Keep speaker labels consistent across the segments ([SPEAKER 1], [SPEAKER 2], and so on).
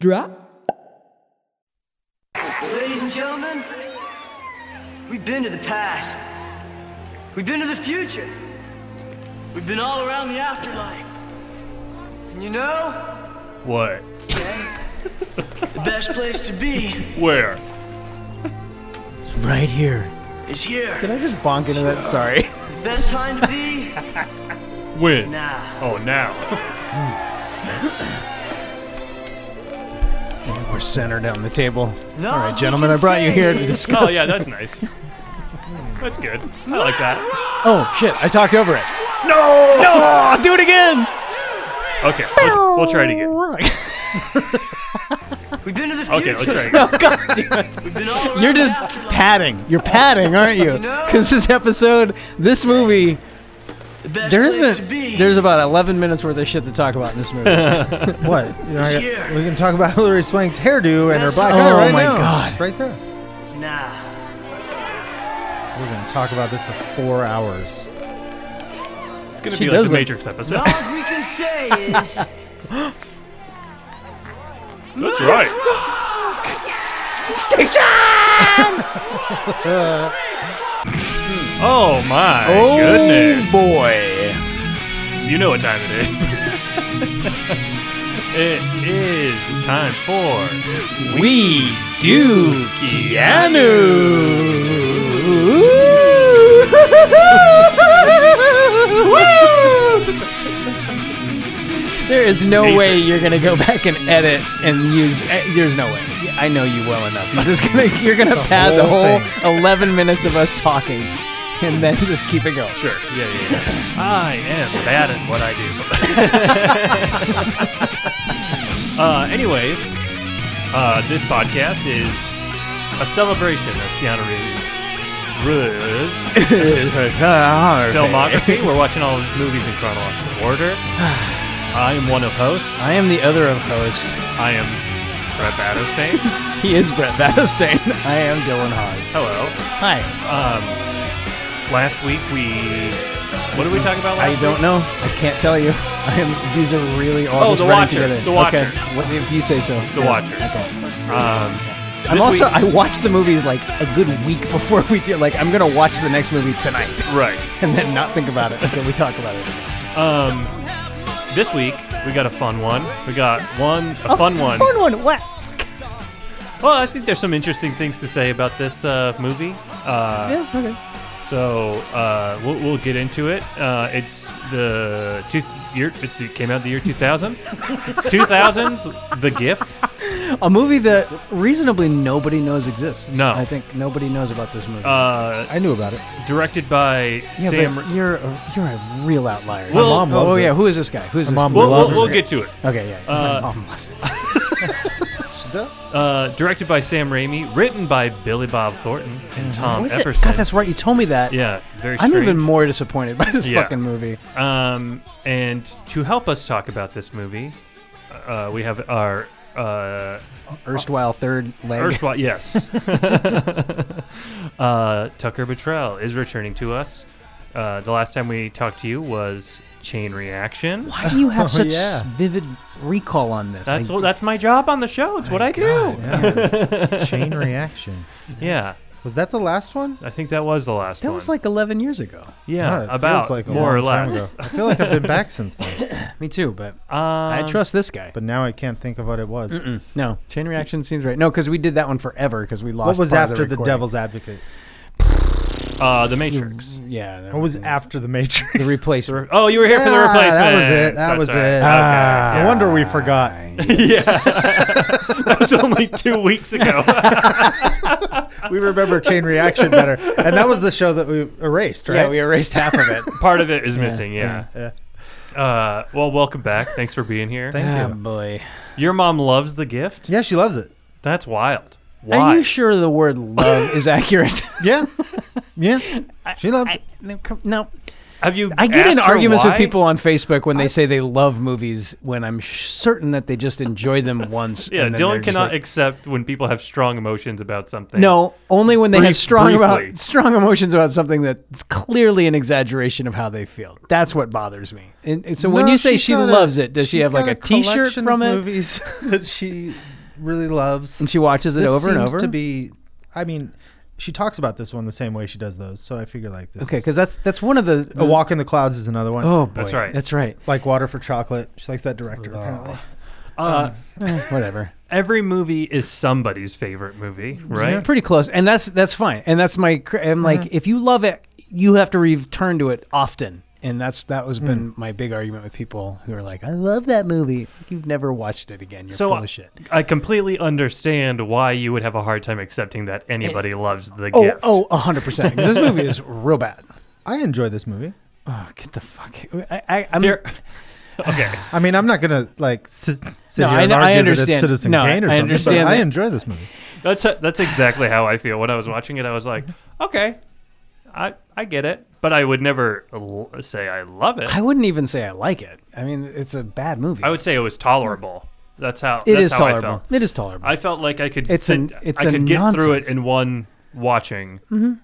[SPEAKER 1] Drop.
[SPEAKER 2] Ladies and gentlemen, we've been to the past. We've been to the future. We've been all around the afterlife. And you know,
[SPEAKER 3] What?
[SPEAKER 2] the best place to be
[SPEAKER 3] Where?
[SPEAKER 4] Right here.
[SPEAKER 2] is here.
[SPEAKER 4] Can I just bonk into that? Sorry.
[SPEAKER 2] The best time to be
[SPEAKER 3] When?
[SPEAKER 2] now.
[SPEAKER 3] Oh, now.
[SPEAKER 4] We're centered down the table.
[SPEAKER 2] No,
[SPEAKER 4] All right, gentlemen, I brought you here to discuss.
[SPEAKER 3] Oh, yeah, that's nice. That's good. I like that.
[SPEAKER 4] Oh, shit. I talked over it.
[SPEAKER 3] No! Do it again! Okay, we'll, we'll try it again.
[SPEAKER 2] We've been to the
[SPEAKER 3] Okay,
[SPEAKER 2] future.
[SPEAKER 3] let's try it again.
[SPEAKER 2] We've been all around
[SPEAKER 4] You're
[SPEAKER 2] the
[SPEAKER 4] just
[SPEAKER 2] afterlife.
[SPEAKER 4] padding. You're padding, aren't you?
[SPEAKER 2] No.
[SPEAKER 4] Because this episode, this movie,
[SPEAKER 2] The best
[SPEAKER 4] there
[SPEAKER 2] place to
[SPEAKER 4] isn't.
[SPEAKER 2] be.
[SPEAKER 4] There's about 11 minutes worth of shit to talk about in this movie.
[SPEAKER 5] What? You know, I got-
[SPEAKER 2] here.
[SPEAKER 5] we can talk about Hillary Swank's hairdo and her
[SPEAKER 2] That's
[SPEAKER 5] black
[SPEAKER 4] right.
[SPEAKER 5] eye
[SPEAKER 4] Oh
[SPEAKER 5] right
[SPEAKER 4] my
[SPEAKER 5] now.
[SPEAKER 4] God.
[SPEAKER 5] It's right there.
[SPEAKER 2] It's now.
[SPEAKER 5] We're going to talk about this for four hours.
[SPEAKER 3] It's gonna
[SPEAKER 4] She
[SPEAKER 3] be like
[SPEAKER 4] does look-
[SPEAKER 3] the Matrix episode.
[SPEAKER 2] All we can say is
[SPEAKER 3] That's right. Oh my goodness.
[SPEAKER 4] boy.
[SPEAKER 3] You know what time it is. it is time for
[SPEAKER 4] We do There is no way
[SPEAKER 3] Jesus.
[SPEAKER 4] you're gonna go back and edit and use. eh, There's no way. I know you well enough. You're just gonna you're gonna pad the
[SPEAKER 5] whole
[SPEAKER 4] whole
[SPEAKER 5] thing.
[SPEAKER 4] 11 minutes of us talking, and then just keep it going.
[SPEAKER 3] Sure. Yeah, yeah, yeah. I am bad at what I do. uh, anyways, uh, this podcast is a celebration of Keanu Reeves. Reeves.
[SPEAKER 4] I
[SPEAKER 3] Filmography. We're watching all his movies in chronological order. I am one of hosts.
[SPEAKER 4] am the other of host.
[SPEAKER 3] I am Brett Battlestain.
[SPEAKER 4] He is Brett Battlestain. I am Dylan Hawes.
[SPEAKER 3] Hello.
[SPEAKER 4] Hi.
[SPEAKER 3] Um, last week we. What did we talk about last
[SPEAKER 4] I don't
[SPEAKER 3] week?
[SPEAKER 4] know. I can't tell you. I am. These are really all.
[SPEAKER 3] Oh,
[SPEAKER 4] just
[SPEAKER 3] The
[SPEAKER 4] running
[SPEAKER 3] Watcher.
[SPEAKER 4] Together.
[SPEAKER 3] The Watcher.
[SPEAKER 4] Okay. What, if you say so.
[SPEAKER 3] The Watcher.
[SPEAKER 4] Okay.
[SPEAKER 3] Um,
[SPEAKER 4] I'm
[SPEAKER 3] this
[SPEAKER 4] also.
[SPEAKER 3] week-
[SPEAKER 4] I watched the movies like a good week before we did. Like I'm gonna watch the next movie tonight
[SPEAKER 3] right.
[SPEAKER 4] and then not think about it until we talk about it.
[SPEAKER 3] Um, this week we got a fun one. We got one a fun one.
[SPEAKER 4] Fun one. What?
[SPEAKER 3] Well, I think there's some interesting things to say about this uh, movie. Uh,
[SPEAKER 4] Yeah. Okay.
[SPEAKER 3] So uh, we'll, we'll get into it. Uh, it's the two year. It came out the year 2000. It's 2000s. The Gift.
[SPEAKER 4] A movie that reasonably nobody knows exists.
[SPEAKER 3] No.
[SPEAKER 4] I think nobody knows about this movie.
[SPEAKER 3] Uh,
[SPEAKER 5] I knew about it.
[SPEAKER 3] directed by
[SPEAKER 4] yeah,
[SPEAKER 3] Sam.
[SPEAKER 4] but you're a, you're a real outlier.
[SPEAKER 3] Well-
[SPEAKER 5] My mom
[SPEAKER 4] oh
[SPEAKER 5] loves
[SPEAKER 4] yeah.
[SPEAKER 5] it.
[SPEAKER 4] Who is this guy? Who is this?
[SPEAKER 5] mom
[SPEAKER 4] guy?
[SPEAKER 3] we'll, we'll,
[SPEAKER 5] loves
[SPEAKER 3] we'll
[SPEAKER 5] it.
[SPEAKER 3] get to it.
[SPEAKER 4] Okay, yeah. my
[SPEAKER 3] Uh,
[SPEAKER 4] mom was-
[SPEAKER 5] She does.
[SPEAKER 3] Uh, directed by Sam Raimi. Written by Billy Bob Thornton and Tom
[SPEAKER 4] was Mm-hmm. it?
[SPEAKER 3] Epperson.
[SPEAKER 4] God, that's right. You told me that.
[SPEAKER 3] yeah, very.
[SPEAKER 4] I'm
[SPEAKER 3] strange.
[SPEAKER 4] even more disappointed by this
[SPEAKER 3] Yeah.
[SPEAKER 4] fucking movie.
[SPEAKER 3] Um, and to help us talk about this movie, uh, we have our uh,
[SPEAKER 4] Erstwhile third leg.
[SPEAKER 3] erstwhile yes, uh, Tucker Betrell is returning to us. Uh, the last time we talked to you was Chain Reaction.
[SPEAKER 4] Why do you have such
[SPEAKER 5] yeah.
[SPEAKER 4] vivid recall on this?
[SPEAKER 3] Oh, That's
[SPEAKER 4] I-
[SPEAKER 3] well, that's my job on the show. It's what I
[SPEAKER 4] Oh.
[SPEAKER 3] do.
[SPEAKER 5] Yeah. Chain reaction.
[SPEAKER 3] Yeah,
[SPEAKER 5] Was that the last one?
[SPEAKER 3] I think that was the last
[SPEAKER 4] that
[SPEAKER 3] one.
[SPEAKER 4] was like 11 years ago.
[SPEAKER 5] Huh, it
[SPEAKER 3] yeah,
[SPEAKER 5] feels
[SPEAKER 3] about
[SPEAKER 5] like a
[SPEAKER 3] more or
[SPEAKER 5] long time
[SPEAKER 3] less.
[SPEAKER 5] ago. I feel like I've been back since then,
[SPEAKER 4] Me too, but
[SPEAKER 3] Um,
[SPEAKER 4] I trust this guy.
[SPEAKER 5] but now I can't think of what it was.
[SPEAKER 4] no, chain reaction seems right. No, because we did that one forever because we lost.
[SPEAKER 5] What was
[SPEAKER 4] part of
[SPEAKER 5] after the,
[SPEAKER 4] recording.
[SPEAKER 5] Devil's Advocate?
[SPEAKER 3] uh, the Matrix.
[SPEAKER 4] Yeah. That
[SPEAKER 5] What was after the Matrix?
[SPEAKER 4] the replacement?
[SPEAKER 3] Oh, you were here for the
[SPEAKER 5] Ah, that
[SPEAKER 3] replacement.
[SPEAKER 5] was it, that was it. Ah.
[SPEAKER 3] Okay,
[SPEAKER 5] I
[SPEAKER 3] yes.
[SPEAKER 5] wonder we forgot.
[SPEAKER 3] Yeah. that was only two weeks ago.
[SPEAKER 5] we remember Chain Reaction better, and that was the show that we erased, right?
[SPEAKER 4] Yeah, we erased half of it.
[SPEAKER 3] Part of it is missing, yeah.
[SPEAKER 5] yeah.
[SPEAKER 3] Uh, well, welcome back. Thanks for being here.
[SPEAKER 5] Thank
[SPEAKER 4] Ah,
[SPEAKER 5] you.
[SPEAKER 4] boy.
[SPEAKER 3] Your mom loves the gift?
[SPEAKER 5] Yeah, she loves it.
[SPEAKER 3] That's wild. Why?
[SPEAKER 4] Are you sure the word love is accurate?
[SPEAKER 5] Yeah, yeah, she loves
[SPEAKER 4] I,
[SPEAKER 5] it.
[SPEAKER 4] no, come, no,
[SPEAKER 3] Have you
[SPEAKER 4] I get in
[SPEAKER 3] asked her
[SPEAKER 4] arguments with
[SPEAKER 3] why?
[SPEAKER 4] people on Facebook when they say they love movies when I'm sh- certain that they just enjoyed them once.
[SPEAKER 3] Yeah,
[SPEAKER 4] and then they're
[SPEAKER 3] Dylan
[SPEAKER 4] just
[SPEAKER 3] cannot
[SPEAKER 4] like-
[SPEAKER 3] accept when people have strong emotions about something.
[SPEAKER 4] no, only when they
[SPEAKER 3] Brief-
[SPEAKER 4] have strong
[SPEAKER 3] briefly.
[SPEAKER 4] about strong emotions about something that's clearly an exaggeration of how they feel. That's what bothers me. And, and so when
[SPEAKER 5] No,
[SPEAKER 4] you say
[SPEAKER 5] she's
[SPEAKER 4] she
[SPEAKER 5] got a-
[SPEAKER 4] loves it, does she
[SPEAKER 5] she's
[SPEAKER 4] have like
[SPEAKER 5] got
[SPEAKER 4] a T-shirt
[SPEAKER 5] collection of
[SPEAKER 4] from it?
[SPEAKER 5] Movies that she really loves.
[SPEAKER 4] And she watches it
[SPEAKER 5] this
[SPEAKER 4] over and
[SPEAKER 5] seems
[SPEAKER 4] over.
[SPEAKER 5] to be, I mean, she talks about this one the same way she does those. So I figure like this.
[SPEAKER 4] okay,
[SPEAKER 5] is-
[SPEAKER 4] because that's that's one of the,
[SPEAKER 5] A Walk in the Clouds is another one.
[SPEAKER 4] Oh boy,
[SPEAKER 3] That's right.
[SPEAKER 4] That's right.
[SPEAKER 5] Like Water for Chocolate. She likes that director
[SPEAKER 4] Oh.
[SPEAKER 5] apparently.
[SPEAKER 3] Uh,
[SPEAKER 4] Eh, whatever.
[SPEAKER 3] every movie is somebody's favorite movie, right?
[SPEAKER 4] pretty close and that's that's fine and that's my cr- i'm like if you love it you have to return to it often and that's that was been my big argument with people who are like i love that movie you've never watched it again you're
[SPEAKER 3] So
[SPEAKER 4] full
[SPEAKER 3] I,
[SPEAKER 4] of shit
[SPEAKER 3] I completely understand why you would have a hard time accepting that anybody loves the
[SPEAKER 4] oh
[SPEAKER 3] gift.
[SPEAKER 4] oh 100% 'cause this movie is real bad
[SPEAKER 5] I enjoy this movie.
[SPEAKER 4] oh get the fuck i, I i'm
[SPEAKER 3] Here- okay.
[SPEAKER 5] I mean, I'm not gonna like sit, sit
[SPEAKER 4] No,
[SPEAKER 5] here
[SPEAKER 4] I
[SPEAKER 5] and
[SPEAKER 4] kn- I
[SPEAKER 5] argue that it's
[SPEAKER 4] understand.
[SPEAKER 5] Citizen
[SPEAKER 4] No,
[SPEAKER 5] Kane or
[SPEAKER 4] I
[SPEAKER 5] something.
[SPEAKER 4] understand
[SPEAKER 5] but I
[SPEAKER 4] that.
[SPEAKER 5] enjoy this movie.
[SPEAKER 3] That's that's exactly how I feel. When I was watching it, I was like, okay, I I get it, but I would never l- say I love it.
[SPEAKER 4] i wouldn't even say i like it i mean it's a bad movie
[SPEAKER 3] I would say it was tolerable. That's how
[SPEAKER 4] it
[SPEAKER 3] that's
[SPEAKER 4] is
[SPEAKER 3] how I
[SPEAKER 4] tolerable
[SPEAKER 3] felt.
[SPEAKER 4] it is tolerable
[SPEAKER 3] I felt like I could
[SPEAKER 4] It's
[SPEAKER 3] sit,
[SPEAKER 4] an- it's
[SPEAKER 3] I
[SPEAKER 4] a
[SPEAKER 3] could get through it
[SPEAKER 4] nonsense. Mm-hmm.
[SPEAKER 3] in one watching,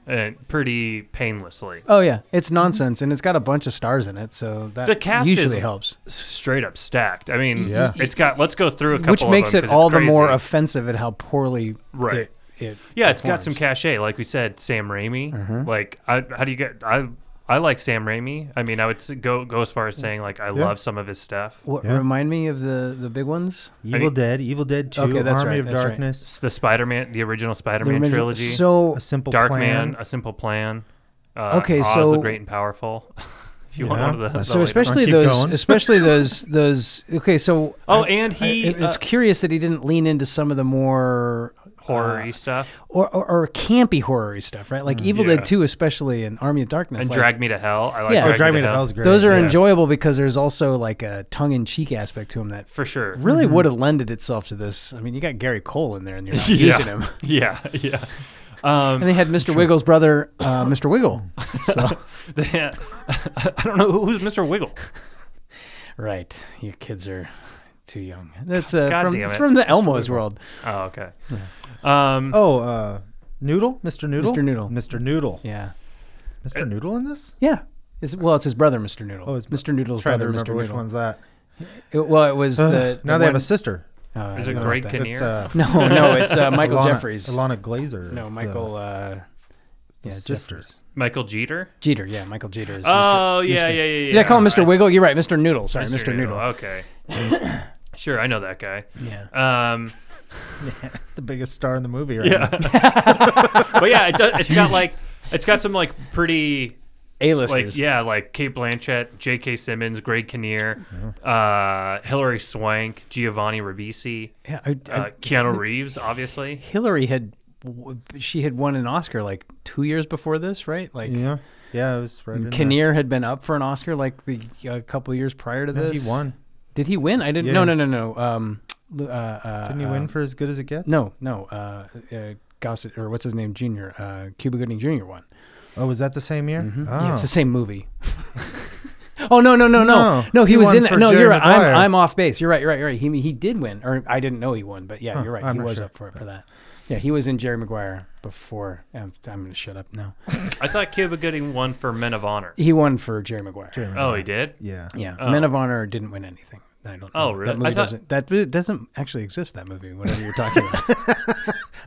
[SPEAKER 3] and pretty painlessly.
[SPEAKER 4] oh yeah it's nonsense and it's got a bunch of stars in it so that
[SPEAKER 3] The cast
[SPEAKER 4] usually
[SPEAKER 3] is-
[SPEAKER 4] helps
[SPEAKER 3] Straight up stacked. I mean,
[SPEAKER 5] Yeah.
[SPEAKER 3] it's got. Let's go through a couple.
[SPEAKER 4] which
[SPEAKER 3] of
[SPEAKER 4] makes
[SPEAKER 3] them
[SPEAKER 4] it
[SPEAKER 3] 'cause it's
[SPEAKER 4] all the more
[SPEAKER 3] crazy.
[SPEAKER 4] offensive at how poorly
[SPEAKER 3] Right.
[SPEAKER 4] it, it
[SPEAKER 3] Yeah, it's got
[SPEAKER 4] performs.
[SPEAKER 3] some cachet, like we said. Sam Raimi,
[SPEAKER 4] Mm-hmm.
[SPEAKER 3] like I, how do you get? I I like Sam Raimi. I mean, I would s- go go as far as saying like I love some of his stuff.
[SPEAKER 4] What
[SPEAKER 5] Yeah.
[SPEAKER 4] remind me of the the big ones?
[SPEAKER 5] Evil
[SPEAKER 3] mean-
[SPEAKER 5] Dead, Evil Dead Two,
[SPEAKER 4] Okay, that's
[SPEAKER 5] Army
[SPEAKER 4] right,
[SPEAKER 5] of
[SPEAKER 4] that's right.
[SPEAKER 5] Darkness,
[SPEAKER 3] It's the Spider Man, the original Spider
[SPEAKER 4] The
[SPEAKER 3] Man
[SPEAKER 4] original-
[SPEAKER 3] trilogy,
[SPEAKER 4] So
[SPEAKER 5] A Simple
[SPEAKER 3] Dark
[SPEAKER 5] Plan. Oh,
[SPEAKER 3] Man, A Simple Plan. Uh,
[SPEAKER 4] Okay,
[SPEAKER 3] Oz
[SPEAKER 4] so-
[SPEAKER 3] the Great and Powerful. if you want
[SPEAKER 5] Yeah.
[SPEAKER 3] one of the, the
[SPEAKER 4] so
[SPEAKER 3] later-
[SPEAKER 4] especially
[SPEAKER 5] Keep
[SPEAKER 4] those
[SPEAKER 5] going.
[SPEAKER 4] especially those those okay so
[SPEAKER 3] Oh,
[SPEAKER 4] I-
[SPEAKER 3] and
[SPEAKER 4] I-
[SPEAKER 3] he
[SPEAKER 4] it- it's
[SPEAKER 3] uh,
[SPEAKER 4] curious that he didn't lean into some of the more uh,
[SPEAKER 3] horror stuff
[SPEAKER 4] or, or, or campy horror stuff, right? Like Evil
[SPEAKER 3] Yeah.
[SPEAKER 4] Dead 2 especially and Army of Darkness.
[SPEAKER 3] and
[SPEAKER 4] like,
[SPEAKER 3] Drag Me to Hell. I like
[SPEAKER 4] Yeah.
[SPEAKER 3] Drag,
[SPEAKER 4] Oh,
[SPEAKER 5] Oh, Drive Me to
[SPEAKER 3] Hell.
[SPEAKER 5] Hell's great.
[SPEAKER 4] those are
[SPEAKER 5] yeah.
[SPEAKER 4] enjoyable because there's also like a tongue in cheek aspect to him that
[SPEAKER 3] for sure.
[SPEAKER 4] really would have lended itself to this. I mean, you got Gary Cole in there and you're not using him.
[SPEAKER 3] Yeah, yeah, yeah. Um,
[SPEAKER 4] And they had Mr. Wiggle's brother, uh, Mr. Wiggle. So
[SPEAKER 3] they- I don't know who- who's Mr. Wiggle.
[SPEAKER 4] Right. Your kids are too young. That's uh,
[SPEAKER 3] God
[SPEAKER 4] from,
[SPEAKER 3] damn
[SPEAKER 4] it's
[SPEAKER 3] it.
[SPEAKER 4] from the Elmo's world.
[SPEAKER 3] Oh, okay. Um,
[SPEAKER 5] Oh, uh, Noodle, Mr. Noodle,
[SPEAKER 4] Mr. Noodle.
[SPEAKER 5] Mr. Noodle,
[SPEAKER 4] Yeah.
[SPEAKER 5] Is Mr. Noodle in this.
[SPEAKER 4] Yeah. It's, well, it's his brother, Mr. Noodle.
[SPEAKER 5] Oh, it's bro-
[SPEAKER 4] Mr. Noodle's
[SPEAKER 5] Trying to
[SPEAKER 4] brother,
[SPEAKER 5] remember
[SPEAKER 4] Mr. Noodle.
[SPEAKER 5] which one's that. Uh,
[SPEAKER 4] It- well, it was the.
[SPEAKER 5] now
[SPEAKER 4] the
[SPEAKER 5] they have
[SPEAKER 4] one-
[SPEAKER 5] a sister.
[SPEAKER 4] oh, I
[SPEAKER 3] Is it
[SPEAKER 4] don't know
[SPEAKER 3] Greg
[SPEAKER 4] about that.
[SPEAKER 3] Kinnear?
[SPEAKER 5] It's, uh,
[SPEAKER 4] No, no, it's uh, Michael
[SPEAKER 5] Alana-
[SPEAKER 4] Jeffries.
[SPEAKER 5] Alana Glazer.
[SPEAKER 4] no,
[SPEAKER 5] is
[SPEAKER 4] Michael.
[SPEAKER 5] The,
[SPEAKER 4] Uh, yeah,
[SPEAKER 5] sister.
[SPEAKER 4] Jeffries.
[SPEAKER 3] Michael Jeter.
[SPEAKER 4] Jeter. Yeah, Michael Jeter is.
[SPEAKER 3] Oh
[SPEAKER 4] Mr.
[SPEAKER 3] yeah,
[SPEAKER 4] Mr.
[SPEAKER 3] yeah, yeah, yeah.
[SPEAKER 4] Did I call him Mr.
[SPEAKER 3] Right.
[SPEAKER 4] Wiggle? You're right, Mr. Noodle. Sorry, Mr. Noodle.
[SPEAKER 3] Okay. sure, I know that guy.
[SPEAKER 4] Yeah.
[SPEAKER 3] Um,
[SPEAKER 5] it's the biggest star in the movie right
[SPEAKER 3] yeah. but yeah, it does, it's got like it's got some like pretty
[SPEAKER 4] A-listers.
[SPEAKER 3] like yeah like Kate Blanchett, J.K. Simmons, Greg Kinnear, uh, Hilary Swank, Giovanni Ribisi,
[SPEAKER 4] Yeah, I, I,
[SPEAKER 3] uh, Keanu Reeves, obviously.
[SPEAKER 4] Hillary had. w- She had won an Oscar like two years before this, right? Like.
[SPEAKER 5] now. Yeah. Yeah, it was right in there.
[SPEAKER 4] Kinnear had been up for an Oscar like the a couple years prior to
[SPEAKER 5] No,
[SPEAKER 4] this.
[SPEAKER 5] he won.
[SPEAKER 4] Did he win? I didn't.
[SPEAKER 5] Yeah.
[SPEAKER 4] No, no, no, no. Um, l- uh, uh,
[SPEAKER 5] Didn't he
[SPEAKER 4] uh,
[SPEAKER 5] win for As Good as It Gets?
[SPEAKER 4] No, no. Uh, uh, Gossett or what's his name Jr. Uh, Cuba Gooding Jr. won.
[SPEAKER 5] Oh, was that the same year? Oh.
[SPEAKER 4] Yeah, it's the same movie. oh no, no, no, no, no.
[SPEAKER 5] No,
[SPEAKER 4] he,
[SPEAKER 5] he
[SPEAKER 4] was
[SPEAKER 5] won
[SPEAKER 4] in.
[SPEAKER 5] for
[SPEAKER 4] No,
[SPEAKER 5] Jerry
[SPEAKER 4] you're right. I'm,
[SPEAKER 5] Maguire.
[SPEAKER 4] I'm off base. You're right. You're right. You're right. He he did win, or I didn't know he won, but yeah,
[SPEAKER 5] Huh,
[SPEAKER 4] you're right.
[SPEAKER 5] I'm
[SPEAKER 4] he
[SPEAKER 5] not
[SPEAKER 4] was
[SPEAKER 5] sure.
[SPEAKER 4] up for it for that. Yeah, he was in Jerry Maguire before. I'm, I'm gonna shut up now.
[SPEAKER 3] I thought Cuba Gooding won for Men of Honor.
[SPEAKER 4] He won for Jerry Maguire.
[SPEAKER 5] Jerry
[SPEAKER 3] Oh,
[SPEAKER 5] Maguire.
[SPEAKER 3] he did.
[SPEAKER 5] yeah.
[SPEAKER 4] Yeah,
[SPEAKER 3] Oh.
[SPEAKER 4] Men of Honor didn't win anything. I don't.
[SPEAKER 3] Oh,
[SPEAKER 4] know.
[SPEAKER 3] really?
[SPEAKER 4] That
[SPEAKER 3] I
[SPEAKER 4] movie
[SPEAKER 3] thought-
[SPEAKER 4] doesn't. That mo- doesn't actually exist. That movie, whatever you're talking about.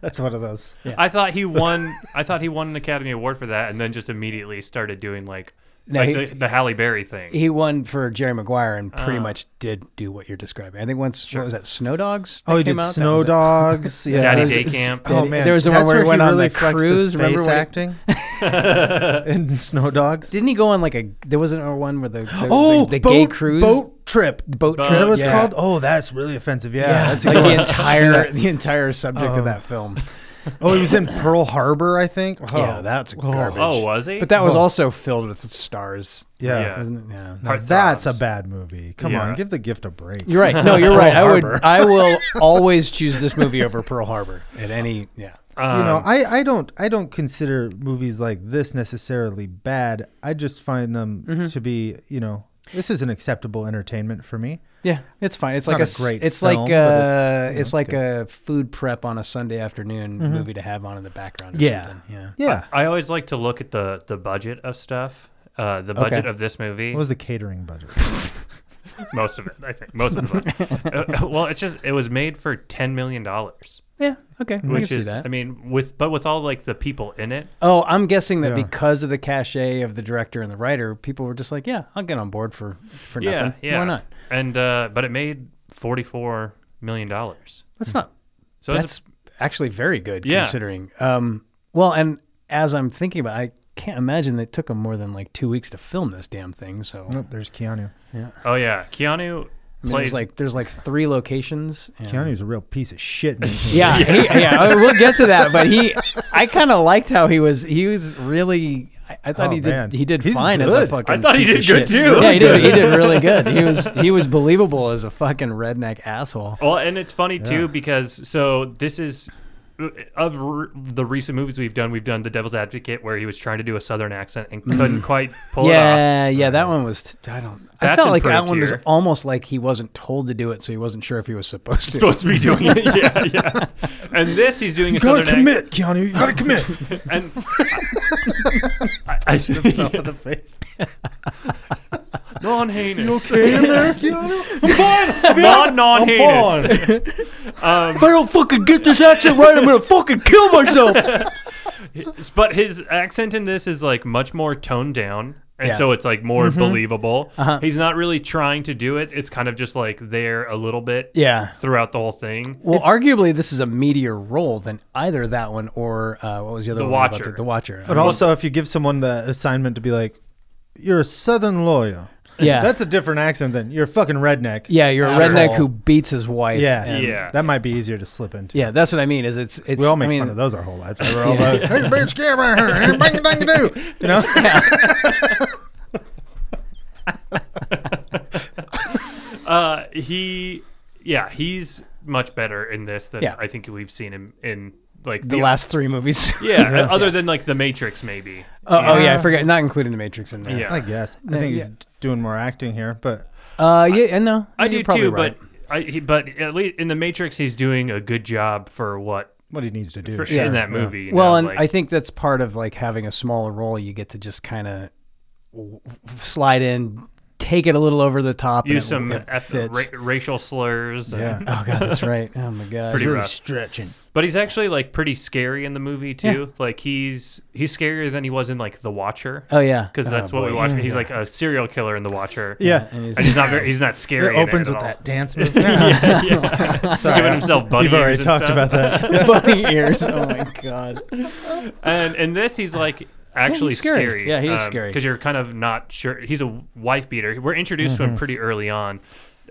[SPEAKER 5] That's one of those.
[SPEAKER 3] I thought he won. I thought he won an Academy Award for that, and then just immediately started doing like
[SPEAKER 4] No,
[SPEAKER 3] like
[SPEAKER 4] he-
[SPEAKER 3] the, the Halle Berry thing.
[SPEAKER 4] He won for Jerry Maguire and pretty
[SPEAKER 3] Ah.
[SPEAKER 4] much did do what you're describing. I think once what was that Snow Dogs?
[SPEAKER 5] Oh,
[SPEAKER 4] that
[SPEAKER 5] he
[SPEAKER 4] came
[SPEAKER 5] did
[SPEAKER 4] out? That
[SPEAKER 5] Snow
[SPEAKER 4] was it.
[SPEAKER 5] Dogs. Yeah.
[SPEAKER 3] Daddy
[SPEAKER 5] It was-
[SPEAKER 3] Day
[SPEAKER 5] it's-
[SPEAKER 3] Camp.
[SPEAKER 5] Oh
[SPEAKER 4] Daddy-
[SPEAKER 5] man,
[SPEAKER 4] there was the one
[SPEAKER 5] That's
[SPEAKER 4] where he went on
[SPEAKER 5] really
[SPEAKER 4] the
[SPEAKER 5] flexed
[SPEAKER 4] cruise,
[SPEAKER 5] His
[SPEAKER 4] remember
[SPEAKER 5] face
[SPEAKER 4] when he-
[SPEAKER 5] acting in Snow Dogs.
[SPEAKER 4] Didn't he go on like a? There wasn't a one where the the,
[SPEAKER 5] oh,
[SPEAKER 4] the, the
[SPEAKER 5] boat,
[SPEAKER 4] gay cruise
[SPEAKER 5] boat trip.
[SPEAKER 4] boat
[SPEAKER 3] Boat-
[SPEAKER 4] trip.
[SPEAKER 5] Is that what it's
[SPEAKER 4] yeah.
[SPEAKER 5] called? Oh, that's really offensive. Yeah.
[SPEAKER 4] Yeah,
[SPEAKER 5] That's a
[SPEAKER 4] like
[SPEAKER 5] good
[SPEAKER 4] the
[SPEAKER 5] one.
[SPEAKER 4] entire
[SPEAKER 5] that.
[SPEAKER 4] the entire subject of
[SPEAKER 5] Um,
[SPEAKER 4] that film.
[SPEAKER 5] Oh, he was in Pearl Harbor, I think. Oh.
[SPEAKER 4] yeah, that's garbage.
[SPEAKER 3] oh, was he?
[SPEAKER 4] But that was
[SPEAKER 5] Oh.
[SPEAKER 4] also filled with stars.
[SPEAKER 5] Yeah.
[SPEAKER 3] Yeah.
[SPEAKER 4] Wasn't it? yeah.
[SPEAKER 5] Now
[SPEAKER 3] Heartthrobs.
[SPEAKER 5] that's a bad movie. Come
[SPEAKER 3] Yeah.
[SPEAKER 5] on, give the gift a break.
[SPEAKER 4] You're right. No, you're right. I
[SPEAKER 5] Pearl
[SPEAKER 4] would.
[SPEAKER 5] Harbor.
[SPEAKER 4] I will always choose this movie over Pearl Harbor at any. Yeah.
[SPEAKER 3] Um,
[SPEAKER 5] you know, I, I don't I don't consider movies like this necessarily bad. I just find them
[SPEAKER 4] Mm-hmm.
[SPEAKER 5] to be, you know, this is an acceptable entertainment for me.
[SPEAKER 4] Yeah, it's fine. It's,
[SPEAKER 5] not
[SPEAKER 4] like a,
[SPEAKER 5] a
[SPEAKER 4] s-
[SPEAKER 5] great
[SPEAKER 4] It's
[SPEAKER 5] film,
[SPEAKER 4] like
[SPEAKER 5] but
[SPEAKER 4] uh,
[SPEAKER 5] it's, you
[SPEAKER 4] it's,
[SPEAKER 5] know, it's
[SPEAKER 4] like
[SPEAKER 5] good. Mm-hmm.
[SPEAKER 4] a food prep on a Sunday afternoon movie to have on in the background. Or
[SPEAKER 5] Yeah.
[SPEAKER 4] something. yeah.
[SPEAKER 5] Yeah.
[SPEAKER 3] I always like to look at the the budget of stuff. Uh, the budget
[SPEAKER 4] Okay.
[SPEAKER 3] of this movie.
[SPEAKER 5] What was the catering budget?
[SPEAKER 3] most of it. I think most of the fun. Uh, well, it's just it was made for ten million dollars,
[SPEAKER 4] Yeah. Okay. I
[SPEAKER 3] which
[SPEAKER 4] can
[SPEAKER 3] is
[SPEAKER 4] see that.
[SPEAKER 3] I mean with but with all like the people in it,
[SPEAKER 4] oh, I'm guessing that
[SPEAKER 5] Yeah.
[SPEAKER 4] because of the cachet of the director and the writer, people were just like, "Yeah, I'll get on board for for nothing.
[SPEAKER 3] yeah, yeah.
[SPEAKER 4] Why not?
[SPEAKER 3] And uh, but it made forty four million dollars.
[SPEAKER 4] That's not.
[SPEAKER 3] So
[SPEAKER 4] that's actually very good
[SPEAKER 3] Yeah.
[SPEAKER 4] considering. Um. Well, and as I'm thinking about, it, I can't imagine that it took them more than like two weeks to film this damn thing. So
[SPEAKER 5] Nope, Oh, there's Keanu.
[SPEAKER 3] it's, oh yeah, Keanu
[SPEAKER 4] I mean,
[SPEAKER 3] plays
[SPEAKER 4] there's like there's like three locations. and-
[SPEAKER 5] Keanu's a real piece of shit. in this movie.
[SPEAKER 4] Yeah, he- yeah. uh, we'll get to that, but he, I kind of liked how he was. He was really. I, I thought
[SPEAKER 5] Oh,
[SPEAKER 4] he did.
[SPEAKER 5] man.
[SPEAKER 4] He did
[SPEAKER 5] He's
[SPEAKER 4] fine as a
[SPEAKER 5] good.
[SPEAKER 4] fucking.
[SPEAKER 3] I thought he
[SPEAKER 4] piece of
[SPEAKER 3] did good
[SPEAKER 4] shit.
[SPEAKER 3] too.
[SPEAKER 4] Yeah, he did. He did really good. He was he was believable as a fucking redneck asshole.
[SPEAKER 3] Well, and it's funny too because so this is of r- the recent movies we've done, we've done The Devil's Advocate where he was trying to do a southern accent and
[SPEAKER 5] Mm-hmm.
[SPEAKER 3] couldn't quite pull it off.
[SPEAKER 4] yeah, yeah. That one was. t- I don't. I
[SPEAKER 3] That's
[SPEAKER 4] felt like that
[SPEAKER 3] improved
[SPEAKER 4] one was
[SPEAKER 3] here.
[SPEAKER 4] almost like he wasn't told to do it, so he wasn't sure if he was supposed to.
[SPEAKER 3] Supposed to be doing it, yeah, yeah. And this, he's doing a
[SPEAKER 5] Gotta
[SPEAKER 3] southern accent.
[SPEAKER 5] commit, Keanu. You gotta commit.
[SPEAKER 3] And I, I,
[SPEAKER 5] Himself in the face.
[SPEAKER 3] non heinous,
[SPEAKER 5] Okay, in there, Keanu.
[SPEAKER 3] non non
[SPEAKER 5] I'm
[SPEAKER 3] heinous.
[SPEAKER 4] If I don't fucking get this accent right, I'm gonna fucking kill myself.
[SPEAKER 3] But his accent in this is like much more toned down. And
[SPEAKER 4] Yeah. Uh-huh.
[SPEAKER 3] so it's like more
[SPEAKER 5] Mm-hmm.
[SPEAKER 3] believable. He's not really trying to do it. It's kind of just like there a little bit
[SPEAKER 4] Yeah.
[SPEAKER 3] throughout the whole thing.
[SPEAKER 4] Well, arguably, this is a meatier role than either that one or uh, what was the other
[SPEAKER 3] The
[SPEAKER 4] one? we about
[SPEAKER 3] Watcher.
[SPEAKER 4] to- The Watcher.
[SPEAKER 5] But also, if you give someone the assignment to be like, "You're a Southern lawyer,"
[SPEAKER 4] yeah,
[SPEAKER 5] that's a different accent than "You're a fucking redneck."
[SPEAKER 4] yeah. You're a
[SPEAKER 5] Sure.
[SPEAKER 4] redneck who beats his wife.
[SPEAKER 5] yeah,
[SPEAKER 4] and-
[SPEAKER 3] Yeah.
[SPEAKER 5] That might be easier to slip into.
[SPEAKER 4] yeah. That's what I mean. Is it's it's.
[SPEAKER 5] We all make
[SPEAKER 4] I mean,
[SPEAKER 5] fun of those our whole lives. We're all like, "Hey, bitch, get over here! Ain't bring a thing to do," you know.
[SPEAKER 3] Uh, he, yeah, he's much better in this than
[SPEAKER 4] Yeah.
[SPEAKER 3] I think we've seen him in like
[SPEAKER 4] The last three movies.
[SPEAKER 3] Yeah, other than like the Matrix, maybe.
[SPEAKER 4] oh, oh, yeah, I forgot. Not including the Matrix in there.
[SPEAKER 3] Yeah.
[SPEAKER 5] I guess. I
[SPEAKER 4] Yeah,
[SPEAKER 5] think he's
[SPEAKER 4] yeah.
[SPEAKER 5] doing more acting here, but
[SPEAKER 4] Uh, yeah, and no,
[SPEAKER 3] I
[SPEAKER 4] you're
[SPEAKER 3] do
[SPEAKER 4] probably
[SPEAKER 3] too,
[SPEAKER 4] right.
[SPEAKER 3] but I he, but at least in the Matrix, he's doing a good job for what
[SPEAKER 5] what he needs to do
[SPEAKER 3] for
[SPEAKER 5] sure.
[SPEAKER 3] in that movie. you
[SPEAKER 4] well,
[SPEAKER 3] know,
[SPEAKER 4] and
[SPEAKER 3] like-
[SPEAKER 4] I think that's part of like having a smaller role. You get to just kind of slide in, take it a little over the top,
[SPEAKER 3] use
[SPEAKER 4] and
[SPEAKER 3] some
[SPEAKER 4] it- it
[SPEAKER 3] eth-
[SPEAKER 4] fits.
[SPEAKER 3] ra- racial slurs. and-
[SPEAKER 5] Yeah.
[SPEAKER 4] Oh god, that's right. Oh my god.
[SPEAKER 3] Pretty
[SPEAKER 5] Really
[SPEAKER 3] rough.
[SPEAKER 5] stretching.
[SPEAKER 3] but he's actually like pretty scary in the movie too. Like he's he's scarier than he was in like The Watcher.
[SPEAKER 4] Oh yeah,
[SPEAKER 3] because
[SPEAKER 4] Oh,
[SPEAKER 3] that's what
[SPEAKER 4] boy.
[SPEAKER 3] we watched. He's like a serial killer in The Watcher.
[SPEAKER 5] Yeah.
[SPEAKER 4] And he's-
[SPEAKER 3] and he's not very, he's not
[SPEAKER 5] It
[SPEAKER 3] scary. in
[SPEAKER 5] opens
[SPEAKER 3] at
[SPEAKER 5] with
[SPEAKER 3] all.
[SPEAKER 5] that dance move. Yeah.
[SPEAKER 3] yeah.
[SPEAKER 5] Sorry,
[SPEAKER 3] giving himself bunny
[SPEAKER 5] You've already
[SPEAKER 3] ears and
[SPEAKER 5] talked
[SPEAKER 3] stuff.
[SPEAKER 5] about that.
[SPEAKER 4] bunny ears. Oh my god.
[SPEAKER 3] and in this he's like actually
[SPEAKER 4] scary.
[SPEAKER 3] scary.
[SPEAKER 4] Yeah, he is scary.
[SPEAKER 3] because you're kind of not sure. He's a wife beater. We're introduced
[SPEAKER 4] Mm-hmm.
[SPEAKER 3] to him pretty early on.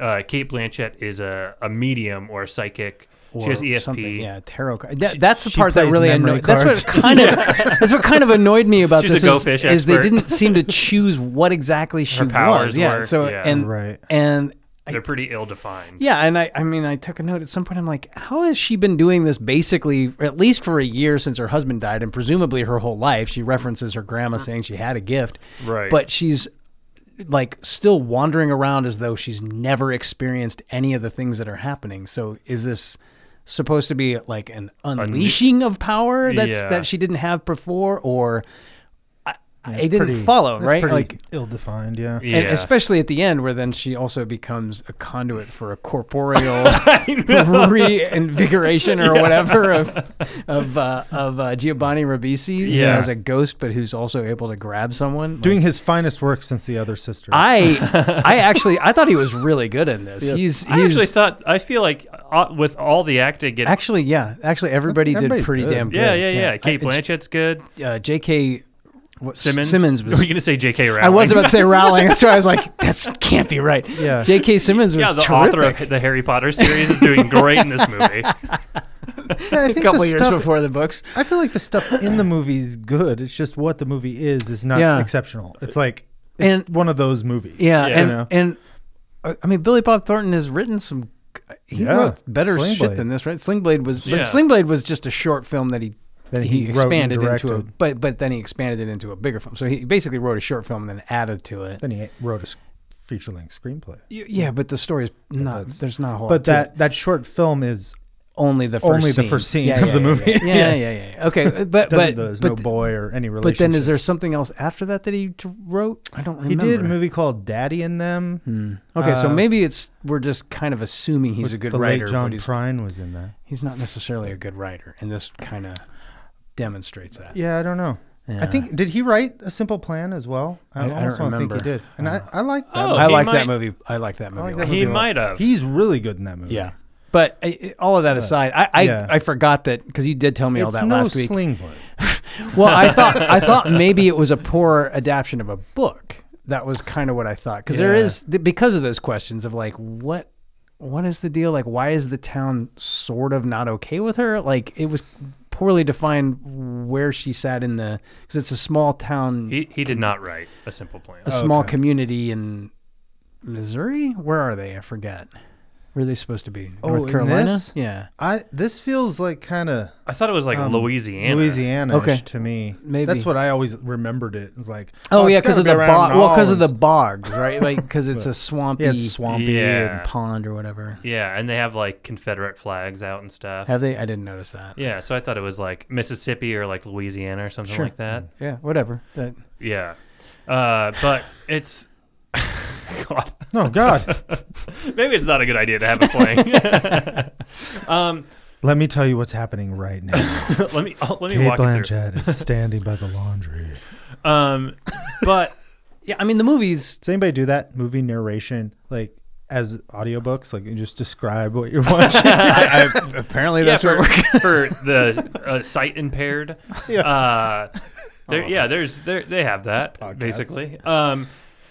[SPEAKER 3] Uh, Kate Blanchett is a, a medium or a psychic. she has E
[SPEAKER 4] Or
[SPEAKER 3] ESP.
[SPEAKER 4] something. Yeah, tarot. card. That, that's the part that
[SPEAKER 5] plays
[SPEAKER 4] really
[SPEAKER 5] memory
[SPEAKER 4] annoyed. That's what
[SPEAKER 5] cards.
[SPEAKER 4] kind of. that's what kind of annoyed me about
[SPEAKER 3] She's a
[SPEAKER 4] this.
[SPEAKER 3] Go
[SPEAKER 4] is,
[SPEAKER 3] Fish
[SPEAKER 4] is they
[SPEAKER 3] expert.
[SPEAKER 4] didn't seem to choose what exactly she was.
[SPEAKER 3] powers
[SPEAKER 4] Yeah.
[SPEAKER 3] were-
[SPEAKER 4] so
[SPEAKER 3] yeah.
[SPEAKER 4] and
[SPEAKER 5] Right.
[SPEAKER 4] and. I,
[SPEAKER 3] They're pretty ill defined.
[SPEAKER 4] yeah, and I, I mean, I took a note at some point. I'm like, how has she been doing this basically at least for a year since her husband died, and presumably her whole life? She references her grandma saying she had a gift,
[SPEAKER 3] Right.
[SPEAKER 4] But she's like still wandering around as though she's never experienced any of the things that are happening. So is this supposed to be like an unleashing of power that's
[SPEAKER 3] Yeah.
[SPEAKER 4] that she didn't have before or I, I didn't
[SPEAKER 5] Pretty-
[SPEAKER 4] follow,
[SPEAKER 5] that's
[SPEAKER 4] right?
[SPEAKER 5] pretty
[SPEAKER 4] Like
[SPEAKER 5] ill-defined. Yeah.
[SPEAKER 3] Yeah.
[SPEAKER 4] and especially at the end where then she also becomes a conduit for a corporeal reinvigoration or whatever of of uh, of uh, Giovanni Ribisi
[SPEAKER 3] Yeah.
[SPEAKER 4] as a ghost but who's also able to grab someone. Like,
[SPEAKER 5] Doing his finest work since the other sister.
[SPEAKER 4] I I actually I thought he was really good in this. He's he's
[SPEAKER 3] I actually
[SPEAKER 4] actually,
[SPEAKER 3] thought I feel like uh, with all the acting, it,
[SPEAKER 4] yeah actually everybody did
[SPEAKER 5] Everybody's
[SPEAKER 4] pretty
[SPEAKER 5] good.
[SPEAKER 4] damn good.
[SPEAKER 3] yeah, yeah, yeah, Kate
[SPEAKER 4] I-
[SPEAKER 3] Blanchett's good.
[SPEAKER 4] uh, J.K. What,
[SPEAKER 3] Simmons.
[SPEAKER 4] Simmons
[SPEAKER 3] Are
[SPEAKER 4] was.
[SPEAKER 3] we gonna say J.K. Rowling?
[SPEAKER 4] I was about to say Rowling. That's why I was like, that can't be right.
[SPEAKER 5] Yeah.
[SPEAKER 4] J.K. Simmons was
[SPEAKER 3] Yeah, the
[SPEAKER 4] terrific.
[SPEAKER 3] author of the Harry Potter series is doing great in this movie.
[SPEAKER 5] Yeah, I think
[SPEAKER 4] a
[SPEAKER 5] the
[SPEAKER 4] couple years
[SPEAKER 5] stuff-
[SPEAKER 4] before the books.
[SPEAKER 5] I feel like the stuff in the movie is good. It's just what the movie is is not
[SPEAKER 4] Yeah.
[SPEAKER 5] exceptional. It's like it's
[SPEAKER 4] And-
[SPEAKER 5] one of those movies.
[SPEAKER 4] Yeah,
[SPEAKER 3] Yeah.
[SPEAKER 4] and
[SPEAKER 5] You know?
[SPEAKER 4] and uh, I mean Billy Bob Thornton has written some. He
[SPEAKER 5] Yeah,
[SPEAKER 4] wrote better
[SPEAKER 5] Sling
[SPEAKER 4] shit
[SPEAKER 5] Blade.
[SPEAKER 4] than this, right? Sling Blade was, but
[SPEAKER 3] Yeah.
[SPEAKER 4] Sling Blade was just a short film that he
[SPEAKER 5] That
[SPEAKER 4] he,
[SPEAKER 5] he wrote and
[SPEAKER 4] expanded into a,
[SPEAKER 5] directed.
[SPEAKER 4] but but then he expanded it into a bigger film. So he basically wrote a short film and then added to it.
[SPEAKER 5] Then he wrote a s- feature-length screenplay.
[SPEAKER 4] Y- yeah, but the story is not.
[SPEAKER 5] that's-
[SPEAKER 4] There's not a whole. lot
[SPEAKER 5] But
[SPEAKER 4] to it.
[SPEAKER 5] that that short film is
[SPEAKER 4] only the first
[SPEAKER 5] Only the
[SPEAKER 4] scene.
[SPEAKER 5] first scene
[SPEAKER 4] Yeah,
[SPEAKER 5] of
[SPEAKER 4] yeah,
[SPEAKER 5] the
[SPEAKER 4] yeah,
[SPEAKER 5] movie.
[SPEAKER 4] Yeah, yeah, yeah. yeah, yeah. Okay, but but
[SPEAKER 5] Doesn't,
[SPEAKER 4] but,
[SPEAKER 5] there's no
[SPEAKER 4] but,
[SPEAKER 5] boy or any relationship.
[SPEAKER 4] but then is there something else after that that he d- wrote? I don't
[SPEAKER 5] He
[SPEAKER 4] remember. Hmm.
[SPEAKER 5] did a movie called Daddy and Them.
[SPEAKER 4] Okay, so
[SPEAKER 5] uh,
[SPEAKER 4] maybe it's we're just kind of assuming he's
[SPEAKER 5] with
[SPEAKER 4] a good
[SPEAKER 5] the
[SPEAKER 4] writer,
[SPEAKER 5] Late
[SPEAKER 4] but
[SPEAKER 5] John
[SPEAKER 4] he's,
[SPEAKER 5] Prine was in that.
[SPEAKER 4] he's not necessarily a good writer, and this kind of demonstrates that.
[SPEAKER 5] Yeah, I don't know.
[SPEAKER 4] Yeah.
[SPEAKER 5] I think did he write A Simple Plan as well?
[SPEAKER 4] I- I don't
[SPEAKER 5] almost wanna
[SPEAKER 4] remember. Uh-huh.
[SPEAKER 5] think he did. And I, I like that.
[SPEAKER 3] Oh,
[SPEAKER 5] movie.
[SPEAKER 4] I
[SPEAKER 3] he
[SPEAKER 4] like that
[SPEAKER 3] might-
[SPEAKER 4] movie. I like that movie.
[SPEAKER 5] like
[SPEAKER 4] a
[SPEAKER 5] that
[SPEAKER 4] lot.
[SPEAKER 5] movie.
[SPEAKER 3] He
[SPEAKER 5] do it.
[SPEAKER 3] might have.
[SPEAKER 5] He's really good in that movie.
[SPEAKER 4] Yeah. But I- I- all of that aside, I I,
[SPEAKER 5] yeah.
[SPEAKER 4] I forgot that because you did tell me all
[SPEAKER 5] It's
[SPEAKER 4] that
[SPEAKER 5] no
[SPEAKER 4] last week.
[SPEAKER 5] sling blade.
[SPEAKER 4] Well, I thought I thought maybe it was a poor adaptation of a book. That was kind of what I thought because there
[SPEAKER 5] Yeah.
[SPEAKER 4] is th- because of those questions of like what what is the deal? Like why is the town sort of not okay with her? Like it was poorly defined where she sat in the because it's a small town,
[SPEAKER 3] He, he did not write a simple plan.
[SPEAKER 4] a small community in Missouri. Where are they? I forget. Where are they supposed to be?
[SPEAKER 5] Oh,
[SPEAKER 4] North
[SPEAKER 5] in
[SPEAKER 4] Carolina.
[SPEAKER 5] this?
[SPEAKER 4] Yeah,
[SPEAKER 5] I this feels like kind of
[SPEAKER 3] I thought it was like
[SPEAKER 5] um,
[SPEAKER 3] Louisiana.
[SPEAKER 5] Louisiana
[SPEAKER 4] Okay.
[SPEAKER 5] to me.
[SPEAKER 4] Maybe.
[SPEAKER 5] that's what I always remembered it. It was like
[SPEAKER 4] Oh, yeah,
[SPEAKER 5] it's
[SPEAKER 4] 'cause yeah, because
[SPEAKER 5] gotta
[SPEAKER 4] of
[SPEAKER 5] be
[SPEAKER 4] the
[SPEAKER 5] around
[SPEAKER 4] bog. Well, because of the
[SPEAKER 5] Orleans.
[SPEAKER 4] bog, right? Like because it's a swampy,
[SPEAKER 5] yeah, it's swampy.
[SPEAKER 3] Yeah.
[SPEAKER 5] and-
[SPEAKER 4] pond or whatever.
[SPEAKER 3] Yeah, and they have like Confederate flags out and stuff.
[SPEAKER 4] Have they? I didn't notice that.
[SPEAKER 3] yeah, so I thought it was like Mississippi or like Louisiana or something
[SPEAKER 4] Sure.
[SPEAKER 3] like that.
[SPEAKER 4] Yeah, whatever. That,
[SPEAKER 3] Yeah. Uh, but it's God.
[SPEAKER 5] no oh, God.
[SPEAKER 3] Maybe it's not a good idea to have a plane. um,
[SPEAKER 5] Let me tell you what's happening right now.
[SPEAKER 3] let me I'll- let me
[SPEAKER 5] Kate
[SPEAKER 3] walk you through.
[SPEAKER 5] Blanchett is standing by the laundry.
[SPEAKER 3] Um, but
[SPEAKER 4] yeah, I mean the movies.
[SPEAKER 5] Does anybody do that movie narration like as audiobooks? Like you just describe what you're watching.
[SPEAKER 4] I, I, apparently
[SPEAKER 3] yeah,
[SPEAKER 4] that's
[SPEAKER 3] for,
[SPEAKER 4] what we're.
[SPEAKER 3] for the uh, sight impaired.
[SPEAKER 5] Yeah.
[SPEAKER 3] Uh,
[SPEAKER 4] Oh.
[SPEAKER 3] there, yeah, there's there they have that
[SPEAKER 5] podcast.
[SPEAKER 3] basically. Um,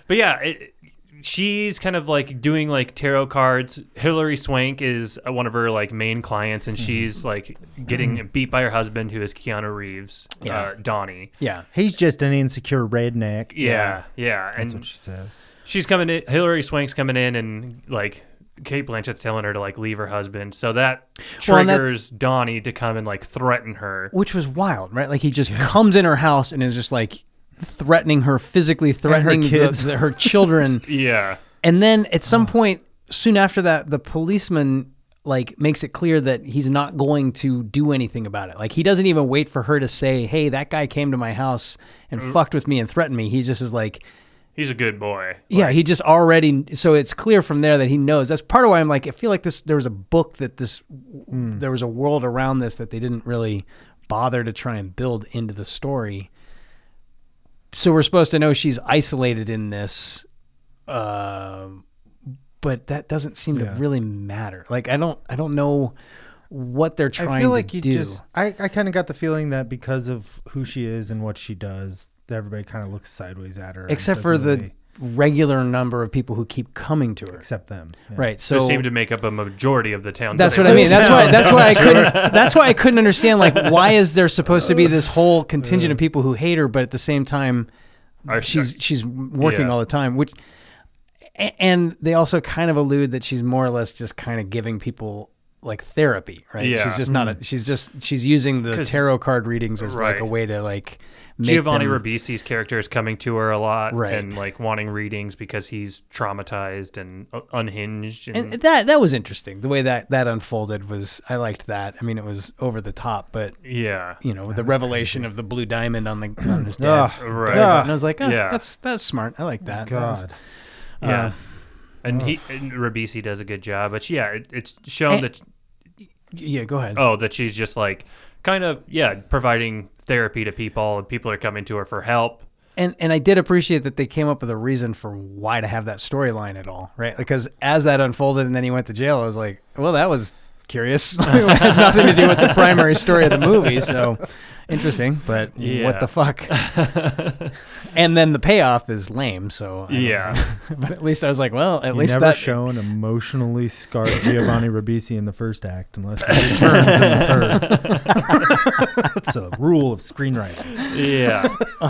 [SPEAKER 3] but yeah, it, she's kind of like doing like tarot cards. Hillary Swank is uh, one of her like main clients,
[SPEAKER 4] Mm-hmm.
[SPEAKER 3] and she's like getting beat by her husband, who is Keanu Reeves,
[SPEAKER 4] Yeah.
[SPEAKER 3] uh, Donnie.
[SPEAKER 4] Yeah,
[SPEAKER 5] He's just an insecure redneck.
[SPEAKER 3] Yeah, yeah,
[SPEAKER 5] That's
[SPEAKER 3] and
[SPEAKER 5] what she says.
[SPEAKER 3] she's coming in. Hillary Swank's coming in, and like Kate Blanchett's telling her to like leave her husband, so that
[SPEAKER 4] Well, and that-
[SPEAKER 3] triggers Donnie to come and like threaten her.
[SPEAKER 4] which was wild, right? Like he just comes in her house and is just like threatening her physically, threatening the-
[SPEAKER 5] kids.
[SPEAKER 4] the- her children,
[SPEAKER 3] Yeah,
[SPEAKER 4] and then at some point soon after that, the policeman like makes it clear that he's not going to do anything about it. Like he doesn't even wait for her to say, "Hey, that guy came to my house and fucked with me and threatened me." He just is like.
[SPEAKER 3] he's a good boy.
[SPEAKER 4] Yeah, he just already so it's clear from there that he knows. That's part of why I'm like I feel like this there was a book that this
[SPEAKER 5] Hmm.
[SPEAKER 4] there was a world around this that they didn't really bother to try and build into the story. So we're supposed to know she's isolated in this um but that doesn't seem
[SPEAKER 5] Yeah.
[SPEAKER 4] to really matter. Like I don't I don't know what they're trying
[SPEAKER 5] I feel like
[SPEAKER 4] to
[SPEAKER 5] you
[SPEAKER 4] do.
[SPEAKER 5] just I, I kinda got the feeling that because of who she is and what she does, that everybody kinda looks sideways at her. and
[SPEAKER 4] except for
[SPEAKER 5] doesn't
[SPEAKER 4] the
[SPEAKER 5] really
[SPEAKER 4] regular number of people who keep coming to her.
[SPEAKER 5] accept them. Yeah.
[SPEAKER 4] Right. So
[SPEAKER 3] They seem to make up a majority of the town.
[SPEAKER 4] That's
[SPEAKER 3] that
[SPEAKER 4] what
[SPEAKER 3] they
[SPEAKER 4] I
[SPEAKER 3] live
[SPEAKER 4] mean.
[SPEAKER 3] in.
[SPEAKER 4] That's why. That's why I couldn't. That's why I couldn't understand. Like, why is there supposed to be this whole contingent of
[SPEAKER 3] Mm.
[SPEAKER 4] people who hate her, but at the same time,
[SPEAKER 3] Are-
[SPEAKER 4] she's she's working
[SPEAKER 3] Yeah.
[SPEAKER 4] all the time. Which, a- and they also kind of allude that she's more or less just kind of giving people like therapy, right?
[SPEAKER 3] Yeah. Mm.
[SPEAKER 4] She's just not. A, she's just she's using the
[SPEAKER 3] 'Cause-
[SPEAKER 4] tarot card readings as like
[SPEAKER 3] right.
[SPEAKER 4] a way to like. Make
[SPEAKER 3] Giovanni
[SPEAKER 4] them-
[SPEAKER 3] Ribisi's character is coming to her a lot
[SPEAKER 4] Right.
[SPEAKER 3] and like wanting readings because he's traumatized and uh, unhinged. And,
[SPEAKER 4] And that that was interesting. The way that that unfolded was I liked that. I mean, it was over the top, but
[SPEAKER 3] yeah,
[SPEAKER 4] you know, the revelation of the blue diamond on the on his dad's
[SPEAKER 5] Ugh,
[SPEAKER 3] right.
[SPEAKER 5] ugh,
[SPEAKER 4] and I was like, oh,
[SPEAKER 3] Yeah.
[SPEAKER 4] that's that's smart. I like that. That was-
[SPEAKER 5] God.
[SPEAKER 3] yeah. and he and Ribisi does a good job, but yeah, it, it's shown
[SPEAKER 4] Oh. And-
[SPEAKER 3] that
[SPEAKER 4] yeah, go ahead.
[SPEAKER 3] oh that she's just like kind of yeah providing therapy to people and people are coming to her for help.
[SPEAKER 4] And and I did appreciate that they came up with a reason for why to have that storyline at all, right? Because as that unfolded and then he went to jail, I was like, well, that was curious. it has nothing to do with the primary story of the movie, so interesting, but
[SPEAKER 3] Yeah.
[SPEAKER 4] what the fuck? and then the payoff is lame, so I don't
[SPEAKER 3] Yeah.
[SPEAKER 4] know. but at least I was like, well, at
[SPEAKER 5] You
[SPEAKER 4] least
[SPEAKER 5] never
[SPEAKER 4] that
[SPEAKER 5] show an emotionally scarred Giovanni Ribisi in the first act unless he returns in the third. That's a rule of screenwriting.
[SPEAKER 3] Yeah.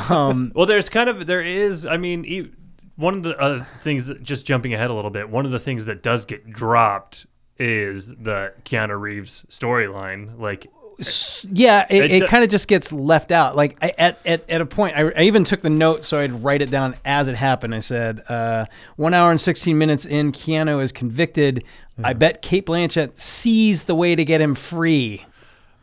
[SPEAKER 4] um
[SPEAKER 3] Well, there's kind of there is. I mean, e- one of the other things that just jumping ahead a little bit. One of the things that does get dropped is the Keanu Reeves storyline. Like
[SPEAKER 4] s- yeah, it,
[SPEAKER 3] It
[SPEAKER 4] it,
[SPEAKER 3] do-
[SPEAKER 4] kind of just gets left out. Like I, at, at at a point, I, I even took the note so I'd write it down as it happened. I said, uh, "One hour and sixteen minutes in, Keanu is convicted. I bet Kate Blanchett sees the way to get him free."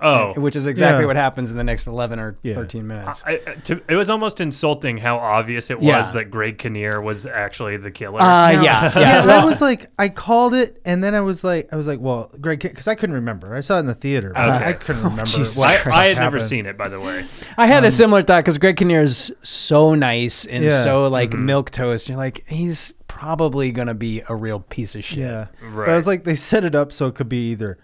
[SPEAKER 3] Oh,
[SPEAKER 4] Which is exactly
[SPEAKER 5] Yeah.
[SPEAKER 4] what happens in the next eleven or
[SPEAKER 5] Yeah.
[SPEAKER 4] thirteen minutes.
[SPEAKER 3] I, to, it was almost insulting how obvious it was
[SPEAKER 4] Yeah.
[SPEAKER 3] that Greg Kinnear was actually the killer.
[SPEAKER 4] Uh, yeah, yeah.
[SPEAKER 5] yeah,
[SPEAKER 4] well,
[SPEAKER 5] I was like, I called it, and then I was like, I was like, well, Greg, because I couldn't remember. I saw it in the theater. but
[SPEAKER 3] Okay.
[SPEAKER 5] I, I couldn't remember.
[SPEAKER 4] Oh, Jesus
[SPEAKER 5] what
[SPEAKER 3] I,
[SPEAKER 5] happened.
[SPEAKER 3] I had never seen it, by the way.
[SPEAKER 4] I had a similar thought because Greg Kinnear is so nice and
[SPEAKER 5] Yeah.
[SPEAKER 4] so like milk toast. You're like, he's probably gonna be a real piece of shit.
[SPEAKER 5] Yeah, But
[SPEAKER 3] Right.
[SPEAKER 5] I was like, they set it up so it could be either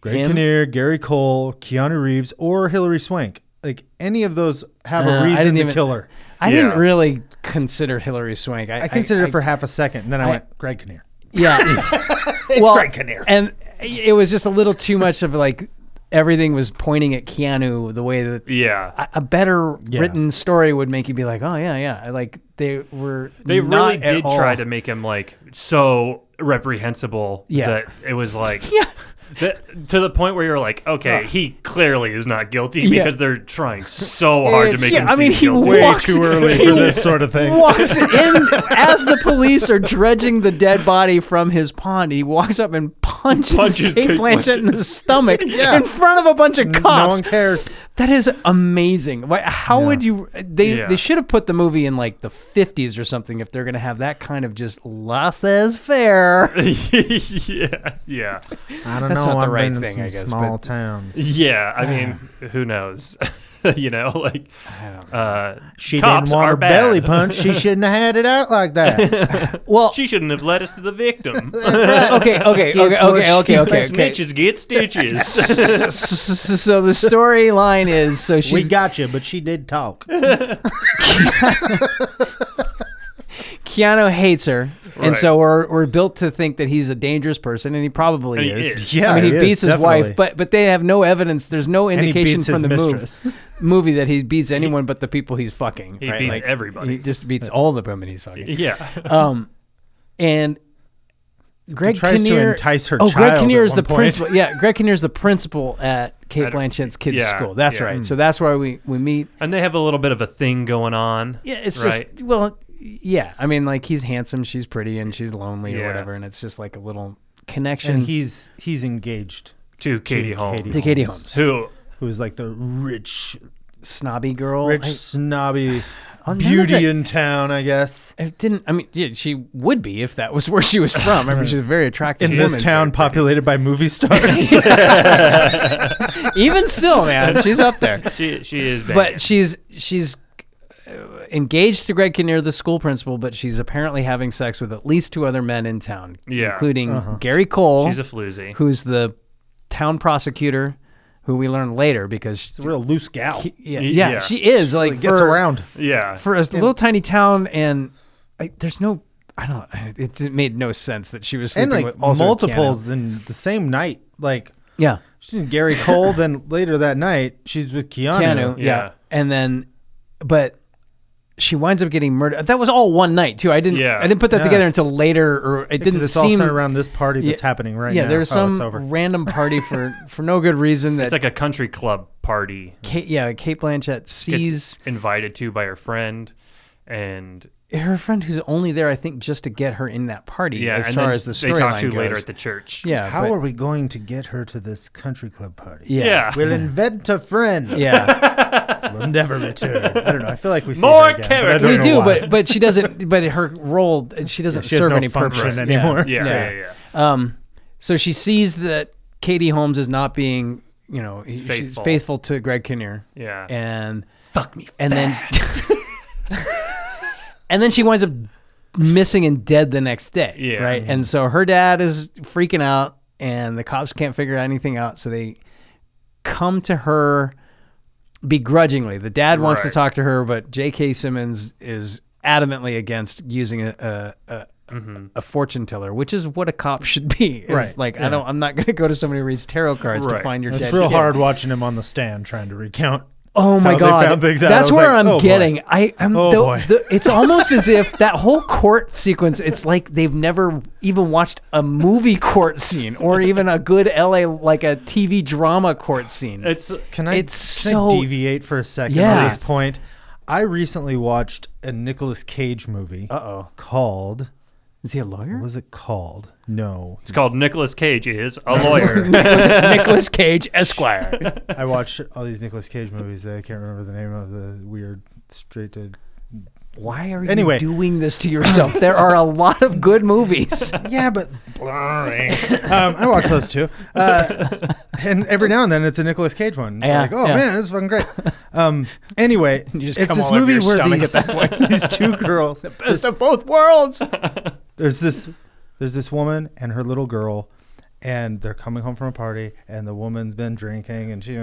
[SPEAKER 5] Greg
[SPEAKER 4] Him?
[SPEAKER 5] Kinnear, Gary Cole, Keanu Reeves, or Hillary Swank. Like any of those have
[SPEAKER 4] Uh, I
[SPEAKER 5] a reason
[SPEAKER 4] didn't
[SPEAKER 5] to
[SPEAKER 4] even-
[SPEAKER 5] kill her.
[SPEAKER 4] I
[SPEAKER 3] Yeah.
[SPEAKER 4] didn't really consider Hillary Swank. I,
[SPEAKER 5] I considered
[SPEAKER 4] I-
[SPEAKER 5] it for half a second, and then I,
[SPEAKER 4] I-
[SPEAKER 5] went Greg Kinnear.
[SPEAKER 4] yeah.
[SPEAKER 5] It's
[SPEAKER 4] well,
[SPEAKER 5] Greg Kinnear.
[SPEAKER 4] and it was just a little too much of like everything was pointing at Keanu the way that
[SPEAKER 3] Yeah.
[SPEAKER 4] a- a better
[SPEAKER 5] Yeah.
[SPEAKER 4] written story would make you be like, oh yeah, yeah. Like they were.
[SPEAKER 3] they
[SPEAKER 4] not
[SPEAKER 3] really
[SPEAKER 4] at
[SPEAKER 3] did
[SPEAKER 4] all-
[SPEAKER 3] try to make him like so reprehensible
[SPEAKER 4] Yeah.
[SPEAKER 3] that it was like
[SPEAKER 4] Yeah.
[SPEAKER 3] that- to the point where you're like, okay, he clearly is not guilty
[SPEAKER 4] Yeah.
[SPEAKER 3] because they're trying so hard to
[SPEAKER 5] It's-
[SPEAKER 3] make
[SPEAKER 4] yeah,
[SPEAKER 3] him
[SPEAKER 4] I mean,
[SPEAKER 3] seem
[SPEAKER 4] he
[SPEAKER 3] guilty.
[SPEAKER 4] Way walks- too early for this
[SPEAKER 5] sort of thing.
[SPEAKER 4] Walks in as the police are dredging the dead body from his pond. He walks up and punches,
[SPEAKER 3] Punches
[SPEAKER 4] Kate
[SPEAKER 3] Kate
[SPEAKER 4] Blanchett in the stomach in front of a bunch of
[SPEAKER 5] No
[SPEAKER 4] cops.
[SPEAKER 5] one cares.
[SPEAKER 4] That is amazing. Why, how
[SPEAKER 5] Yeah.
[SPEAKER 4] would you? They
[SPEAKER 3] Yeah.
[SPEAKER 4] they should have put the movie in like the fifties or something if they're gonna have that kind of just laissez faire.
[SPEAKER 3] yeah, yeah,
[SPEAKER 5] I don't
[SPEAKER 4] That's
[SPEAKER 5] know.
[SPEAKER 4] not the
[SPEAKER 5] I've
[SPEAKER 4] right
[SPEAKER 5] been
[SPEAKER 4] thing,
[SPEAKER 5] in
[SPEAKER 4] I
[SPEAKER 5] some
[SPEAKER 4] guess,
[SPEAKER 5] small
[SPEAKER 4] but-
[SPEAKER 5] towns.
[SPEAKER 3] yeah. I mean, who knows? you know, like uh,
[SPEAKER 5] She
[SPEAKER 3] cops
[SPEAKER 5] didn't want
[SPEAKER 3] are
[SPEAKER 5] her
[SPEAKER 3] bad.
[SPEAKER 5] belly punch. She shouldn't have had it out like that.
[SPEAKER 4] Well, uh,
[SPEAKER 3] She shouldn't have led us to the victim.
[SPEAKER 4] okay, okay, okay,
[SPEAKER 5] It's what
[SPEAKER 4] okay,
[SPEAKER 5] she-
[SPEAKER 4] okay, okay, okay.
[SPEAKER 3] Snitches get stitches.
[SPEAKER 4] S- s- s- So the storyline is so
[SPEAKER 5] we
[SPEAKER 4] she's
[SPEAKER 5] got you, but she did talk.
[SPEAKER 4] Keanu hates her, and
[SPEAKER 3] Right.
[SPEAKER 4] so we're we're built to think that he's a dangerous person, and he probably
[SPEAKER 3] And he
[SPEAKER 4] is.
[SPEAKER 3] is.
[SPEAKER 5] Yeah,
[SPEAKER 4] I mean, he,
[SPEAKER 5] he is,
[SPEAKER 4] beats his
[SPEAKER 5] definitely.
[SPEAKER 4] wife, but but they have no evidence. There's no
[SPEAKER 5] he
[SPEAKER 4] indication
[SPEAKER 5] beats
[SPEAKER 4] from
[SPEAKER 5] his
[SPEAKER 4] the
[SPEAKER 5] mistress.
[SPEAKER 4] Move, movie that he beats anyone but the people he's fucking.
[SPEAKER 3] He
[SPEAKER 4] right?
[SPEAKER 3] beats
[SPEAKER 4] Like,
[SPEAKER 3] everybody.
[SPEAKER 4] He just beats all the women he's fucking.
[SPEAKER 3] yeah.
[SPEAKER 4] Um, and Greg
[SPEAKER 5] tries to
[SPEAKER 4] Kinnear,
[SPEAKER 5] entice her
[SPEAKER 4] Oh, Greg
[SPEAKER 5] child
[SPEAKER 4] Kinnear
[SPEAKER 5] at
[SPEAKER 4] is the
[SPEAKER 5] one point.
[SPEAKER 4] principal. Yeah, Greg Kinnear is the principal at Kate
[SPEAKER 3] I don't-
[SPEAKER 4] Blanchett's kids'
[SPEAKER 3] yeah,
[SPEAKER 4] school. That's
[SPEAKER 3] yeah.
[SPEAKER 4] right. So that's where we we meet.
[SPEAKER 3] And they have a little bit of a thing going on.
[SPEAKER 4] Yeah, it's
[SPEAKER 3] right?
[SPEAKER 4] just well, yeah. I mean, like he's handsome, she's pretty, and she's lonely or
[SPEAKER 3] Yeah.
[SPEAKER 4] whatever, and it's just like a little connection
[SPEAKER 5] and he's he's engaged
[SPEAKER 3] to Katie
[SPEAKER 5] Katie
[SPEAKER 3] Holmes,
[SPEAKER 4] to
[SPEAKER 5] Holmes.
[SPEAKER 4] Katie Holmes,
[SPEAKER 3] who
[SPEAKER 5] who is like the rich
[SPEAKER 4] snobby girl.
[SPEAKER 5] rich
[SPEAKER 4] I-
[SPEAKER 5] snobby
[SPEAKER 4] Oh, none of
[SPEAKER 5] beauty
[SPEAKER 4] the-
[SPEAKER 5] in town i guess
[SPEAKER 4] I, didn't. I mean, yeah, she would be if that was where she was from. I mean, she's a very attractive
[SPEAKER 5] in this
[SPEAKER 4] woman.
[SPEAKER 5] town populated by movie stars
[SPEAKER 4] Even still, man, she's up there.
[SPEAKER 3] she she is bad.
[SPEAKER 4] But she's she's uh, engaged to Greg Kinnear, the school principal, but she's apparently having sex with at least two other men in town,
[SPEAKER 3] Yeah.
[SPEAKER 4] including
[SPEAKER 5] Uh-huh.
[SPEAKER 4] Gary Cole,
[SPEAKER 3] she's a floozy.
[SPEAKER 4] who's the town prosecutor, who we learn later because she,
[SPEAKER 5] it's a real loose gal
[SPEAKER 4] yeah,
[SPEAKER 3] Y-
[SPEAKER 4] yeah,
[SPEAKER 3] yeah.
[SPEAKER 4] she is like
[SPEAKER 5] It gets
[SPEAKER 4] for,
[SPEAKER 5] around
[SPEAKER 3] yeah.
[SPEAKER 4] for a little tiny town, and like, there's no. I don't. It, it made no sense that she was
[SPEAKER 5] and
[SPEAKER 4] sleeping
[SPEAKER 5] like
[SPEAKER 4] with also with Keanu.
[SPEAKER 5] multiples in the same night like
[SPEAKER 4] Yeah,
[SPEAKER 5] she's in gary cole then later that night she's with keanu,
[SPEAKER 4] Keanu. Yeah.
[SPEAKER 3] Yeah.
[SPEAKER 4] and then, but she winds up getting murdered. That was all one night too. I didn't.
[SPEAKER 3] Yeah.
[SPEAKER 4] I didn't put that
[SPEAKER 5] Yeah.
[SPEAKER 4] together until later, or it
[SPEAKER 5] because
[SPEAKER 4] didn't
[SPEAKER 5] it's all
[SPEAKER 4] seem.
[SPEAKER 5] centered around this party that's
[SPEAKER 4] Yeah.
[SPEAKER 5] happening right
[SPEAKER 4] yeah,
[SPEAKER 5] now
[SPEAKER 4] there was
[SPEAKER 5] Oh,
[SPEAKER 4] some
[SPEAKER 5] it's over.
[SPEAKER 4] random party for for no good reason that
[SPEAKER 3] It's like a country club party.
[SPEAKER 4] Kate, yeah Kate Blanchett
[SPEAKER 3] Gets
[SPEAKER 4] sees
[SPEAKER 3] invited to by her friend, and
[SPEAKER 4] her friend who's only there, I think, just to get her in that party.
[SPEAKER 3] yeah,
[SPEAKER 4] as
[SPEAKER 3] and
[SPEAKER 4] far
[SPEAKER 3] then
[SPEAKER 4] as the
[SPEAKER 3] they talk
[SPEAKER 4] storyline
[SPEAKER 3] to
[SPEAKER 4] goes.
[SPEAKER 3] later at the church.
[SPEAKER 4] yeah,
[SPEAKER 5] how
[SPEAKER 4] but-
[SPEAKER 5] are we going to get her to this country club party
[SPEAKER 4] yeah.
[SPEAKER 3] yeah.
[SPEAKER 5] We'll invent a friend.
[SPEAKER 4] Yeah,
[SPEAKER 5] We'll never return. I don't know. I feel like we see
[SPEAKER 3] More
[SPEAKER 5] her again, but I
[SPEAKER 3] characters.
[SPEAKER 5] don't
[SPEAKER 4] we
[SPEAKER 5] know
[SPEAKER 4] do,
[SPEAKER 5] why.
[SPEAKER 4] but but she doesn't. But her role, she doesn't
[SPEAKER 5] she has
[SPEAKER 4] serve
[SPEAKER 5] no
[SPEAKER 4] any
[SPEAKER 5] function
[SPEAKER 4] purpose Yeah.
[SPEAKER 5] anymore.
[SPEAKER 3] Yeah,
[SPEAKER 4] Yeah.
[SPEAKER 3] yeah, yeah.
[SPEAKER 4] Um, so she sees that Katie Holmes is not being, you know, he- she's
[SPEAKER 3] Faithful.
[SPEAKER 4] faithful to Greg Kinnear,
[SPEAKER 3] Yeah.
[SPEAKER 4] and
[SPEAKER 3] fuck me.
[SPEAKER 4] and then and then she winds up missing and dead the next day.
[SPEAKER 3] Yeah.
[SPEAKER 4] Right. And so her dad is freaking out, and the cops can't figure anything out, so they come to her begrudgingly. The dad wants to
[SPEAKER 3] Right.
[SPEAKER 4] talk to her, but J.K. Simmons is adamantly against using a a, a, a fortune teller, which is what a cop should be. It's
[SPEAKER 5] Right,
[SPEAKER 4] Like I
[SPEAKER 5] yeah.
[SPEAKER 4] don't. I'm not going to go to somebody who reads tarot cards to
[SPEAKER 3] Right.
[SPEAKER 4] find your
[SPEAKER 5] It's
[SPEAKER 4] dead
[SPEAKER 5] real
[SPEAKER 4] kid.
[SPEAKER 5] hard watching him on the stand trying to recount
[SPEAKER 4] Oh my
[SPEAKER 5] How they
[SPEAKER 4] god,
[SPEAKER 5] found things out. I
[SPEAKER 4] that's
[SPEAKER 5] was
[SPEAKER 4] where I'm
[SPEAKER 5] like, "Oh, boy."
[SPEAKER 4] getting. I, I'm.
[SPEAKER 5] Oh,
[SPEAKER 4] the-
[SPEAKER 5] boy.
[SPEAKER 4] the- it's almost as if that whole court sequence. It's like they've never even watched a movie court scene or even a good LA like a TV drama court scene.
[SPEAKER 3] It's
[SPEAKER 5] Can I,
[SPEAKER 4] It's
[SPEAKER 5] can I
[SPEAKER 4] so-
[SPEAKER 5] deviate for a second on
[SPEAKER 4] Yes.
[SPEAKER 5] this point? I recently watched a Nicolas Cage movie
[SPEAKER 4] uh oh,
[SPEAKER 5] called.
[SPEAKER 4] is he a
[SPEAKER 5] What
[SPEAKER 4] lawyer?
[SPEAKER 5] was it called? No,
[SPEAKER 3] it's called Nicolas Cage is a lawyer.
[SPEAKER 4] Nicholas Cage Esquire.
[SPEAKER 5] I watched all these Nicolas Cage movies. That I can't remember the name of the weird straight to.
[SPEAKER 4] Why are
[SPEAKER 5] Anyway.
[SPEAKER 4] you doing this to yourself? There are a lot of good movies.
[SPEAKER 5] Yeah, but boring. um, I watched those too, uh, and every now and then it's a Nicolas Cage one. It's
[SPEAKER 4] Yeah,
[SPEAKER 5] like, oh
[SPEAKER 4] yeah.
[SPEAKER 5] man, this is fucking great. Um, anyway,
[SPEAKER 4] You just
[SPEAKER 5] it's
[SPEAKER 4] come
[SPEAKER 5] this
[SPEAKER 4] all over
[SPEAKER 5] movie
[SPEAKER 4] your
[SPEAKER 5] where
[SPEAKER 4] stomach
[SPEAKER 5] these,
[SPEAKER 4] at
[SPEAKER 5] these two girls,
[SPEAKER 4] Best of both worlds.
[SPEAKER 5] there's this there's this woman and her little girl and they're coming home from a party and the woman's been drinking and she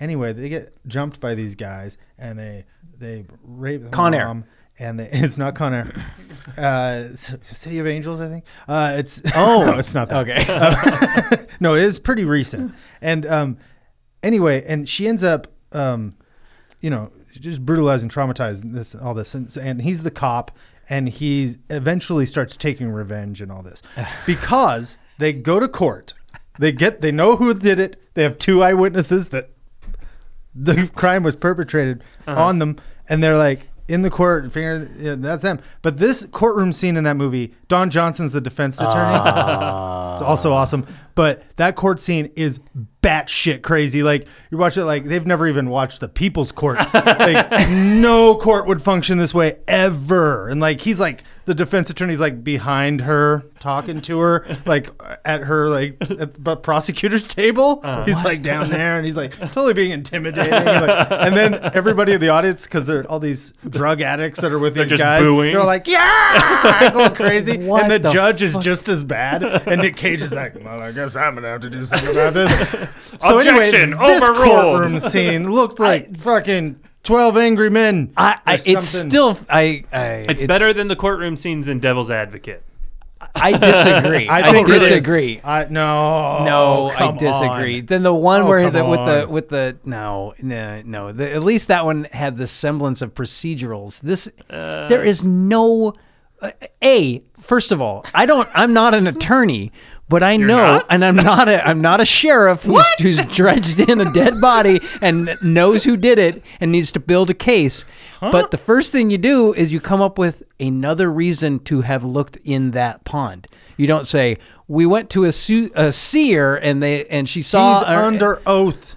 [SPEAKER 5] anyway they get jumped by these guys and they they rape the
[SPEAKER 4] Con Air.
[SPEAKER 5] mom and they, it's not Con Air. Uh, it's City of Angels, I think. Uh, it's oh, it's not that. Okay, no, it is pretty recent. And um, anyway, and she ends up, um, you know, just brutalized and traumatized and this, all this, and, and he's the cop, and he eventually starts taking revenge and all this because they go to court. They get, they know who did it. They have two eyewitnesses that the crime was perpetrated on them, and they're like in the court and figuring yeah, that's them. But this courtroom scene in that movie, Don Johnson's the defense attorney. it's
[SPEAKER 3] Uh.
[SPEAKER 5] also awesome. But that court scene is batshit crazy. Like you watch it, like they've never even watched the People's Court. like no court would function this way ever. And like he's like the defense attorney's like behind her, talking to her, like at her like at the prosecutor's table.
[SPEAKER 3] Uh.
[SPEAKER 5] he's like down there, and he's like totally being intimidating. Like- and then everybody in the audience, because they're all these drug addicts that are with these
[SPEAKER 3] just
[SPEAKER 5] guys,
[SPEAKER 3] booing.
[SPEAKER 5] they're like, yeah, going crazy.
[SPEAKER 4] What
[SPEAKER 5] and the,
[SPEAKER 4] the
[SPEAKER 5] judge is just as bad. And Nick Cage is like, well, I guess I'm gonna have to do something about this. so
[SPEAKER 3] Objection,
[SPEAKER 5] anyway, this
[SPEAKER 3] overruled.
[SPEAKER 5] courtroom scene looked like fucking twelve angry men.
[SPEAKER 4] I, I
[SPEAKER 5] or
[SPEAKER 4] it's
[SPEAKER 5] something.
[SPEAKER 4] still I, I
[SPEAKER 3] It's, better than the courtroom scenes in Devil's Advocate.
[SPEAKER 4] I disagree. I,
[SPEAKER 5] think it is.
[SPEAKER 4] disagree.
[SPEAKER 5] I no,
[SPEAKER 4] No, I
[SPEAKER 5] come
[SPEAKER 4] disagree.
[SPEAKER 5] on.
[SPEAKER 4] Then the one
[SPEAKER 5] Oh,
[SPEAKER 4] where
[SPEAKER 5] come
[SPEAKER 4] the, with the
[SPEAKER 5] on.
[SPEAKER 4] with the no no no. The, at least that one had the semblance of procedurals. This there is no. Uh, a first of all, I don't. I'm not an attorney, but I know,
[SPEAKER 3] not?
[SPEAKER 4] and I'm not a. I'm not a sheriff who's, who's dredged in a dead body and knows who did it and needs to build a case. But the first thing you do is you come up with another reason to have looked in that pond. You don't say we went to a, su- a seer and they and she saw.
[SPEAKER 5] He's
[SPEAKER 4] our-"
[SPEAKER 5] under oath.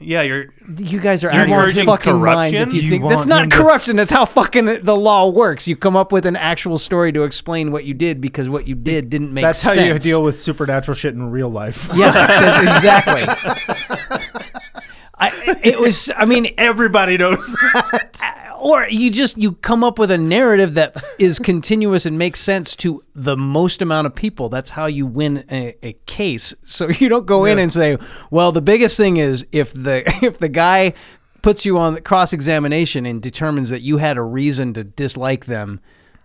[SPEAKER 3] Yeah, you're
[SPEAKER 4] You guys are out of your
[SPEAKER 3] encouraging
[SPEAKER 4] fucking minds if
[SPEAKER 3] corruption?
[SPEAKER 4] you,
[SPEAKER 5] You
[SPEAKER 4] think that's
[SPEAKER 5] want
[SPEAKER 4] not
[SPEAKER 5] him to-
[SPEAKER 4] corruption. That's how fucking the law works. You come up with an actual story to explain what you did because what you did didn't make
[SPEAKER 5] That's
[SPEAKER 4] sense.
[SPEAKER 5] how you deal with supernatural shit in real life.
[SPEAKER 4] Yeah, that's exactly. I, it was. I mean,
[SPEAKER 5] Everybody knows that.
[SPEAKER 4] or you just you come up with a narrative that is continuous and makes sense to the most amount of people that's how you win a, a case so you don't go in and say well the biggest thing is if the if the guy puts you on cross examination and determines that you had a reason to dislike them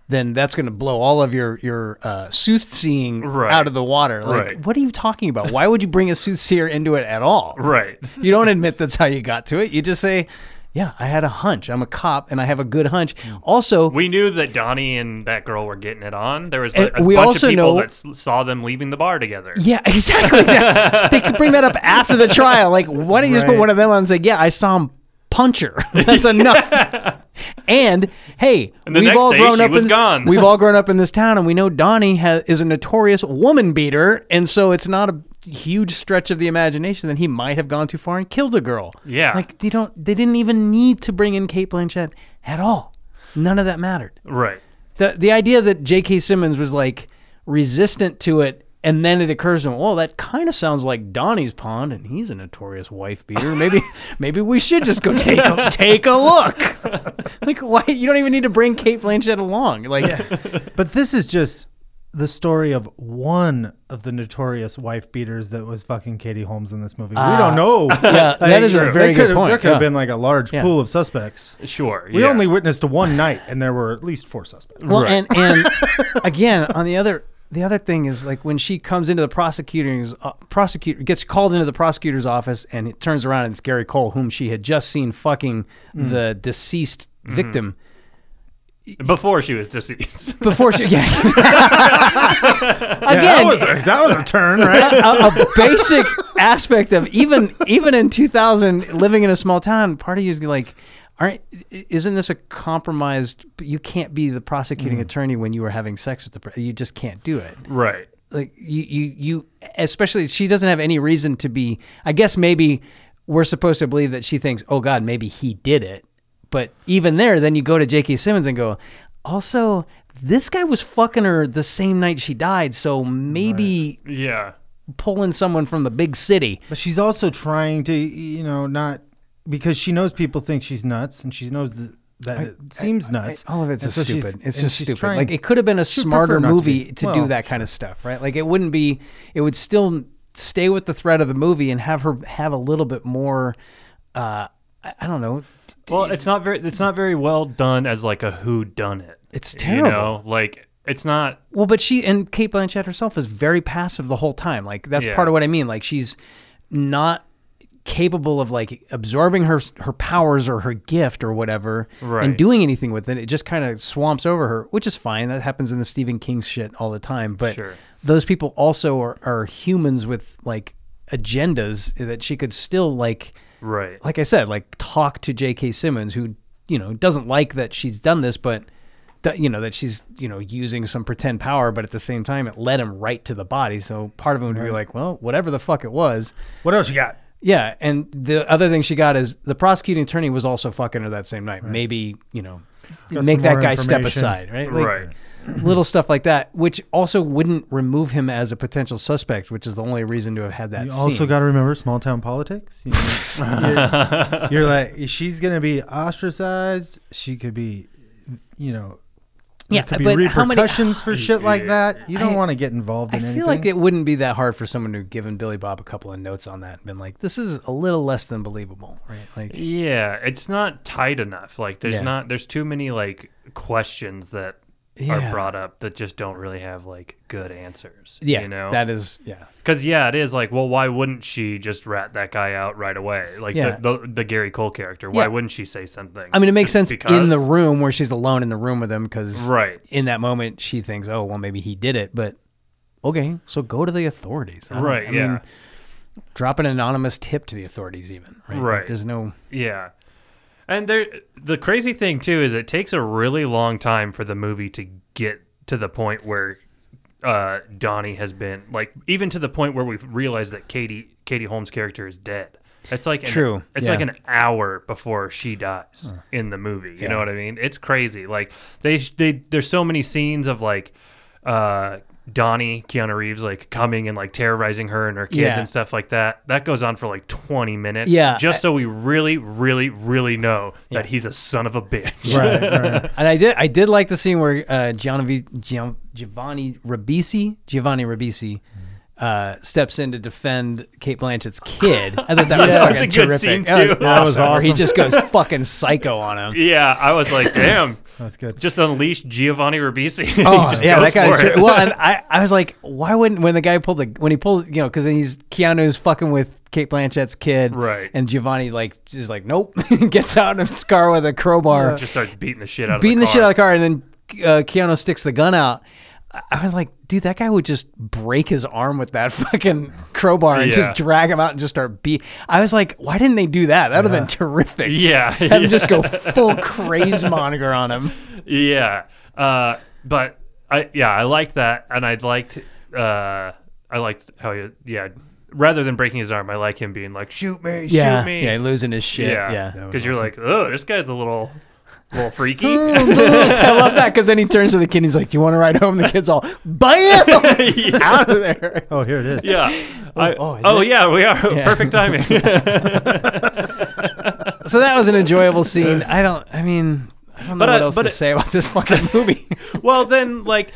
[SPEAKER 4] then that's going to blow all of your your uh, soothseeing
[SPEAKER 3] Right.
[SPEAKER 4] out of the water. Like,
[SPEAKER 3] Right.
[SPEAKER 4] what are you talking about? Why would you bring a soothsayer into it at all?
[SPEAKER 3] right.
[SPEAKER 4] You don't admit that's how you got to it. You just say, "Yeah, I had a hunch. I'm a cop, and I have a good hunch." Also,
[SPEAKER 3] We knew that Donnie and that girl were getting it on. There was a,
[SPEAKER 4] And
[SPEAKER 3] a
[SPEAKER 4] we
[SPEAKER 3] bunch
[SPEAKER 4] also
[SPEAKER 3] of people
[SPEAKER 4] know-
[SPEAKER 3] that s- saw them leaving the bar together.
[SPEAKER 4] yeah, exactly. Yeah. they could bring that up after the trial. Like, why don't you just put
[SPEAKER 5] Right.
[SPEAKER 4] one of them on and say, "Yeah, I saw him punch her." That's enough. and hey,
[SPEAKER 3] the
[SPEAKER 4] we've
[SPEAKER 3] next
[SPEAKER 4] all
[SPEAKER 3] day,
[SPEAKER 4] grown
[SPEAKER 3] she
[SPEAKER 4] up
[SPEAKER 3] was
[SPEAKER 4] in
[SPEAKER 3] gone.
[SPEAKER 4] we've all grown up in this town, and we know Donnie ha- is a notorious woman beater, and so it's not a huge stretch of the imagination that he might have gone too far and killed a girl.
[SPEAKER 3] Yeah.
[SPEAKER 4] like they don't, they didn't even need to bring in Kate Blanchett at all. None of that mattered
[SPEAKER 3] Right.
[SPEAKER 4] the the idea that J.K. Simmons was like resistant to it, and then it occurs to him, well, that kind of sounds like Donnie's pond, and he's a notorious wife beater. Maybe maybe we should just go take a, take a look. like why you don't even need to bring Kate Blanchett along. Like
[SPEAKER 5] But this is just the story of one of the notorious wife beaters that was fucking Katie Holmes in this movie. we don't know.
[SPEAKER 4] Uh, yeah, that is a
[SPEAKER 5] They
[SPEAKER 4] very good
[SPEAKER 5] could've-
[SPEAKER 4] point,
[SPEAKER 5] There could have
[SPEAKER 4] yeah.
[SPEAKER 5] been like a large
[SPEAKER 4] Yeah.
[SPEAKER 5] pool of suspects.
[SPEAKER 3] Sure.
[SPEAKER 5] We
[SPEAKER 3] yeah.
[SPEAKER 5] only witnessed one night, and there were at least four suspects.
[SPEAKER 4] well,
[SPEAKER 3] Right.
[SPEAKER 4] and and again on the other the other thing is like when she comes into the prosecutor's uh, prosecutor gets called into the prosecutor's office and it turns around and it's Gary Cole whom she had just seen fucking
[SPEAKER 5] Mm.
[SPEAKER 4] the deceased
[SPEAKER 5] Mm-hmm.
[SPEAKER 4] victim
[SPEAKER 3] before she was deceased.
[SPEAKER 4] before she yeah
[SPEAKER 5] Yeah, that was a, that was a turn, right?
[SPEAKER 4] a, a basic aspect of even even in 2000 living in a small town part of you is like aren't isn't this a compromised you can't be the prosecuting
[SPEAKER 5] Mm.
[SPEAKER 4] attorney when you were having sex with the pre- you just can't do it
[SPEAKER 3] right.
[SPEAKER 4] like you you you especially she doesn't have any reason to be i guess maybe we're supposed to believe that she thinks oh god maybe he did it but even there then you go to j.k simmons and go also this guy was fucking her the same night she died so maybe
[SPEAKER 3] Yeah.
[SPEAKER 4] pulling someone from the big city.
[SPEAKER 5] But she's also trying to, you know, not because she knows people think she's nuts, and she knows that, that it seems nuts.
[SPEAKER 4] All of it's
[SPEAKER 5] And
[SPEAKER 4] just
[SPEAKER 5] so she's-
[SPEAKER 4] stupid. It's
[SPEAKER 5] and
[SPEAKER 4] just
[SPEAKER 5] she's
[SPEAKER 4] stupid.
[SPEAKER 5] trying-
[SPEAKER 4] like it could have been a
[SPEAKER 5] she would
[SPEAKER 4] smarter
[SPEAKER 5] prefer not to
[SPEAKER 4] movie
[SPEAKER 5] be.
[SPEAKER 4] to,
[SPEAKER 5] Well,
[SPEAKER 4] do that kind of stuff, right? Like it wouldn't be. It would still stay with the thread of the movie and have her have a little bit more. Uh, I, I don't know.
[SPEAKER 3] Well, it's not very it's not very well done as like a who done it.
[SPEAKER 4] It's
[SPEAKER 3] You know,
[SPEAKER 4] terrible.
[SPEAKER 3] like it's not
[SPEAKER 4] Well, but she and Kate Blanchett herself is very passive the whole time. Like that's
[SPEAKER 3] Yeah.
[SPEAKER 4] part of what I mean. Like she's not capable of like absorbing her her powers or her gift or whatever
[SPEAKER 3] Right.
[SPEAKER 4] and doing anything with it. It just kind of swamps over her, which is fine. That happens in the Stephen King shit all the time. But
[SPEAKER 3] Sure.
[SPEAKER 4] those people also are, are humans with like agendas that she could still like
[SPEAKER 3] right.
[SPEAKER 4] like I said, like talk to J.K. Simmons, who you know doesn't like that she's done this, but d- you know that she's you know using some pretend power, but at the same time, it led him right to the body. So part of him would be like, well, whatever the fuck it was,
[SPEAKER 5] What else you got?
[SPEAKER 4] yeah. And the other thing she got is the prosecuting attorney was also fucking her that same night. Maybe you know make
[SPEAKER 5] some
[SPEAKER 4] that
[SPEAKER 5] more
[SPEAKER 4] guy step
[SPEAKER 5] information.
[SPEAKER 4] aside, right? Like,
[SPEAKER 3] right.
[SPEAKER 4] little stuff like that, which also wouldn't remove him as a potential suspect, which is the only reason to have had that.
[SPEAKER 5] You
[SPEAKER 4] scene.
[SPEAKER 5] also got to remember small town politics. You know, you're, you're like she's gonna be ostracized. She could be, you know,
[SPEAKER 4] Yeah,
[SPEAKER 5] there could be
[SPEAKER 4] but how many-
[SPEAKER 5] repercussions for shit like that. You don't
[SPEAKER 4] I-
[SPEAKER 5] want to get involved
[SPEAKER 4] I
[SPEAKER 5] in
[SPEAKER 4] feel
[SPEAKER 5] anything.
[SPEAKER 4] like it wouldn't be that hard for someone to have given Billy Bob a couple of notes on that and been like, "This is a little less than believable," right? Like,
[SPEAKER 3] Yeah, it's not tight enough. Like there's
[SPEAKER 4] Yeah.
[SPEAKER 3] not there's too many like questions that
[SPEAKER 4] Yeah.
[SPEAKER 3] are brought up that just don't really have like good answers.
[SPEAKER 4] yeah,
[SPEAKER 3] you know
[SPEAKER 4] that is, yeah,
[SPEAKER 3] because yeah, it is like well, why wouldn't she just rat that guy out right away? Like
[SPEAKER 4] Yeah.
[SPEAKER 3] the, the the Gary Cole character, why
[SPEAKER 4] Yeah.
[SPEAKER 3] wouldn't she say something?
[SPEAKER 4] I mean, it makes
[SPEAKER 3] Just
[SPEAKER 4] sense in the
[SPEAKER 3] because?
[SPEAKER 4] room where she's alone in the room with him because
[SPEAKER 3] right,
[SPEAKER 4] in that moment she thinks, "Oh, well, maybe he did it," but okay, so go to the authorities, I don't-
[SPEAKER 3] right,
[SPEAKER 4] I
[SPEAKER 3] yeah,
[SPEAKER 4] mean, drop an anonymous tip to the authorities, even right? Like,
[SPEAKER 3] Right.
[SPEAKER 4] there's no
[SPEAKER 3] yeah. And there, the crazy thing too is it takes a really long time for the movie to get to the point where uh, Donnie has been like, even to the point where we've realized that Katie Katie Holmes' character is dead. It's like an,
[SPEAKER 4] True,
[SPEAKER 3] It's
[SPEAKER 4] yeah.
[SPEAKER 3] like an hour before she dies in the movie. You know what I mean? It's crazy. Like they they there's so many scenes of like uh, Donnie Keanu Reeves like coming and like terrorizing her and her kids
[SPEAKER 4] Yeah.
[SPEAKER 3] and stuff like that. That goes on for like 20 minutes.
[SPEAKER 4] Yeah,
[SPEAKER 3] just
[SPEAKER 4] I-
[SPEAKER 3] so we really, really, really know that he's a son of a bitch.
[SPEAKER 5] Right, right.
[SPEAKER 4] and I did I did like the scene where uh, Gianni Gian- Giovanni Ribisi Giovanni Ribisi uh, steps in to defend Kate Blanchett's kid. I thought that was
[SPEAKER 3] that was
[SPEAKER 4] fucking
[SPEAKER 3] a good
[SPEAKER 4] terrific.
[SPEAKER 3] scene,
[SPEAKER 4] That was
[SPEAKER 3] too. That
[SPEAKER 5] was
[SPEAKER 4] awesome, where He
[SPEAKER 5] awesome.
[SPEAKER 4] just goes fucking psycho on him.
[SPEAKER 3] Yeah, I was like, damn,
[SPEAKER 5] That's good.
[SPEAKER 3] just unleash Giovanni Ribisi.
[SPEAKER 4] Oh
[SPEAKER 3] He just
[SPEAKER 4] yeah, that
[SPEAKER 3] goes
[SPEAKER 4] guy's
[SPEAKER 3] for it.
[SPEAKER 4] true. well, and I, I was like, why wouldn't when the guy pulled the when he pulled you know because then he's Keanu's fucking with Kate Blanchett's kid,
[SPEAKER 3] Right.
[SPEAKER 4] And Giovanni like just like nope, gets out of his car with a crowbar,
[SPEAKER 3] just starts beating the shit out
[SPEAKER 4] beating the,
[SPEAKER 3] of the
[SPEAKER 4] shit
[SPEAKER 3] car.
[SPEAKER 4] out of the car, and then uh, Keanu sticks the gun out. I- I was like, dude, that guy would just break his arm with that fucking crowbar and
[SPEAKER 3] Yeah.
[SPEAKER 4] just drag him out and just start beat. I was like, why didn't they do that? That would have been terrific.
[SPEAKER 3] Yeah,
[SPEAKER 4] Have
[SPEAKER 3] yeah.
[SPEAKER 4] him just go full craze moniker on him.
[SPEAKER 3] Yeah. Uh, but I yeah, I liked that and I liked uh I liked how he yeah, rather than breaking his arm, I like him being like shoot me,
[SPEAKER 4] Yeah,
[SPEAKER 3] shoot me.
[SPEAKER 4] yeah, losing his shit. Yeah,
[SPEAKER 3] Cuz you're like, "Oh, this guy's a little little freaky."
[SPEAKER 4] Oh, I love that because then he turns to the kid. and He's like, "Do you want to ride home?" The kid's all, "Bam!" out of there.
[SPEAKER 5] Oh, here it is.
[SPEAKER 3] yeah. I,
[SPEAKER 4] oh,
[SPEAKER 3] oh,
[SPEAKER 4] is it?
[SPEAKER 3] yeah, we are
[SPEAKER 4] Yeah.
[SPEAKER 3] perfect timing.
[SPEAKER 4] So that was an enjoyable scene. I don't. I mean, I don't know what
[SPEAKER 3] But I-
[SPEAKER 4] else
[SPEAKER 3] but
[SPEAKER 4] to
[SPEAKER 3] it-
[SPEAKER 4] say about this fucking movie.
[SPEAKER 3] well, then like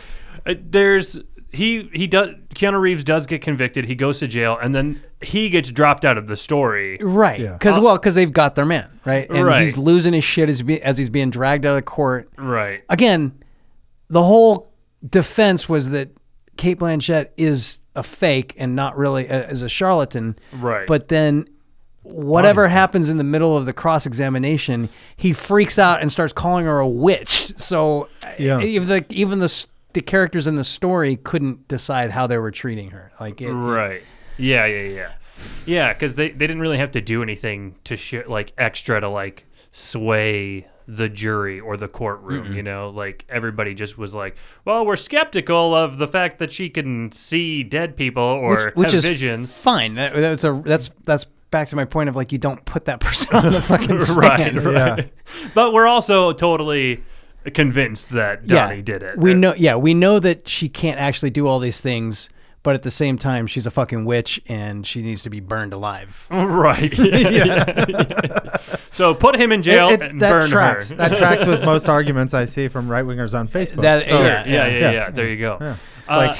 [SPEAKER 3] uh, there's he he does Keanu Reeves does get convicted. He goes to jail and then he gets dropped out of the story.
[SPEAKER 4] right?
[SPEAKER 5] Yeah.
[SPEAKER 4] Because well, because they've got their man, right? And
[SPEAKER 3] Uh, Right.
[SPEAKER 4] he's losing his shit as, be, as he's being dragged out of court
[SPEAKER 3] Right.
[SPEAKER 4] again. The whole defense was that Kate Blanchett is a fake and not really uh, is a charlatan.
[SPEAKER 3] Right.
[SPEAKER 4] But then whatever happens in the middle of the cross examination, he freaks out and starts calling her a witch. So
[SPEAKER 5] Yeah.
[SPEAKER 4] yeah. even the even the s- the characters in the story couldn't decide how they were treating her. Like it,
[SPEAKER 3] Right. Yeah, yeah, yeah. Yeah, because they, they didn't really have to do anything to sh- like extra to like sway the jury or the courtroom, you know? Like everybody just was like, well, we're skeptical of the fact that she can see dead people or
[SPEAKER 4] which, which is
[SPEAKER 3] have visions.
[SPEAKER 4] fine. That, that's a that's that's back to my point of like you don't put that person on the fucking
[SPEAKER 3] right,
[SPEAKER 4] stand.
[SPEAKER 3] right. But we're also totally convinced that Donnie did it.
[SPEAKER 4] We
[SPEAKER 3] Uh,
[SPEAKER 4] know, yeah, we know that she can't actually do all these things, but at the same time, she's a fucking witch and she needs to be burned alive.
[SPEAKER 3] Right. Yeah, yeah. so put him in jail
[SPEAKER 5] It- it-
[SPEAKER 3] and
[SPEAKER 5] that
[SPEAKER 3] burn
[SPEAKER 5] tracks.
[SPEAKER 3] her.
[SPEAKER 5] That tracks with most arguments I see from right wingers on Facebook.
[SPEAKER 4] That-
[SPEAKER 5] so,
[SPEAKER 4] yeah.
[SPEAKER 3] yeah, yeah,
[SPEAKER 5] Yeah.
[SPEAKER 3] yeah, There you go.
[SPEAKER 5] Yeah.
[SPEAKER 3] Uh,
[SPEAKER 5] like,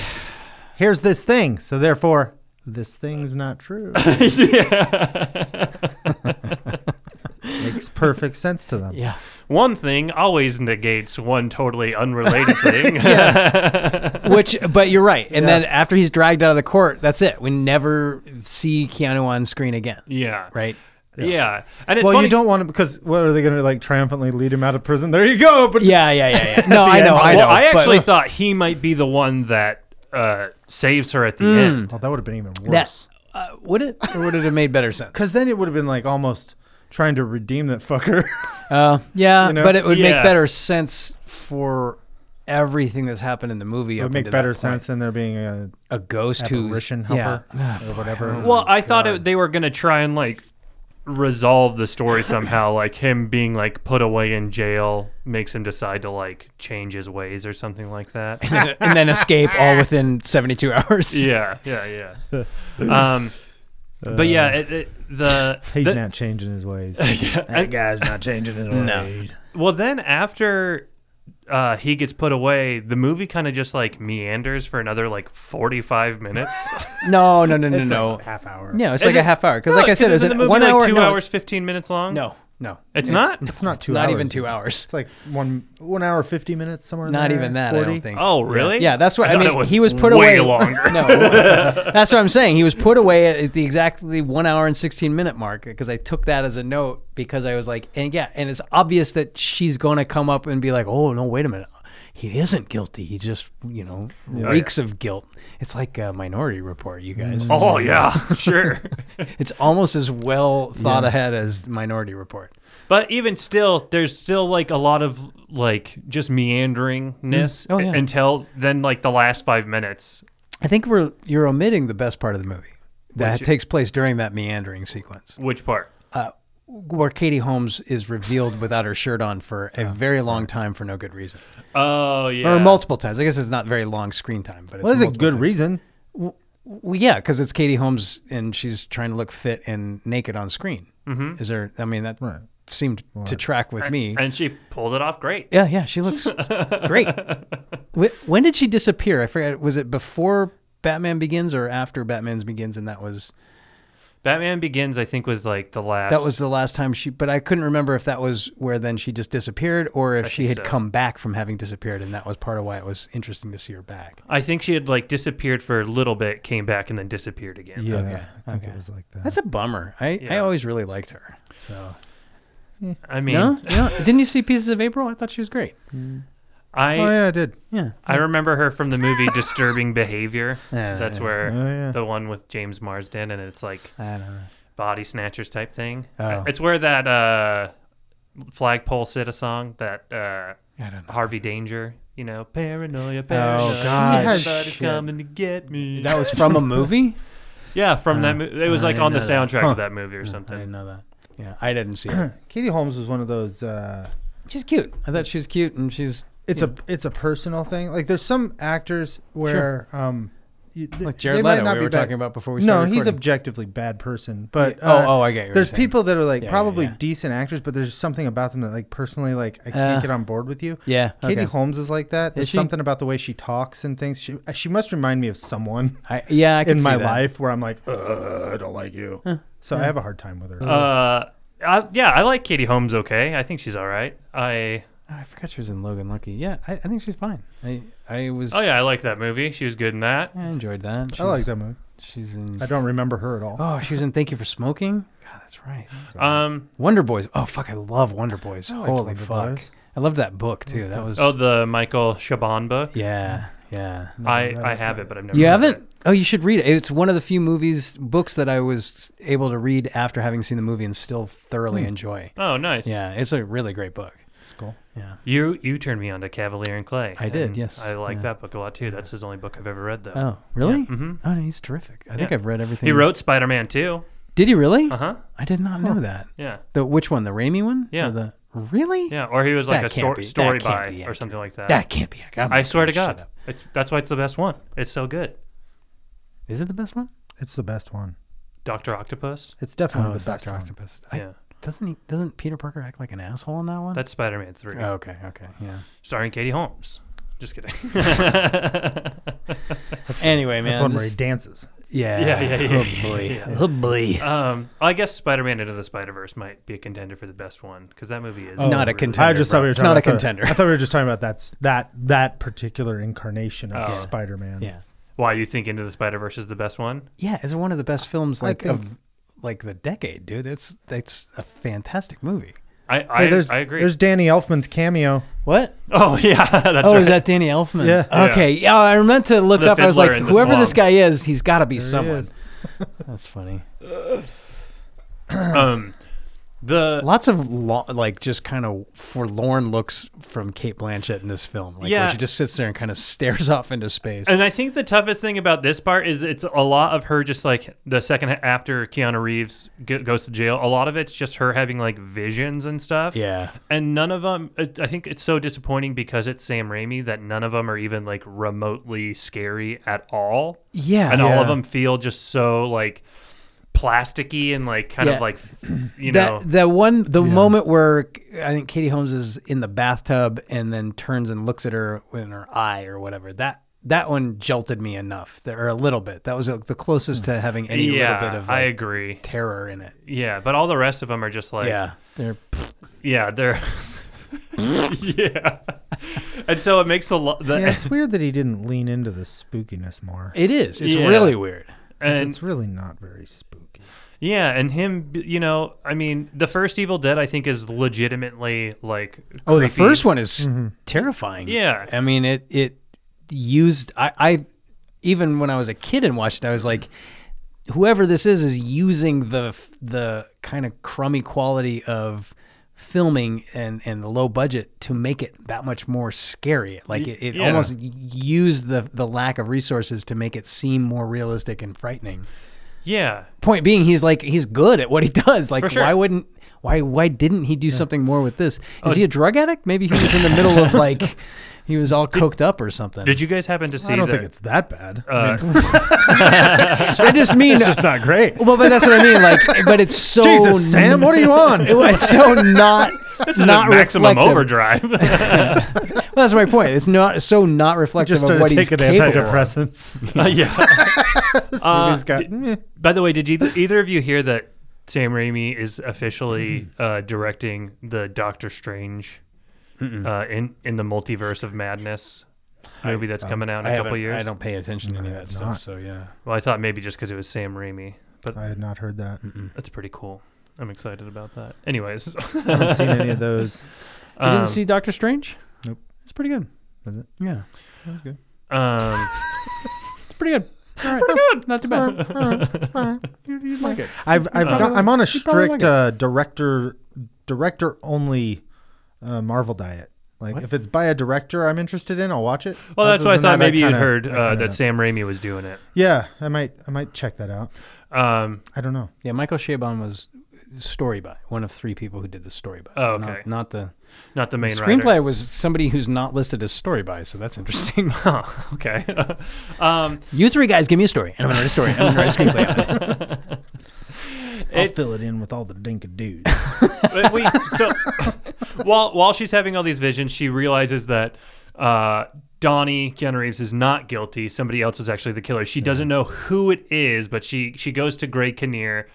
[SPEAKER 5] here's this thing, so therefore this thing's not true. Makes perfect sense to them.
[SPEAKER 4] Yeah.
[SPEAKER 3] one thing always negates one totally unrelated thing.
[SPEAKER 4] Which, but you're right. And
[SPEAKER 5] Yeah.
[SPEAKER 4] then after he's dragged out of the court, that's it. We never see Keanu on screen again.
[SPEAKER 3] yeah.
[SPEAKER 4] Right.
[SPEAKER 3] Yeah. And it's
[SPEAKER 5] well,
[SPEAKER 3] funny.
[SPEAKER 5] you don't want to because what are they going to like triumphantly lead him out of prison? There you go. But
[SPEAKER 4] Yeah, yeah, yeah, yeah. No, I know,
[SPEAKER 5] end.
[SPEAKER 4] I know.
[SPEAKER 3] well, I
[SPEAKER 4] but-
[SPEAKER 3] actually thought he might be the one that uh, saves her at the end.
[SPEAKER 5] Oh, that would have been even
[SPEAKER 4] that
[SPEAKER 5] worse.
[SPEAKER 4] uh, would it or would it have made better sense?
[SPEAKER 5] Because then it would have been like almost trying to redeem that fucker.
[SPEAKER 4] Uh, yeah,
[SPEAKER 5] You know?
[SPEAKER 4] but it would
[SPEAKER 3] Yeah.
[SPEAKER 4] make better sense for everything that's happened in the movie.
[SPEAKER 5] it would make better sense than there being a
[SPEAKER 4] A ghost who's
[SPEAKER 5] apparition
[SPEAKER 4] yeah.
[SPEAKER 5] helper or whatever.
[SPEAKER 3] Well, I thought it, they were gonna try and like resolve the story somehow, like him being like put away in jail makes him decide to like change his ways or something like that.
[SPEAKER 4] and then escape all within 72 hours.
[SPEAKER 3] yeah, yeah, yeah. Um, but yeah, it, it, the,
[SPEAKER 5] He's
[SPEAKER 3] the-
[SPEAKER 5] not changing his ways.
[SPEAKER 3] I-
[SPEAKER 5] that guy's not changing his ways.
[SPEAKER 3] well, then after uh, he gets put away, the movie kind of just like meanders for another like forty-five minutes.
[SPEAKER 4] No, no, no, no,
[SPEAKER 5] It's
[SPEAKER 4] no.
[SPEAKER 5] like a half hour.
[SPEAKER 4] no, it's
[SPEAKER 3] Is
[SPEAKER 4] like a
[SPEAKER 3] it-
[SPEAKER 4] half hour. Because,
[SPEAKER 3] No,
[SPEAKER 4] like I said, it's
[SPEAKER 3] isn't
[SPEAKER 4] a
[SPEAKER 3] the movie
[SPEAKER 4] one
[SPEAKER 3] like
[SPEAKER 4] hour.
[SPEAKER 3] two
[SPEAKER 4] no,
[SPEAKER 3] hours fifteen minutes long?
[SPEAKER 4] No, no.
[SPEAKER 3] It's not?
[SPEAKER 5] It's not two.
[SPEAKER 4] Not
[SPEAKER 5] hours, Oh,
[SPEAKER 4] even
[SPEAKER 5] is
[SPEAKER 4] two
[SPEAKER 5] it?
[SPEAKER 4] hours.
[SPEAKER 5] It's like one one hour fifty minutes somewhere. in
[SPEAKER 4] Not
[SPEAKER 5] there,
[SPEAKER 4] even that, I
[SPEAKER 5] 40.
[SPEAKER 4] don't think.
[SPEAKER 3] Oh, really?
[SPEAKER 4] Yeah, that's what I,
[SPEAKER 3] thought
[SPEAKER 4] mean.
[SPEAKER 3] it was
[SPEAKER 4] he was put
[SPEAKER 3] way
[SPEAKER 4] away
[SPEAKER 3] longer.
[SPEAKER 4] no, that's what I'm saying. He was put away at the exactly one hour and 16 minute mark because I took that as a note because I was like, and yeah, and it's obvious that she's going to come up and be like, oh no, wait a minute, he isn't guilty. He just you know reeks of guilt. It's like a Minority Report, you guys.
[SPEAKER 3] Oh yeah, sure.
[SPEAKER 4] It's almost as well thought ahead as Minority Report.
[SPEAKER 3] but even still, there's still like a lot of like just meanderingness
[SPEAKER 4] Oh, yeah.
[SPEAKER 3] until then, like the last five minutes.
[SPEAKER 4] I think we're you're omitting the best part of the movie that takes place during that meandering sequence.
[SPEAKER 3] Which part?
[SPEAKER 4] where Katie Holmes is revealed without her shirt on for a very long time for no good reason,
[SPEAKER 3] Oh yeah.
[SPEAKER 4] or multiple times. I guess it's not very long screen time, but it's
[SPEAKER 5] Well, that's a
[SPEAKER 4] multiple
[SPEAKER 5] good
[SPEAKER 4] times.
[SPEAKER 5] reason.
[SPEAKER 4] Well, yeah, because it's Katie Holmes and she's trying to look fit and naked on screen. Mm-hmm. Is there? I mean, that
[SPEAKER 5] Right.
[SPEAKER 4] seemed to track with me.
[SPEAKER 3] and she pulled it off great.
[SPEAKER 4] yeah, yeah, she looks great. Wh- When did she disappear? I forget. Was it before Batman Begins or after Batman's Begins? And that was
[SPEAKER 3] Batman Begins, I think, was like the last.
[SPEAKER 4] That was the last time she, but I couldn't remember if that was where then she just disappeared or if she had
[SPEAKER 3] think so.
[SPEAKER 4] come back from having disappeared, and that was part of why it was interesting to see her back.
[SPEAKER 3] I think she had like disappeared for a little bit, came back, and then disappeared again.
[SPEAKER 5] Yeah,
[SPEAKER 4] Okay,
[SPEAKER 5] I think it
[SPEAKER 4] okay.
[SPEAKER 5] was like that.
[SPEAKER 4] That's a bummer. I, I
[SPEAKER 3] Yeah.
[SPEAKER 4] always really liked her. So
[SPEAKER 3] I mean,
[SPEAKER 4] no, no, didn't you see Pieces of April? I thought she was great.
[SPEAKER 3] I
[SPEAKER 5] oh yeah, I did.
[SPEAKER 4] Yeah,
[SPEAKER 3] I remember her from the movie Disturbing Behavior.
[SPEAKER 4] Yeah,
[SPEAKER 3] That's
[SPEAKER 4] yeah.
[SPEAKER 3] where
[SPEAKER 5] Oh,
[SPEAKER 4] uh.
[SPEAKER 5] yeah.
[SPEAKER 3] the one with James Marsden, and it's like
[SPEAKER 4] I don't know.
[SPEAKER 3] body snatchers type thing.
[SPEAKER 4] Oh.
[SPEAKER 3] It's where that uh, flagpole sit a song that uh,
[SPEAKER 4] I don't know.
[SPEAKER 3] Harvey Danger, you know, paranoia, paranoia.
[SPEAKER 4] Oh, God.
[SPEAKER 3] everybody's
[SPEAKER 5] Shit.
[SPEAKER 3] coming to get me.
[SPEAKER 4] That was from a movie.
[SPEAKER 3] yeah, from that movie. It was
[SPEAKER 4] I
[SPEAKER 3] like
[SPEAKER 4] didn't
[SPEAKER 3] on the
[SPEAKER 4] know that. Oh,
[SPEAKER 3] soundtrack of that movie or
[SPEAKER 4] I didn't
[SPEAKER 3] something.
[SPEAKER 4] know that. Yeah, I didn't see her.
[SPEAKER 5] Katie Holmes was one of those. Uh,
[SPEAKER 4] She's cute. I thought she was cute, and she's
[SPEAKER 5] it's a it's a personal thing. Like there's some actors where um, you, th-
[SPEAKER 4] like
[SPEAKER 5] they
[SPEAKER 4] Jared
[SPEAKER 5] might
[SPEAKER 4] Leto.
[SPEAKER 5] not
[SPEAKER 4] We
[SPEAKER 5] be
[SPEAKER 4] were
[SPEAKER 5] bad.
[SPEAKER 4] talking about before we
[SPEAKER 5] No,
[SPEAKER 4] started
[SPEAKER 5] he's
[SPEAKER 4] recording.
[SPEAKER 5] objectively bad person. But
[SPEAKER 4] Yeah. Oh,
[SPEAKER 5] uh,
[SPEAKER 4] oh, I get what you're
[SPEAKER 5] There's
[SPEAKER 4] saying.
[SPEAKER 5] people that are like
[SPEAKER 4] Yeah, yeah,
[SPEAKER 5] probably
[SPEAKER 4] yeah.
[SPEAKER 5] decent actors, but there's something about them that like personally like I can't
[SPEAKER 4] Uh,
[SPEAKER 5] get on board with you.
[SPEAKER 4] yeah,
[SPEAKER 5] Katie
[SPEAKER 4] okay.
[SPEAKER 5] Holmes is like that. There's
[SPEAKER 4] she?
[SPEAKER 5] something about the way she talks and things. She she must remind me of someone
[SPEAKER 4] I, yeah, I can
[SPEAKER 5] in
[SPEAKER 4] see
[SPEAKER 5] my
[SPEAKER 4] that.
[SPEAKER 5] life where I'm like, "Uh, I don't like you. So
[SPEAKER 4] Oh,
[SPEAKER 5] I have a hard time with her.
[SPEAKER 3] Uh, I, yeah, I like Katie Holmes. Okay, I think she's all right. I
[SPEAKER 4] Oh, I forgot she was in Logan Lucky. Yeah, I, I think she's fine. I I was.
[SPEAKER 3] Oh yeah, I like that movie. She was good in that.
[SPEAKER 4] I enjoyed that.
[SPEAKER 5] I like that movie.
[SPEAKER 4] She's in.
[SPEAKER 5] I don't remember her at all.
[SPEAKER 4] Oh, uh, she was in Thank You for Smoking. God, that's right.
[SPEAKER 3] Um,
[SPEAKER 4] Wonder Boys. Oh fuck, I love Wonder Boys.
[SPEAKER 5] I liked
[SPEAKER 4] Holy
[SPEAKER 5] Wonder
[SPEAKER 4] fuck,
[SPEAKER 5] Boys.
[SPEAKER 4] I loved that book too. That was.
[SPEAKER 3] oh, the Michael Chabon book.
[SPEAKER 4] yeah, yeah.
[SPEAKER 3] I, I have it, but I've never.
[SPEAKER 4] You
[SPEAKER 3] read
[SPEAKER 4] haven't?
[SPEAKER 3] it.
[SPEAKER 4] Oh, you should read it. It's one of the few movies, books that I was able to read after having seen the movie and still thoroughly enjoy.
[SPEAKER 3] Oh, nice.
[SPEAKER 4] Yeah, it's a really great book.
[SPEAKER 5] It's cool.
[SPEAKER 4] Yeah.
[SPEAKER 3] You you turned me on to Cavalier and Clay.
[SPEAKER 4] I did,
[SPEAKER 3] and
[SPEAKER 4] yes.
[SPEAKER 3] I like
[SPEAKER 4] Yeah.
[SPEAKER 3] that book a lot too. That's his only book I've ever read though.
[SPEAKER 4] Oh, really?
[SPEAKER 3] mhm.
[SPEAKER 4] Oh, no, he's terrific. I think
[SPEAKER 3] Yeah.
[SPEAKER 4] I've read everything.
[SPEAKER 3] He wrote Spider Man too.
[SPEAKER 4] Did he really?
[SPEAKER 3] Uh huh.
[SPEAKER 4] I did not know that.
[SPEAKER 3] Yeah.
[SPEAKER 4] The which one? The Raimi one?
[SPEAKER 3] Yeah.
[SPEAKER 4] Or the really?
[SPEAKER 3] Yeah. Or he was like
[SPEAKER 4] That
[SPEAKER 3] a
[SPEAKER 4] can't
[SPEAKER 3] stor-
[SPEAKER 4] be- that
[SPEAKER 3] story
[SPEAKER 4] can't
[SPEAKER 3] by
[SPEAKER 4] be
[SPEAKER 3] or
[SPEAKER 4] accurate.
[SPEAKER 3] something like that.
[SPEAKER 4] That can't be. a- I'm
[SPEAKER 3] I
[SPEAKER 4] not
[SPEAKER 3] swear to
[SPEAKER 4] making shit
[SPEAKER 3] God,
[SPEAKER 4] up.
[SPEAKER 3] it's that's why it's the best one. It's so good.
[SPEAKER 4] Is it the best one?
[SPEAKER 5] It's the best one.
[SPEAKER 3] Doctor Octopus.
[SPEAKER 5] It's definitely
[SPEAKER 4] it's
[SPEAKER 5] the best
[SPEAKER 4] Dr.
[SPEAKER 5] one.
[SPEAKER 4] Oh, Octopus. I-
[SPEAKER 3] Yeah.
[SPEAKER 4] doesn't he? Doesn't Peter Parker act like an asshole in that one?
[SPEAKER 3] That's Spider Man three,
[SPEAKER 4] oh, okay. Okay. Yeah.
[SPEAKER 3] starring Katie Holmes. Just kidding.
[SPEAKER 4] anyway,
[SPEAKER 5] That's
[SPEAKER 4] man.
[SPEAKER 5] one where
[SPEAKER 4] this-
[SPEAKER 5] he dances.
[SPEAKER 4] yeah.
[SPEAKER 3] Yeah, yeah, yeah,
[SPEAKER 4] Oh
[SPEAKER 3] yeah,
[SPEAKER 4] boy.
[SPEAKER 3] yeah.
[SPEAKER 4] Oh boy.
[SPEAKER 3] um, I guess Spider Man Into the Spider Verse might be a contender for the best one because that movie is
[SPEAKER 5] Oh.
[SPEAKER 4] Not a
[SPEAKER 3] really-
[SPEAKER 4] contender.
[SPEAKER 5] I just thought we
[SPEAKER 4] bro.
[SPEAKER 5] were
[SPEAKER 4] It's
[SPEAKER 5] talking
[SPEAKER 4] not a
[SPEAKER 5] about the-
[SPEAKER 4] contender.
[SPEAKER 5] I thought we were just talking about that's that that particular incarnation of
[SPEAKER 3] Oh.
[SPEAKER 5] Spider-Man.
[SPEAKER 4] yeah.
[SPEAKER 3] Why you think Into the Spider Verse is the best one?
[SPEAKER 4] Yeah, it's one of the best films
[SPEAKER 5] I
[SPEAKER 4] like of
[SPEAKER 5] think-
[SPEAKER 4] like the decade, dude. It's that's a fantastic movie.
[SPEAKER 3] I
[SPEAKER 5] Hey,
[SPEAKER 3] I,
[SPEAKER 5] there's,
[SPEAKER 3] I agree.
[SPEAKER 5] There's Danny Elfman's cameo.
[SPEAKER 4] What?
[SPEAKER 3] Oh yeah, that's
[SPEAKER 4] oh,
[SPEAKER 3] right.
[SPEAKER 4] is that Danny Elfman?
[SPEAKER 5] Yeah.
[SPEAKER 3] Yeah.
[SPEAKER 4] Okay. Yeah, I meant to look
[SPEAKER 3] The
[SPEAKER 4] up. I was
[SPEAKER 3] fiddler
[SPEAKER 4] like,
[SPEAKER 3] in the
[SPEAKER 4] whoever this
[SPEAKER 3] slum.
[SPEAKER 4] guy is, he's got to be
[SPEAKER 5] he
[SPEAKER 4] someone.
[SPEAKER 5] is.
[SPEAKER 4] That's funny.
[SPEAKER 3] um the
[SPEAKER 4] Lots of lo- like just kind of forlorn looks from Kate Blanchett in this film. Like
[SPEAKER 3] Yeah.
[SPEAKER 4] where she just sits there and kind of stares off into space.
[SPEAKER 3] and I think the toughest thing about this part is it's a lot of her just like the second ha- after Keanu Reeves g- goes to jail, a lot of it's just her having like visions and stuff.
[SPEAKER 4] yeah.
[SPEAKER 3] And none of them, I think it's so disappointing because it's Sam Raimi that none of them are even like remotely scary at all.
[SPEAKER 4] Yeah.
[SPEAKER 3] and all
[SPEAKER 5] Yeah.
[SPEAKER 3] of them feel just so like plasticky and like kind
[SPEAKER 4] Yeah.
[SPEAKER 3] of like you know
[SPEAKER 4] that that one the moment where I think Katie Holmes is in the bathtub and then turns and looks at her in her eye or whatever that that one jolted me enough there, or a little bit that was uh, the closest to having any
[SPEAKER 3] yeah
[SPEAKER 4] little bit of
[SPEAKER 3] I
[SPEAKER 4] like,
[SPEAKER 3] agree
[SPEAKER 4] terror in it
[SPEAKER 3] yeah but all the rest of them are just like
[SPEAKER 4] yeah they're
[SPEAKER 3] yeah they're yeah and so it makes a lot
[SPEAKER 5] Yeah,
[SPEAKER 3] the
[SPEAKER 5] it's weird that he didn't lean into the spookiness more.
[SPEAKER 4] it is it's
[SPEAKER 3] Yeah.
[SPEAKER 4] really weird
[SPEAKER 3] and
[SPEAKER 5] it's really not very spooky.
[SPEAKER 3] yeah and him you know I mean the first Evil Dead I think is legitimately like
[SPEAKER 4] oh the
[SPEAKER 3] creepy.
[SPEAKER 4] first one is terrifying
[SPEAKER 3] Yeah.
[SPEAKER 4] I mean it it used I I even when I was a kid and watched it I was like whoever this is is using the the kind of crummy quality of filming and and the low budget to make it that much more scary like it, it
[SPEAKER 3] yeah.
[SPEAKER 4] almost used the the lack of resources to make it seem more realistic and frightening
[SPEAKER 3] yeah
[SPEAKER 4] point being he's like he's good at what he does like
[SPEAKER 3] For sure.
[SPEAKER 4] why wouldn't why why didn't he do something more with this is
[SPEAKER 5] Oh,
[SPEAKER 4] he a drug addict maybe he was in the middle of like he was all coked up or something
[SPEAKER 3] did you guys happen to see
[SPEAKER 5] I don't
[SPEAKER 3] the,
[SPEAKER 5] think it's that bad.
[SPEAKER 3] uh,
[SPEAKER 4] i just mean uh,
[SPEAKER 5] it's not great.
[SPEAKER 4] well but that's what i mean like but it's so
[SPEAKER 5] Jesus, Sam, what are you on?
[SPEAKER 4] it- it's so not
[SPEAKER 3] this is
[SPEAKER 4] not
[SPEAKER 3] a maximum
[SPEAKER 4] reflective.
[SPEAKER 3] overdrive
[SPEAKER 4] well, that's my point it's not so not reflective
[SPEAKER 5] Just
[SPEAKER 4] of
[SPEAKER 5] started
[SPEAKER 4] what he's
[SPEAKER 5] taking
[SPEAKER 4] capable of.
[SPEAKER 5] antidepressants.
[SPEAKER 3] Uh, yeah.
[SPEAKER 5] this
[SPEAKER 3] Uh,
[SPEAKER 5] movie's got.
[SPEAKER 3] d-
[SPEAKER 5] meh.
[SPEAKER 3] By the way, did you, either of you hear that Sam Raimi is officially
[SPEAKER 4] Mm-hmm.
[SPEAKER 3] uh, directing the Doctor Strange uh, in in the Multiverse of Madness movie that's coming out in a couple
[SPEAKER 4] haven't-
[SPEAKER 3] years?
[SPEAKER 4] um, I don't pay attention to any of that stuff,
[SPEAKER 5] not.
[SPEAKER 4] so yeah.
[SPEAKER 3] Well, I thought maybe just because it was Sam Raimi, but
[SPEAKER 5] I had not heard that.
[SPEAKER 3] that's pretty cool. I'm excited about that. Anyways,
[SPEAKER 5] I haven't seen any of those.
[SPEAKER 4] You
[SPEAKER 3] um,
[SPEAKER 4] didn't see Doctor Strange?
[SPEAKER 5] Nope.
[SPEAKER 4] It's pretty good.
[SPEAKER 5] Was it?
[SPEAKER 4] Yeah.
[SPEAKER 3] um,
[SPEAKER 4] It's pretty good. All right. Pretty good. Not too bad. you, you'd like it.
[SPEAKER 5] I've, I've
[SPEAKER 3] Uh,
[SPEAKER 5] got, I'm on a
[SPEAKER 4] you'd probably
[SPEAKER 5] strict
[SPEAKER 4] like it.
[SPEAKER 5] uh, director director only uh, Marvel diet. Like if it's by a director I'm interested in, I'll watch it.
[SPEAKER 3] well, that's
[SPEAKER 5] Other
[SPEAKER 3] why I
[SPEAKER 5] than
[SPEAKER 3] thought
[SPEAKER 5] that,
[SPEAKER 3] maybe
[SPEAKER 5] kinda-
[SPEAKER 3] you'd heard
[SPEAKER 5] I
[SPEAKER 3] uh,
[SPEAKER 5] kinda
[SPEAKER 3] that
[SPEAKER 5] don't.
[SPEAKER 3] Sam Raimi was doing it.
[SPEAKER 5] Yeah, I might I might check that out.
[SPEAKER 3] Um,
[SPEAKER 5] I don't know.
[SPEAKER 4] Yeah, Michael Chabon was story by one of three people who did the story by.
[SPEAKER 3] Oh,
[SPEAKER 4] Not-
[SPEAKER 3] okay.
[SPEAKER 4] Not, the
[SPEAKER 3] not the main
[SPEAKER 4] screenplay
[SPEAKER 3] writer.
[SPEAKER 4] was somebody who's not listed as story by, so that's interesting.
[SPEAKER 3] Huh, okay. um,
[SPEAKER 4] you three guys, give me a story, and I'm gonna write a story. I'm gonna write a screenplay.
[SPEAKER 5] I'll
[SPEAKER 3] it's-
[SPEAKER 5] fill it in with all the dinka dudes.
[SPEAKER 3] But we, so while while she's having all these visions, she realizes that uh, Donnie Keanu Reeves is not guilty. Somebody else is actually the killer. She doesn't know who it is, but she she goes to Greg Kinnear,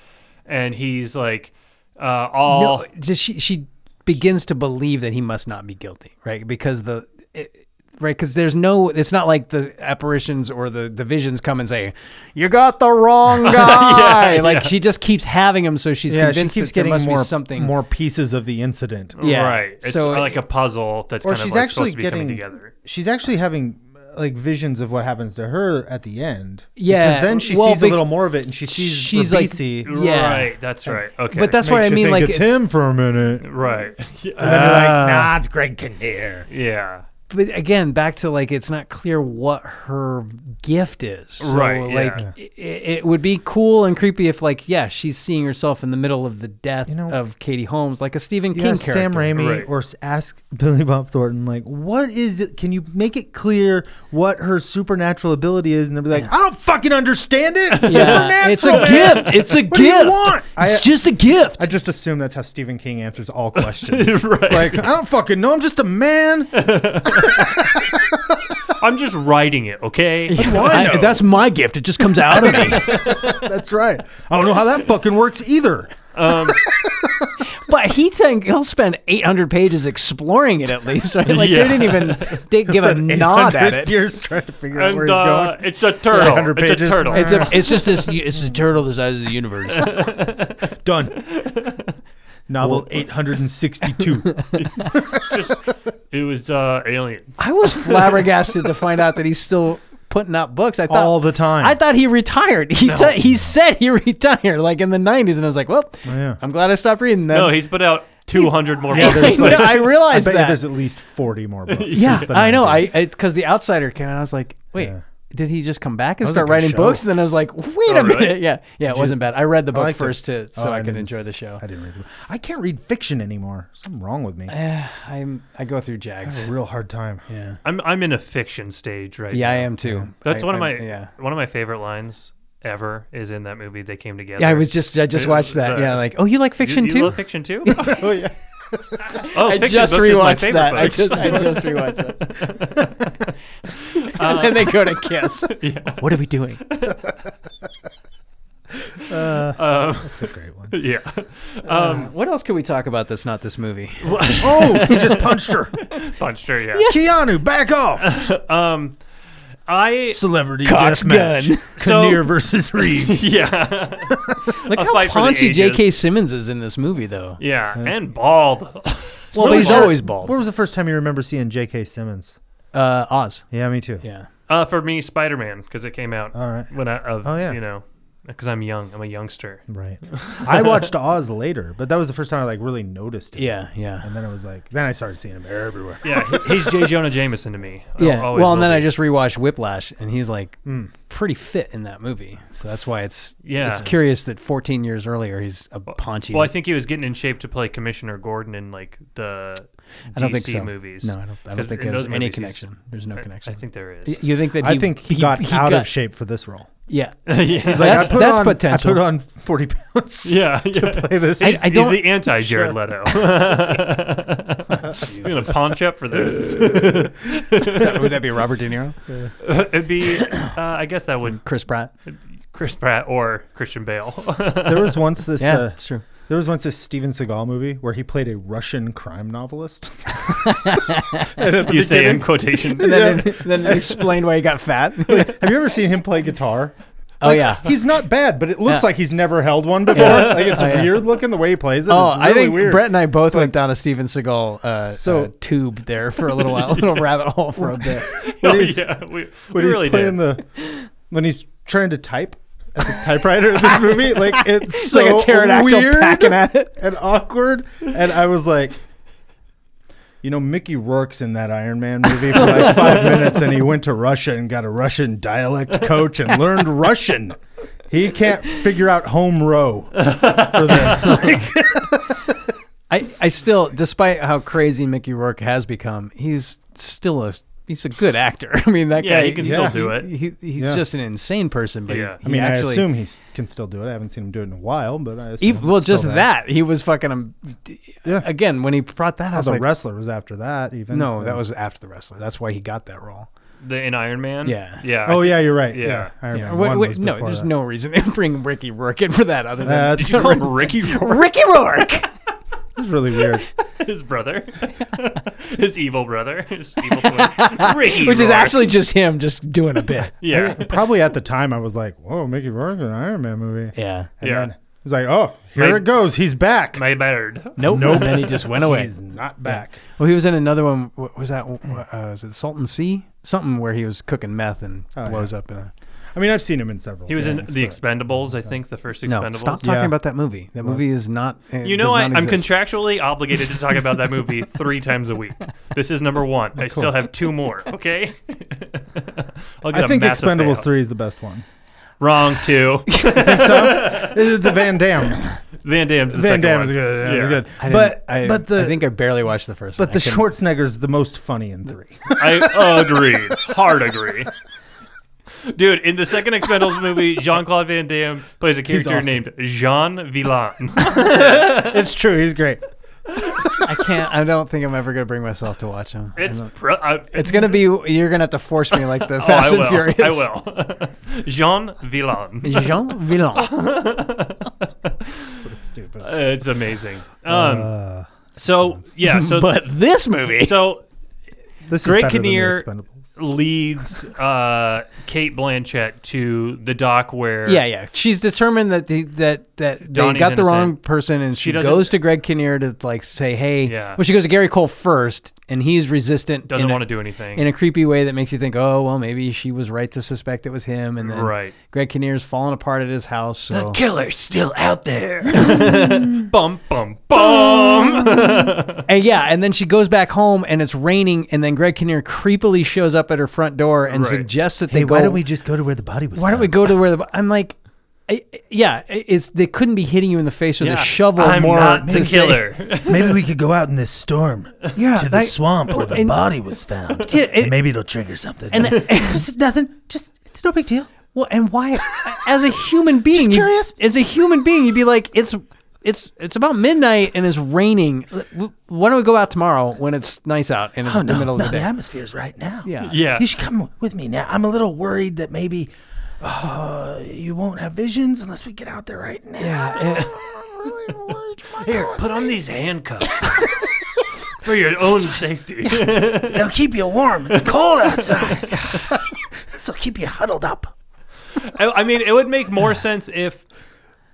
[SPEAKER 3] and he's like uh, all
[SPEAKER 4] no, does she she begins to believe that he must not be guilty, right? Because the it, right because there's no it's not like the apparitions or the the visions come and say you got the wrong guy like
[SPEAKER 3] yeah.
[SPEAKER 4] she just keeps having him so she's
[SPEAKER 5] Yeah, she
[SPEAKER 4] convinced
[SPEAKER 5] keeps
[SPEAKER 4] that there
[SPEAKER 5] getting
[SPEAKER 4] must
[SPEAKER 5] more
[SPEAKER 4] be something
[SPEAKER 5] more pieces of the incident.
[SPEAKER 4] yeah
[SPEAKER 3] Right. It's
[SPEAKER 4] so
[SPEAKER 3] like a puzzle that's
[SPEAKER 5] Or
[SPEAKER 3] kind
[SPEAKER 5] she's
[SPEAKER 3] of like supposed
[SPEAKER 5] actually
[SPEAKER 3] to be
[SPEAKER 5] getting
[SPEAKER 3] coming together.
[SPEAKER 5] She's actually having uh, like visions of what happens to her at the end.
[SPEAKER 4] Yeah,
[SPEAKER 5] because then she
[SPEAKER 4] well,
[SPEAKER 5] sees a
[SPEAKER 4] bec-
[SPEAKER 5] little more of it, and she sees
[SPEAKER 4] she's like-
[SPEAKER 5] Rabisi.
[SPEAKER 4] Yeah.
[SPEAKER 3] Right. That's right. Okay.
[SPEAKER 4] but that's what i
[SPEAKER 5] Makes you
[SPEAKER 4] mean like
[SPEAKER 5] think it's, him for a minute.
[SPEAKER 3] right.
[SPEAKER 5] And then you're
[SPEAKER 3] Ah,
[SPEAKER 5] like, nah, it's Greg Kinnear.
[SPEAKER 3] yeah.
[SPEAKER 4] but again back to like it's not clear what her gift is so,
[SPEAKER 3] Right,
[SPEAKER 4] like
[SPEAKER 3] yeah.
[SPEAKER 4] it, it would be cool and creepy if like yeah she's seeing herself in the middle of the death
[SPEAKER 5] You know-
[SPEAKER 4] of katie holmes like a stephen
[SPEAKER 5] You
[SPEAKER 4] king
[SPEAKER 5] ask
[SPEAKER 4] character
[SPEAKER 5] Sam Raimi
[SPEAKER 3] Right.
[SPEAKER 5] or s- ask Billy Bob Thornton, like, what is it? Can you make it clear what her supernatural ability is? And they'll be like, I don't fucking understand it. It's
[SPEAKER 4] yeah,
[SPEAKER 5] supernatural.
[SPEAKER 4] it's a
[SPEAKER 5] man."
[SPEAKER 4] gift. It's a gift.
[SPEAKER 5] do you want?
[SPEAKER 4] It's
[SPEAKER 5] I- uh,
[SPEAKER 4] just a gift.
[SPEAKER 5] I just assume that's how Stephen King answers all questions.
[SPEAKER 3] Right.
[SPEAKER 5] Like, I don't fucking know. I'm just a man.
[SPEAKER 3] I'm just writing it. Okay.
[SPEAKER 5] I know?
[SPEAKER 4] that's my gift. It just comes out of me.
[SPEAKER 5] That's right. I don't know how that fucking works either.
[SPEAKER 4] But he think he'll spend 800 pages exploring it at least. Right? Like
[SPEAKER 3] Yeah.
[SPEAKER 4] they didn't even they give a
[SPEAKER 5] Spent
[SPEAKER 4] nod at
[SPEAKER 5] 800
[SPEAKER 4] it.
[SPEAKER 5] Years trying to figure out where
[SPEAKER 3] And
[SPEAKER 5] he's
[SPEAKER 3] uh,
[SPEAKER 5] going.
[SPEAKER 3] it's a turtle.
[SPEAKER 5] 100
[SPEAKER 3] It's a
[SPEAKER 5] pages.
[SPEAKER 3] turtle.
[SPEAKER 4] It's a, it's just this. It's a turtle the size of the universe.
[SPEAKER 5] Done. Novel 862.
[SPEAKER 3] just it was uh aliens.
[SPEAKER 4] I was flabbergasted to find out that he's still putting out books. I thought
[SPEAKER 5] All the time.
[SPEAKER 4] I thought he retired. He t- he said he retired like in the 90s, and I was like, well,
[SPEAKER 5] yeah.
[SPEAKER 4] I'm glad I stopped reading that.
[SPEAKER 3] No, he's put out 200 more
[SPEAKER 5] Yeah,
[SPEAKER 3] books.
[SPEAKER 5] there's
[SPEAKER 4] I,
[SPEAKER 5] like-
[SPEAKER 4] know, I
[SPEAKER 5] I
[SPEAKER 4] realized
[SPEAKER 5] bet you
[SPEAKER 4] that.
[SPEAKER 5] there's at least 40 more books.
[SPEAKER 4] Yeah,
[SPEAKER 5] since the
[SPEAKER 4] I know.
[SPEAKER 5] 90s.
[SPEAKER 4] I because the Outsider came out, I was like, wait,
[SPEAKER 5] Yeah.
[SPEAKER 4] did he just come back and
[SPEAKER 5] was a
[SPEAKER 4] start
[SPEAKER 5] good
[SPEAKER 4] writing
[SPEAKER 5] show.
[SPEAKER 4] books? And then I was like, wait a
[SPEAKER 3] really?
[SPEAKER 4] minute, yeah, yeah, it wasn't bad. I read the
[SPEAKER 5] I
[SPEAKER 4] book
[SPEAKER 5] liked it.
[SPEAKER 4] first to so
[SPEAKER 5] Oh,
[SPEAKER 4] I could
[SPEAKER 5] didn't-
[SPEAKER 4] enjoy the show.
[SPEAKER 5] I didn't read. the book. I can't read fiction anymore. Something wrong with me. I
[SPEAKER 4] Eh, I'm I Oh, go through jags.
[SPEAKER 5] have a real hard time.
[SPEAKER 4] Yeah,
[SPEAKER 3] I'm I'm in a fiction stage right
[SPEAKER 4] yeah,
[SPEAKER 3] now.
[SPEAKER 4] I am too.
[SPEAKER 3] That's
[SPEAKER 5] I-
[SPEAKER 3] one of
[SPEAKER 5] I-
[SPEAKER 3] my
[SPEAKER 4] yeah.
[SPEAKER 3] one of my favorite lines ever is in that movie they came together.
[SPEAKER 4] Yeah, I was just I just
[SPEAKER 3] Yeah,
[SPEAKER 4] watched that.
[SPEAKER 3] the-
[SPEAKER 4] Yeah, like oh, you like
[SPEAKER 3] You-
[SPEAKER 4] fiction
[SPEAKER 3] you
[SPEAKER 4] too?
[SPEAKER 3] love fiction too?
[SPEAKER 5] Oh yeah.
[SPEAKER 3] Oh,
[SPEAKER 4] I
[SPEAKER 3] fiction
[SPEAKER 4] just
[SPEAKER 3] books is my
[SPEAKER 4] rewatched
[SPEAKER 3] favorite
[SPEAKER 4] that. I
[SPEAKER 3] books.
[SPEAKER 4] just I just rewatched that. and then they go
[SPEAKER 3] Uh,
[SPEAKER 4] to kiss. What are we doing?
[SPEAKER 5] That's a great one.
[SPEAKER 3] Um, yeah. Um,
[SPEAKER 4] What else could we talk about that's not this movie?
[SPEAKER 5] oh, he just punched her.
[SPEAKER 3] Punched her, yeah.
[SPEAKER 5] Keanu, back off.
[SPEAKER 3] Um I
[SPEAKER 5] Celebrity
[SPEAKER 4] Cock's
[SPEAKER 5] deathmatch.
[SPEAKER 4] gun.
[SPEAKER 3] So-
[SPEAKER 5] Kinnear versus Reeves.
[SPEAKER 3] yeah.
[SPEAKER 4] Look
[SPEAKER 3] A
[SPEAKER 4] how
[SPEAKER 3] fight for the
[SPEAKER 4] paunchy
[SPEAKER 3] ages.
[SPEAKER 4] J.K. Simmons is in this movie, though.
[SPEAKER 3] Yeah, and bald.
[SPEAKER 4] Well,
[SPEAKER 5] So
[SPEAKER 4] but he's
[SPEAKER 5] far-
[SPEAKER 4] always bald.
[SPEAKER 5] Where was the first time you remember seeing J.K. Simmons?
[SPEAKER 4] Uh, Oz.
[SPEAKER 5] Yeah, me too.
[SPEAKER 4] Yeah.
[SPEAKER 3] Uh, for me, Spider Man, because it came out
[SPEAKER 5] All right.
[SPEAKER 3] when I of
[SPEAKER 5] Oh, yeah.
[SPEAKER 3] you know because I'm young. I'm a youngster.
[SPEAKER 5] Right. I watched Oz later, but that was the first time I like really noticed it.
[SPEAKER 4] Yeah. Yeah.
[SPEAKER 5] And then it was like, then I started seeing him everywhere.
[SPEAKER 3] Yeah, he- he's J. Jonah Jameson to me. Al-
[SPEAKER 4] Yeah.
[SPEAKER 3] always
[SPEAKER 4] Well, and
[SPEAKER 3] will
[SPEAKER 4] then I
[SPEAKER 3] be.
[SPEAKER 4] just rewatched Whiplash, and he's like pretty fit in that movie. So that's why it's
[SPEAKER 3] Yeah.
[SPEAKER 4] It's curious that 14 years earlier he's a paunchy.
[SPEAKER 3] Well, I think he was getting in shape to play Commissioner Gordon in like the DC
[SPEAKER 4] I don't think so.
[SPEAKER 3] movies.
[SPEAKER 4] No, I don't. I
[SPEAKER 3] 'Cause
[SPEAKER 4] don't think
[SPEAKER 3] in
[SPEAKER 4] there's
[SPEAKER 3] those
[SPEAKER 4] any
[SPEAKER 3] movies, he's-
[SPEAKER 4] connection. There's no connection.
[SPEAKER 3] I think there is.
[SPEAKER 4] Y- you think that he,
[SPEAKER 5] I think he, got out of shape for this role.
[SPEAKER 4] Yeah.
[SPEAKER 3] yeah,
[SPEAKER 5] Like,
[SPEAKER 4] that's
[SPEAKER 5] I put
[SPEAKER 4] that's
[SPEAKER 5] on,
[SPEAKER 4] potential.
[SPEAKER 5] I put on 40 pounds.
[SPEAKER 3] yeah, yeah.
[SPEAKER 5] Play this.
[SPEAKER 4] I-
[SPEAKER 3] he's
[SPEAKER 4] don't-
[SPEAKER 3] the anti Jared Leto. I'm gonna paunch up for this.
[SPEAKER 4] would that be Robert De Niro?
[SPEAKER 3] It'd be, uh, I guess that would
[SPEAKER 4] Chris Pratt.
[SPEAKER 3] Chris Pratt or Christian Bale.
[SPEAKER 5] there was once this.
[SPEAKER 4] Yeah,
[SPEAKER 5] uh,
[SPEAKER 4] it's true.
[SPEAKER 5] There was once this Steven Seagal movie where he played a Russian crime novelist. And at the
[SPEAKER 3] you say in
[SPEAKER 5] beginning-
[SPEAKER 3] quotation.
[SPEAKER 4] Then, it- then it explained why he got fat.
[SPEAKER 5] Have you ever seen him play guitar?
[SPEAKER 4] Oh,
[SPEAKER 5] Like,
[SPEAKER 4] yeah.
[SPEAKER 5] he's not bad, but it looks
[SPEAKER 4] Yeah.
[SPEAKER 5] like he's never held one before.
[SPEAKER 4] Yeah.
[SPEAKER 5] Like it's
[SPEAKER 4] Oh, yeah.
[SPEAKER 5] weird looking the way he plays it.
[SPEAKER 4] Oh,
[SPEAKER 5] it's really
[SPEAKER 4] I think
[SPEAKER 5] weird.
[SPEAKER 4] Brett and I both went down a Steven Seagal uh,
[SPEAKER 5] So-
[SPEAKER 4] uh, tube there for a little while, a little rabbit hole for a bit.
[SPEAKER 5] When
[SPEAKER 3] Oh,
[SPEAKER 5] he's-
[SPEAKER 3] yeah, we, we
[SPEAKER 5] when he's
[SPEAKER 3] really
[SPEAKER 5] playing
[SPEAKER 3] did.
[SPEAKER 5] the when he's trying to type at the typewriter in this movie, like it's
[SPEAKER 4] It's
[SPEAKER 5] so
[SPEAKER 4] like a pterodactyl
[SPEAKER 5] weird
[SPEAKER 4] packing at it.
[SPEAKER 5] and awkward. And I was like, you know, Mickey Rourke's in that Iron Man movie for like five minutes, and he went to Russia and got a Russian dialect coach and learned Russian. He can't figure out home row for this. Like,
[SPEAKER 4] I, I still, despite how crazy Mickey Rourke has become, he's still a he's a good actor. I mean, that
[SPEAKER 3] Yeah,
[SPEAKER 4] guy
[SPEAKER 3] he can still
[SPEAKER 5] yeah.
[SPEAKER 3] do it.
[SPEAKER 4] He, he- he's
[SPEAKER 5] Yeah.
[SPEAKER 4] just an insane person, but he-
[SPEAKER 3] Yeah. I
[SPEAKER 4] he,
[SPEAKER 5] I mean,
[SPEAKER 4] actually,
[SPEAKER 5] I assume he s- can still do it. I haven't seen him do it in a while, but I assume
[SPEAKER 4] even,
[SPEAKER 5] he's
[SPEAKER 4] well,
[SPEAKER 5] still
[SPEAKER 4] just
[SPEAKER 5] there.
[SPEAKER 4] that he was fucking. Um,
[SPEAKER 5] Yeah.
[SPEAKER 4] Again, when he brought that, I
[SPEAKER 5] Oh,
[SPEAKER 4] was
[SPEAKER 5] the
[SPEAKER 4] like,
[SPEAKER 5] wrestler was after that. Even
[SPEAKER 4] no, that
[SPEAKER 5] Yeah.
[SPEAKER 4] was after the wrestler. That's why he got that role.
[SPEAKER 3] The in Iron Man.
[SPEAKER 4] Yeah.
[SPEAKER 3] Yeah.
[SPEAKER 5] Oh yeah, you're right.
[SPEAKER 3] Yeah.
[SPEAKER 5] Yeah, Iron Man.
[SPEAKER 4] Wait,
[SPEAKER 5] One
[SPEAKER 4] wait,
[SPEAKER 5] was
[SPEAKER 4] no,
[SPEAKER 5] before
[SPEAKER 4] there's
[SPEAKER 5] that.
[SPEAKER 4] no reason to bring Ricky Rourke in for that other than
[SPEAKER 5] That's
[SPEAKER 3] Did you call him Ricky Rourke?
[SPEAKER 4] Ricky Rourke.
[SPEAKER 5] It's really weird.
[SPEAKER 3] his brother, his evil brother, his evil twin, Ricky,
[SPEAKER 4] Which is
[SPEAKER 3] Rourke.
[SPEAKER 4] actually just him just doing a bit.
[SPEAKER 3] yeah.
[SPEAKER 5] Probably at the time, I was like, "Whoa, Mickey Rourke in an Iron Man movie."
[SPEAKER 4] Yeah.
[SPEAKER 5] And
[SPEAKER 3] Yeah.
[SPEAKER 5] then it was like, "Oh, here
[SPEAKER 3] My-
[SPEAKER 5] it goes. He's back.
[SPEAKER 3] My bird.
[SPEAKER 4] Nope. nope. And then he just went away.
[SPEAKER 5] He's not back."
[SPEAKER 4] Well, he was in another one. What was that? Uh, was it Salton Sea? Something where he was cooking meth and
[SPEAKER 5] Oh,
[SPEAKER 4] blows up in a.
[SPEAKER 5] I mean, I've seen him in several.
[SPEAKER 3] He was in
[SPEAKER 5] things,
[SPEAKER 3] the
[SPEAKER 5] but-
[SPEAKER 3] Expendables, I think, the first
[SPEAKER 4] No,
[SPEAKER 3] Expendables.
[SPEAKER 4] stop talking
[SPEAKER 5] Yeah.
[SPEAKER 4] about that movie. That movie is not. it
[SPEAKER 3] You know,
[SPEAKER 4] does
[SPEAKER 3] I,
[SPEAKER 4] not
[SPEAKER 3] I'm
[SPEAKER 4] exist.
[SPEAKER 3] contractually obligated to talk about that movie three times a week. This is number one. I still have two more. Okay. I'll get
[SPEAKER 5] I
[SPEAKER 3] a
[SPEAKER 5] think
[SPEAKER 3] massive
[SPEAKER 5] Expendables
[SPEAKER 3] payout.
[SPEAKER 5] three is the best one.
[SPEAKER 3] Wrong two.
[SPEAKER 5] This is the Van Damme.
[SPEAKER 3] Van Damme's the second
[SPEAKER 5] Van Damme
[SPEAKER 3] one.
[SPEAKER 5] is good. Yeah, it's good.
[SPEAKER 4] I didn't-
[SPEAKER 5] but
[SPEAKER 4] I,
[SPEAKER 5] but the
[SPEAKER 4] I think I barely watched the first.
[SPEAKER 5] but
[SPEAKER 4] one.
[SPEAKER 5] the
[SPEAKER 4] I couldn't-
[SPEAKER 5] Schwarzenegger's the most funny in three.
[SPEAKER 3] I agree. Hard agree. Dude, in the second Expendables movie, Jean Claude Van Damme plays a character
[SPEAKER 5] awesome.
[SPEAKER 3] named Jean Villan.
[SPEAKER 5] it's true. He's great.
[SPEAKER 4] I can't. I don't think I'm ever gonna bring myself to watch him.
[SPEAKER 3] It's pro- I,
[SPEAKER 4] It's gonna be. You're gonna have to force me like the
[SPEAKER 3] oh,
[SPEAKER 4] Fast
[SPEAKER 3] I will.
[SPEAKER 4] and Furious.
[SPEAKER 3] I will. Jean Villan.
[SPEAKER 4] Jean Villon.
[SPEAKER 5] Stupid.
[SPEAKER 3] Uh, It's amazing. Um,
[SPEAKER 5] Uh,
[SPEAKER 3] so yeah, so
[SPEAKER 4] but this movie.
[SPEAKER 3] so
[SPEAKER 5] this
[SPEAKER 3] Greg
[SPEAKER 5] is better
[SPEAKER 3] Kinnear-
[SPEAKER 5] Than the Expendables.
[SPEAKER 3] leads uh, Kate Blanchett to the dock where
[SPEAKER 4] yeah, yeah. She's determined that the, that that they
[SPEAKER 3] Donnie's
[SPEAKER 4] got the wrong
[SPEAKER 3] innocent.
[SPEAKER 4] person, and she,
[SPEAKER 3] doesn't-
[SPEAKER 4] goes to Greg Kinnear to like say, "Hey."
[SPEAKER 3] Yeah.
[SPEAKER 4] Well, she goes to Gary Cole first, and he's resistant.
[SPEAKER 3] doesn't
[SPEAKER 4] in a-
[SPEAKER 3] want to do anything.
[SPEAKER 4] in a creepy way that makes you think, "Oh, well, maybe she was right to suspect it was him." And then
[SPEAKER 3] Right.
[SPEAKER 4] Greg Kinnear's falling apart at his house. So.
[SPEAKER 3] killer's still out there. bum bum bum.
[SPEAKER 4] And yeah, and then she goes back home and it's raining, and then Greg Kinnear creepily shows up at her front door and
[SPEAKER 3] Right.
[SPEAKER 4] suggests that
[SPEAKER 5] Hey,
[SPEAKER 4] they go.
[SPEAKER 5] why don't we just go to where the body was?
[SPEAKER 4] Why don't we go to where the? I'm like, I, I- yeah, i- it's they couldn't be hitting you in the face with
[SPEAKER 3] Yeah.
[SPEAKER 4] a shovel
[SPEAKER 3] I'm
[SPEAKER 4] more
[SPEAKER 3] not
[SPEAKER 4] to
[SPEAKER 3] the
[SPEAKER 4] say-
[SPEAKER 3] killer.
[SPEAKER 1] Maybe we could go out in this storm
[SPEAKER 4] yeah,
[SPEAKER 1] to the
[SPEAKER 4] that-
[SPEAKER 1] swamp where the
[SPEAKER 4] and-
[SPEAKER 1] body was found.
[SPEAKER 4] Yeah, it-
[SPEAKER 1] and maybe it'll trigger something.
[SPEAKER 4] And
[SPEAKER 1] It's nothing. Just it's no big deal.
[SPEAKER 4] well, and why? As a human being, you-
[SPEAKER 1] curious.
[SPEAKER 4] as a human being, you'd be like, it's. It's it's about midnight and it's raining. W- Why don't we go out tomorrow when it's nice out and it's
[SPEAKER 1] Oh
[SPEAKER 4] the
[SPEAKER 1] no,
[SPEAKER 4] middle
[SPEAKER 1] no,
[SPEAKER 4] of the
[SPEAKER 1] the
[SPEAKER 4] day?
[SPEAKER 1] atmosphere's right now.
[SPEAKER 4] Yeah.
[SPEAKER 3] Yeah.
[SPEAKER 1] You should come with me now. I'm a little worried that maybe uh, you won't have visions unless we get out there right now.
[SPEAKER 4] Yeah,
[SPEAKER 3] Here, put on these handcuffs for your own safety.
[SPEAKER 1] They'll keep you warm. It's cold outside. so keep you huddled up.
[SPEAKER 3] I, I mean, it would make more sense if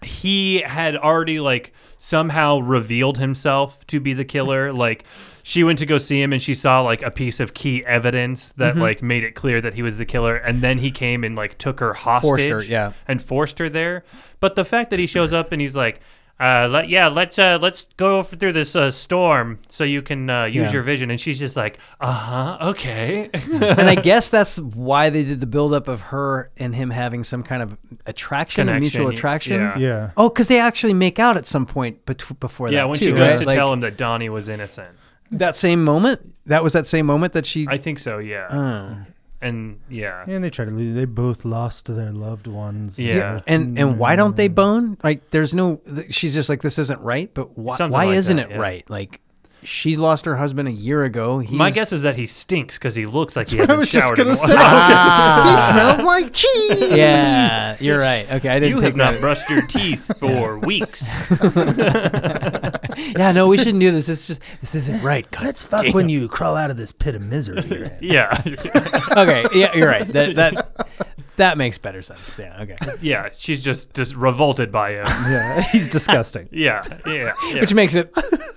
[SPEAKER 3] he had already like somehow revealed himself to be the killer. Like she went to go see him and she saw like a piece of key evidence that
[SPEAKER 4] Mm-hmm.
[SPEAKER 3] like made it clear that he was the killer. And then he came and like took her hostage,
[SPEAKER 4] her, yeah.
[SPEAKER 3] and forced her there. But the fact that he shows up and he's like. Uh, let, yeah, let's uh, let's go f- through this uh, storm so you can uh, use
[SPEAKER 4] Yeah.
[SPEAKER 3] your vision. And she's just like, uh huh, okay.
[SPEAKER 4] and I guess that's why they did the buildup of her and him having some kind of attraction, and mutual attraction.
[SPEAKER 3] Connection, yeah.
[SPEAKER 5] Yeah.
[SPEAKER 4] Oh, because they actually make out at some point bet- before that.
[SPEAKER 3] yeah, when
[SPEAKER 4] too,
[SPEAKER 3] she goes
[SPEAKER 4] right?
[SPEAKER 3] to
[SPEAKER 4] Like,
[SPEAKER 3] tell him that Donnie was innocent.
[SPEAKER 4] that same moment. That was that same moment that she.
[SPEAKER 3] I think so, yeah.
[SPEAKER 4] Oh.
[SPEAKER 3] and yeah.
[SPEAKER 5] And they try to leave. They both lost their loved ones.
[SPEAKER 3] Yeah. Yeah.
[SPEAKER 4] and and why don't they bone? Like, there's no. th- She's just like, this isn't right. But why?
[SPEAKER 3] Something
[SPEAKER 4] why
[SPEAKER 3] like
[SPEAKER 4] isn't
[SPEAKER 3] that,
[SPEAKER 4] it
[SPEAKER 3] yeah.
[SPEAKER 4] right? Like, she lost her husband a year ago. He's,
[SPEAKER 3] My guess is that he stinks because he looks like he
[SPEAKER 5] I
[SPEAKER 3] hasn't
[SPEAKER 5] was just
[SPEAKER 3] showered.
[SPEAKER 5] gonna
[SPEAKER 3] in a
[SPEAKER 5] say.
[SPEAKER 3] while.
[SPEAKER 1] Ah.
[SPEAKER 5] he smells like cheese.
[SPEAKER 4] Ah. Yeah, you're right. Okay, I didn't
[SPEAKER 3] you
[SPEAKER 4] think
[SPEAKER 3] have not
[SPEAKER 4] that.
[SPEAKER 3] brushed your teeth for weeks.
[SPEAKER 4] yeah, no, we shouldn't do this. It's just this isn't right. God
[SPEAKER 1] Let's fuck when you crawl out of this pit of misery you're in.
[SPEAKER 3] Yeah,
[SPEAKER 4] okay, yeah, you're right. That that that makes better sense. Yeah, okay.
[SPEAKER 3] yeah. She's just just revolted by him.
[SPEAKER 5] Yeah, he's disgusting.
[SPEAKER 3] Yeah, yeah. yeah.
[SPEAKER 4] Which makes it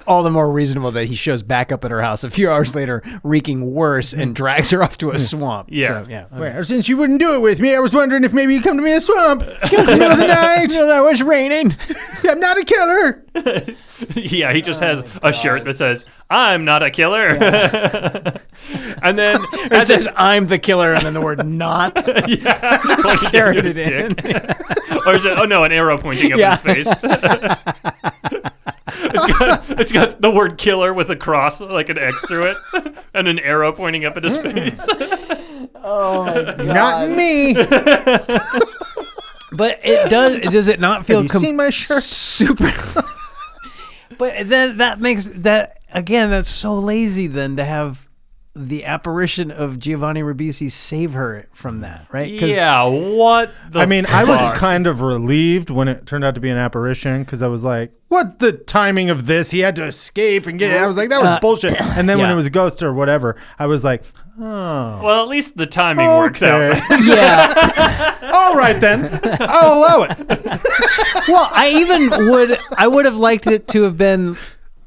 [SPEAKER 4] all the more reasonable that he shows back up at her house a few hours later, reeking worse, and drags her off to a swamp.
[SPEAKER 3] Yeah.
[SPEAKER 4] so, yeah. okay.
[SPEAKER 5] Well, uh, since you wouldn't do it with me, I was wondering if maybe you'd come to me in a swamp. Come to me in the night.
[SPEAKER 4] You know, that was raining.
[SPEAKER 5] I'm not a killer.
[SPEAKER 3] yeah, he just has a shirt that says "I'm not a killer," and then
[SPEAKER 4] It
[SPEAKER 3] as
[SPEAKER 4] says I'm the killer, and then the word "not"
[SPEAKER 3] yeah, pointing down
[SPEAKER 4] carried
[SPEAKER 3] his
[SPEAKER 4] it in.
[SPEAKER 3] dick. or is it? Oh no, an arrow pointing up
[SPEAKER 4] Yeah.
[SPEAKER 3] in his face. it's got it's got the word "killer" with a cross, like an X through it, and an arrow pointing up at his face.
[SPEAKER 4] Oh my god!
[SPEAKER 5] Not me. Have
[SPEAKER 4] But it does. Does it not feel
[SPEAKER 5] you
[SPEAKER 4] com-
[SPEAKER 5] seen my shirt?
[SPEAKER 4] super? but then that makes that again. That's so lazy. Then to have the apparition of Giovanni Ribisi save her from that, right? 'Cause-
[SPEAKER 3] Yeah, what the
[SPEAKER 5] I mean, I was
[SPEAKER 3] fuck?
[SPEAKER 5] kind of relieved when it turned out to be an apparition because I was like, "What the timing of this? He had to escape and get." I was like, "That was
[SPEAKER 4] Uh,
[SPEAKER 5] bullshit." And then when
[SPEAKER 4] yeah.
[SPEAKER 5] it was a ghost or whatever, I was like, "Oh,
[SPEAKER 3] Well, at least the timing works
[SPEAKER 5] okay.
[SPEAKER 3] out.
[SPEAKER 4] yeah.
[SPEAKER 5] all right then, I'll allow it."
[SPEAKER 4] well, I even would I would have liked it to have been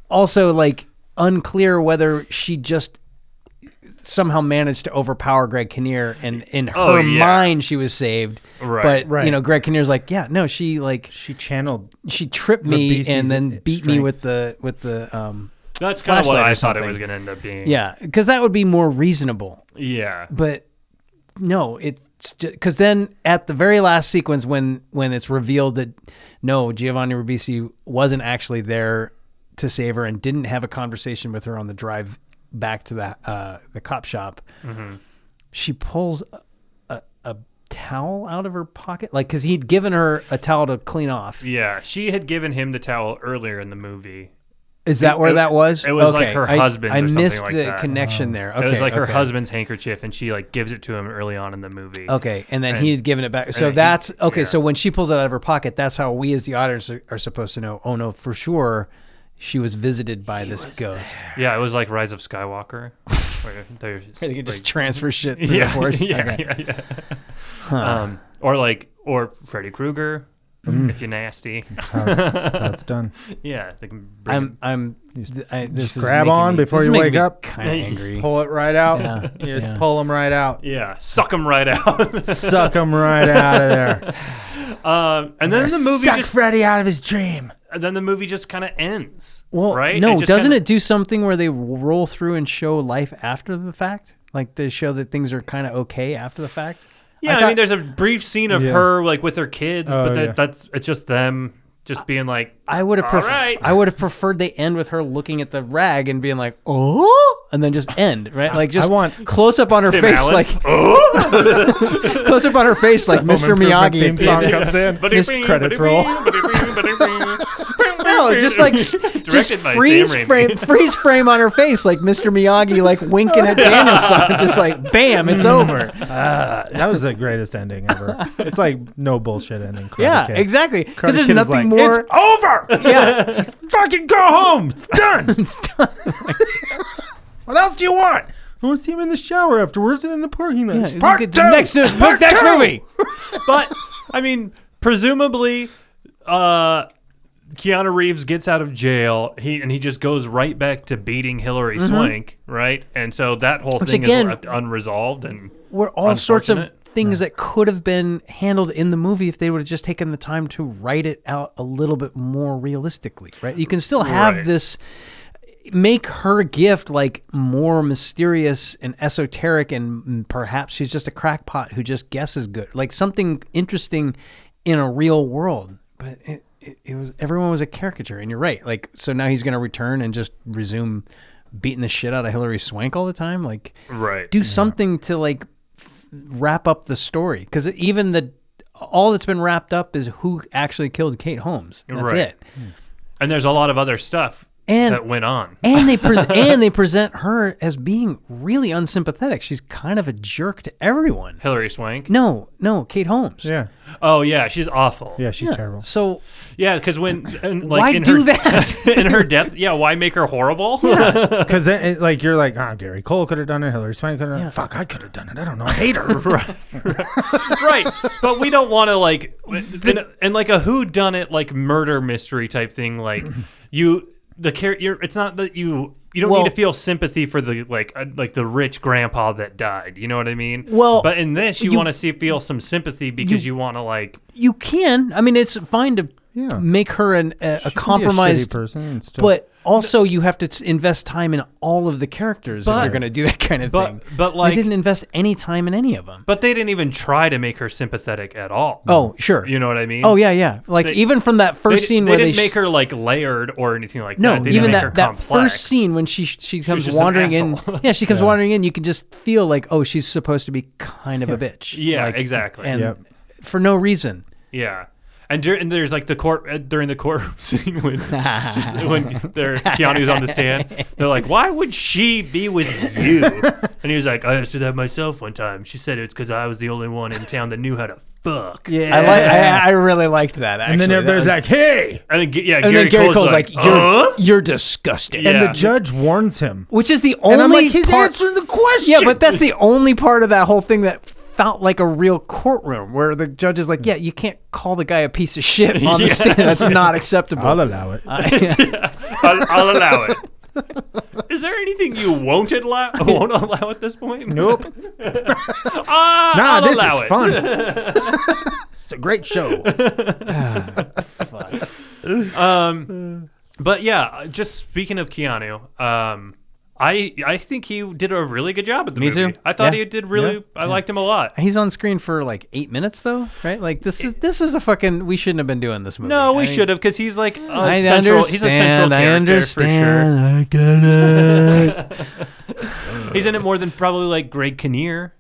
[SPEAKER 4] also like unclear whether she just somehow managed to overpower Greg Kinnear and in her
[SPEAKER 3] Oh, yeah.
[SPEAKER 4] mind she was saved.
[SPEAKER 3] Right.
[SPEAKER 4] But you
[SPEAKER 5] Right.
[SPEAKER 4] know, Greg Kinnear's like, yeah, no, she like
[SPEAKER 5] She channeled.
[SPEAKER 4] she tripped me
[SPEAKER 5] Rabisi's
[SPEAKER 4] and then beat me
[SPEAKER 5] strength.
[SPEAKER 4] with the with the um
[SPEAKER 3] That's kind of what
[SPEAKER 4] Flashlight
[SPEAKER 3] I
[SPEAKER 4] or
[SPEAKER 3] thought it
[SPEAKER 4] something.
[SPEAKER 3] was going to end up being.
[SPEAKER 4] yeah, because that would be more reasonable.
[SPEAKER 3] Yeah.
[SPEAKER 4] But no, it's because then at the very last sequence when when it's revealed that no, Giovanni Ribisi wasn't actually there to save her and didn't have a conversation with her on the drive back to the uh, the cop shop.
[SPEAKER 3] Mm-hmm.
[SPEAKER 4] She pulls a, a towel out of her pocket, like because he'd given her a towel to clean off.
[SPEAKER 3] Yeah. She had given him the towel earlier in the movie.
[SPEAKER 4] Is that where
[SPEAKER 3] it-
[SPEAKER 4] that was?
[SPEAKER 3] it was like her
[SPEAKER 4] I-
[SPEAKER 3] husband's
[SPEAKER 4] I,
[SPEAKER 3] or something
[SPEAKER 4] missed
[SPEAKER 3] like
[SPEAKER 4] the
[SPEAKER 3] that.
[SPEAKER 4] connection there. Okay,
[SPEAKER 3] it was like her
[SPEAKER 4] okay.
[SPEAKER 3] husband's handkerchief, and she like gives it to him early on in the movie.
[SPEAKER 4] Okay, and then
[SPEAKER 3] And-
[SPEAKER 4] he had given it back. So
[SPEAKER 3] then he-
[SPEAKER 4] that's okay.
[SPEAKER 3] yeah.
[SPEAKER 4] So when she pulls it out of her pocket, that's how we as the audience are, are supposed to know. Oh no, for sure, she was visited by this ghost.
[SPEAKER 3] Yeah, it was like Rise of Skywalker. where there's
[SPEAKER 4] They can just
[SPEAKER 3] like-
[SPEAKER 4] transfer shit. Through
[SPEAKER 3] yeah,
[SPEAKER 4] the force.
[SPEAKER 3] yeah,
[SPEAKER 4] Okay.
[SPEAKER 3] yeah, yeah. Um, or like or Freddy Krueger,
[SPEAKER 4] Mm.
[SPEAKER 3] if you're nasty.
[SPEAKER 5] That's how it's done.
[SPEAKER 3] yeah, they can bring
[SPEAKER 4] I'm. I'm. th- I, this is
[SPEAKER 5] grab
[SPEAKER 4] making
[SPEAKER 5] on
[SPEAKER 4] me-
[SPEAKER 5] before
[SPEAKER 4] this is
[SPEAKER 5] you
[SPEAKER 4] making
[SPEAKER 5] wake
[SPEAKER 4] me
[SPEAKER 5] up.
[SPEAKER 4] Kind of angry.
[SPEAKER 5] Pull it right out.
[SPEAKER 4] Yeah,
[SPEAKER 5] You just
[SPEAKER 4] yeah.
[SPEAKER 5] pull them right out.
[SPEAKER 3] yeah, suck them right out.
[SPEAKER 5] Suck them right out of there.
[SPEAKER 3] um, and then the movie
[SPEAKER 1] Suck
[SPEAKER 3] just
[SPEAKER 1] Freddy out of his dream.
[SPEAKER 3] and then the movie just kind of ends.
[SPEAKER 4] Well,
[SPEAKER 3] right?
[SPEAKER 4] no,
[SPEAKER 3] just
[SPEAKER 4] doesn't
[SPEAKER 3] kinda-
[SPEAKER 4] it do something where they roll through and show life after the fact? Like they show that things are kind of okay after the fact.
[SPEAKER 3] Yeah, I,
[SPEAKER 4] thought-
[SPEAKER 3] mean, there's a brief scene of
[SPEAKER 5] Yeah.
[SPEAKER 3] her like with her kids,
[SPEAKER 5] Oh,
[SPEAKER 3] but that,
[SPEAKER 5] yeah.
[SPEAKER 3] that's it's just them just being like,
[SPEAKER 4] I would have
[SPEAKER 3] All
[SPEAKER 4] pref-
[SPEAKER 3] right.
[SPEAKER 4] I would have preferred they end with her looking at the rag and being like, "Oh," and then just end, right? Like just
[SPEAKER 5] want-
[SPEAKER 4] close up on her
[SPEAKER 3] Tim
[SPEAKER 4] face,
[SPEAKER 3] Allen.
[SPEAKER 4] like
[SPEAKER 3] oh,
[SPEAKER 4] close up on her face, like Mr.
[SPEAKER 5] Improvement
[SPEAKER 4] Miyagi.
[SPEAKER 5] theme
[SPEAKER 4] at the
[SPEAKER 5] song
[SPEAKER 4] end.
[SPEAKER 5] comes in.
[SPEAKER 4] Miss
[SPEAKER 5] credits roll.
[SPEAKER 4] No, just like s- just
[SPEAKER 3] Directed by
[SPEAKER 4] freeze
[SPEAKER 3] Sam Raimi.
[SPEAKER 4] frame, freeze frame on her face, like Mr. Miyagi, like winking at Danielson, just like bam, it's over.
[SPEAKER 5] Ah, that was the greatest ending ever. It's like no bullshit ending. Karate
[SPEAKER 4] Yeah,
[SPEAKER 5] Kid.
[SPEAKER 4] exactly. Because
[SPEAKER 5] Karate
[SPEAKER 4] there's
[SPEAKER 5] Kid is
[SPEAKER 4] nothing
[SPEAKER 5] like,
[SPEAKER 4] more.
[SPEAKER 5] It's over.
[SPEAKER 4] yeah,
[SPEAKER 5] Fucking go home. It's done.
[SPEAKER 4] it's done.
[SPEAKER 1] What else do you want?
[SPEAKER 5] I want to see him in the shower afterwards and in the parking lot.
[SPEAKER 4] Yeah,
[SPEAKER 5] It's Part
[SPEAKER 4] look at
[SPEAKER 5] two.
[SPEAKER 4] the next,
[SPEAKER 5] Part
[SPEAKER 4] next
[SPEAKER 5] two.
[SPEAKER 4] movie.
[SPEAKER 3] but I mean, presumably, uh, Keanu Reeves gets out of jail, he and he just goes right back to beating Hillary Swank, right? And so that whole thing
[SPEAKER 4] Mm-hmm. again-
[SPEAKER 3] is left unresolved, and
[SPEAKER 4] were all sorts of
[SPEAKER 3] Unfortunate.
[SPEAKER 4] things that could have been handled in the movie if they would have just taken the time to write it out a little bit more realistically, right? You can still have
[SPEAKER 3] Right.
[SPEAKER 4] this make her gift like more mysterious and esoteric and mm, perhaps she's just a crackpot who just guesses good. Like something interesting in a real world. But it, it, it was everyone was a caricature and you're right. Like so now he's going to return and just resume beating the shit out of Hillary Swank all the time like
[SPEAKER 3] right,
[SPEAKER 4] do something to like f- wrap up the story because even the all that's been wrapped up is who actually killed Kate Holmes. That's
[SPEAKER 3] Right.
[SPEAKER 4] it.
[SPEAKER 3] and there's a lot of other stuff
[SPEAKER 4] And-
[SPEAKER 3] that went on.
[SPEAKER 4] And they pres and they present her as being really unsympathetic. She's kind of a jerk to everyone.
[SPEAKER 3] Hillary Swank.
[SPEAKER 4] No, no, Kate Holmes.
[SPEAKER 5] Yeah,
[SPEAKER 3] Oh yeah, she's awful.
[SPEAKER 5] yeah, she's terrible.
[SPEAKER 4] So
[SPEAKER 3] Yeah, because when and, like
[SPEAKER 4] Why
[SPEAKER 3] in
[SPEAKER 4] do
[SPEAKER 3] her,
[SPEAKER 4] that?
[SPEAKER 3] in her death? Yeah, why make her horrible?
[SPEAKER 5] Because like you're like, ah, Gary Cole could have done it. Hillary Swank could have. done it.
[SPEAKER 1] Fuck, I could have done it. I don't know. I hate her.
[SPEAKER 3] right, but we don't want to like and, and like a who done it like murder mystery type thing. Like you, the care. You're, it's not that you you don't
[SPEAKER 4] Well-
[SPEAKER 3] need to feel sympathy for the like uh, like the rich grandpa that died. You know what I mean?
[SPEAKER 4] Well,
[SPEAKER 3] but in this, you,
[SPEAKER 4] you-
[SPEAKER 3] want to see feel some sympathy because you, want to like
[SPEAKER 4] you can. I mean, it's fine to
[SPEAKER 5] Yeah.
[SPEAKER 4] make her an, a, a
[SPEAKER 5] She could be a shitty
[SPEAKER 4] compromised
[SPEAKER 5] person. and still-
[SPEAKER 4] But also, you have to t- invest time in all of the characters if you're going to do that kind of
[SPEAKER 3] but-
[SPEAKER 4] thing.
[SPEAKER 3] but,
[SPEAKER 4] they
[SPEAKER 3] like-
[SPEAKER 4] didn't invest any time in any of them.
[SPEAKER 3] But they didn't even try to make her sympathetic at all.
[SPEAKER 4] Oh, sure.
[SPEAKER 3] you know what I mean?
[SPEAKER 4] Oh yeah, yeah. Like
[SPEAKER 3] They-
[SPEAKER 4] even from that
[SPEAKER 3] They,
[SPEAKER 4] first
[SPEAKER 3] di-
[SPEAKER 4] scene
[SPEAKER 3] they
[SPEAKER 4] where
[SPEAKER 3] didn't
[SPEAKER 4] they
[SPEAKER 3] make
[SPEAKER 4] sh-
[SPEAKER 3] her like layered or anything like
[SPEAKER 4] no,
[SPEAKER 3] that. They didn't
[SPEAKER 4] even
[SPEAKER 3] make her
[SPEAKER 4] that, that
[SPEAKER 3] complex.
[SPEAKER 4] first scene when she she comes
[SPEAKER 3] just an
[SPEAKER 4] wandering in.
[SPEAKER 3] asshole.
[SPEAKER 4] Yeah, she comes wandering in. You can just feel like oh, she's supposed to be kind of a bitch.
[SPEAKER 3] Yeah,
[SPEAKER 4] Like,
[SPEAKER 3] exactly.
[SPEAKER 4] And
[SPEAKER 5] Yep.
[SPEAKER 4] for no reason.
[SPEAKER 3] Yeah. And, dur- and there's like the court uh, during the courtroom scene when just when they're, Keanu's on the stand, they're like, "Why would she be with you?" And he was like, "I asked her that myself one time. She said it's because I was the only one in town that knew how to fuck."
[SPEAKER 5] Yeah.
[SPEAKER 4] I like. I, I really liked that. Actually.
[SPEAKER 5] and then everybody's
[SPEAKER 4] that was-
[SPEAKER 5] like, "Hey!"
[SPEAKER 3] And then G- yeah,
[SPEAKER 4] and
[SPEAKER 3] Gary,
[SPEAKER 4] then Gary
[SPEAKER 3] Cole's, like,
[SPEAKER 4] "You're
[SPEAKER 3] "Huh?"
[SPEAKER 4] you're disgusting."
[SPEAKER 3] Yeah.
[SPEAKER 5] And the judge warns him.
[SPEAKER 4] Which is the only
[SPEAKER 5] And I'm like, he's
[SPEAKER 4] part-
[SPEAKER 5] answering the question.
[SPEAKER 4] Yeah, but that's the only part of that whole thing that felt like a real courtroom where the judge is like, "Yeah, you can't call the guy a piece of shit on
[SPEAKER 3] Yeah.
[SPEAKER 4] the stand. That's not acceptable."
[SPEAKER 5] I'll allow it.
[SPEAKER 3] I'll, I'll allow it. Is there anything you won't allow? Won't allow at this point?
[SPEAKER 5] nope.
[SPEAKER 3] Ah,
[SPEAKER 5] Nah,
[SPEAKER 3] I'll
[SPEAKER 5] this
[SPEAKER 3] allow
[SPEAKER 5] is
[SPEAKER 3] it.
[SPEAKER 5] fun. it's a great show.
[SPEAKER 3] Um, But yeah, uh, just speaking of Keanu, um, I I think he did a really good job at the
[SPEAKER 4] Me
[SPEAKER 3] movie.
[SPEAKER 4] too.
[SPEAKER 3] I thought
[SPEAKER 4] Yeah.
[SPEAKER 3] he did really.
[SPEAKER 5] Yeah.
[SPEAKER 3] I liked him a lot.
[SPEAKER 4] He's on screen for like eight minutes though, right? Like this is this is a fucking. We shouldn't have been doing this movie.
[SPEAKER 3] No, we
[SPEAKER 4] I-
[SPEAKER 3] should have because he's like a
[SPEAKER 4] I
[SPEAKER 3] central.
[SPEAKER 4] understand.
[SPEAKER 3] He's a central
[SPEAKER 4] I
[SPEAKER 3] character
[SPEAKER 4] understand. I get it.
[SPEAKER 3] for sure. He's in it more than probably like Greg Kinnear.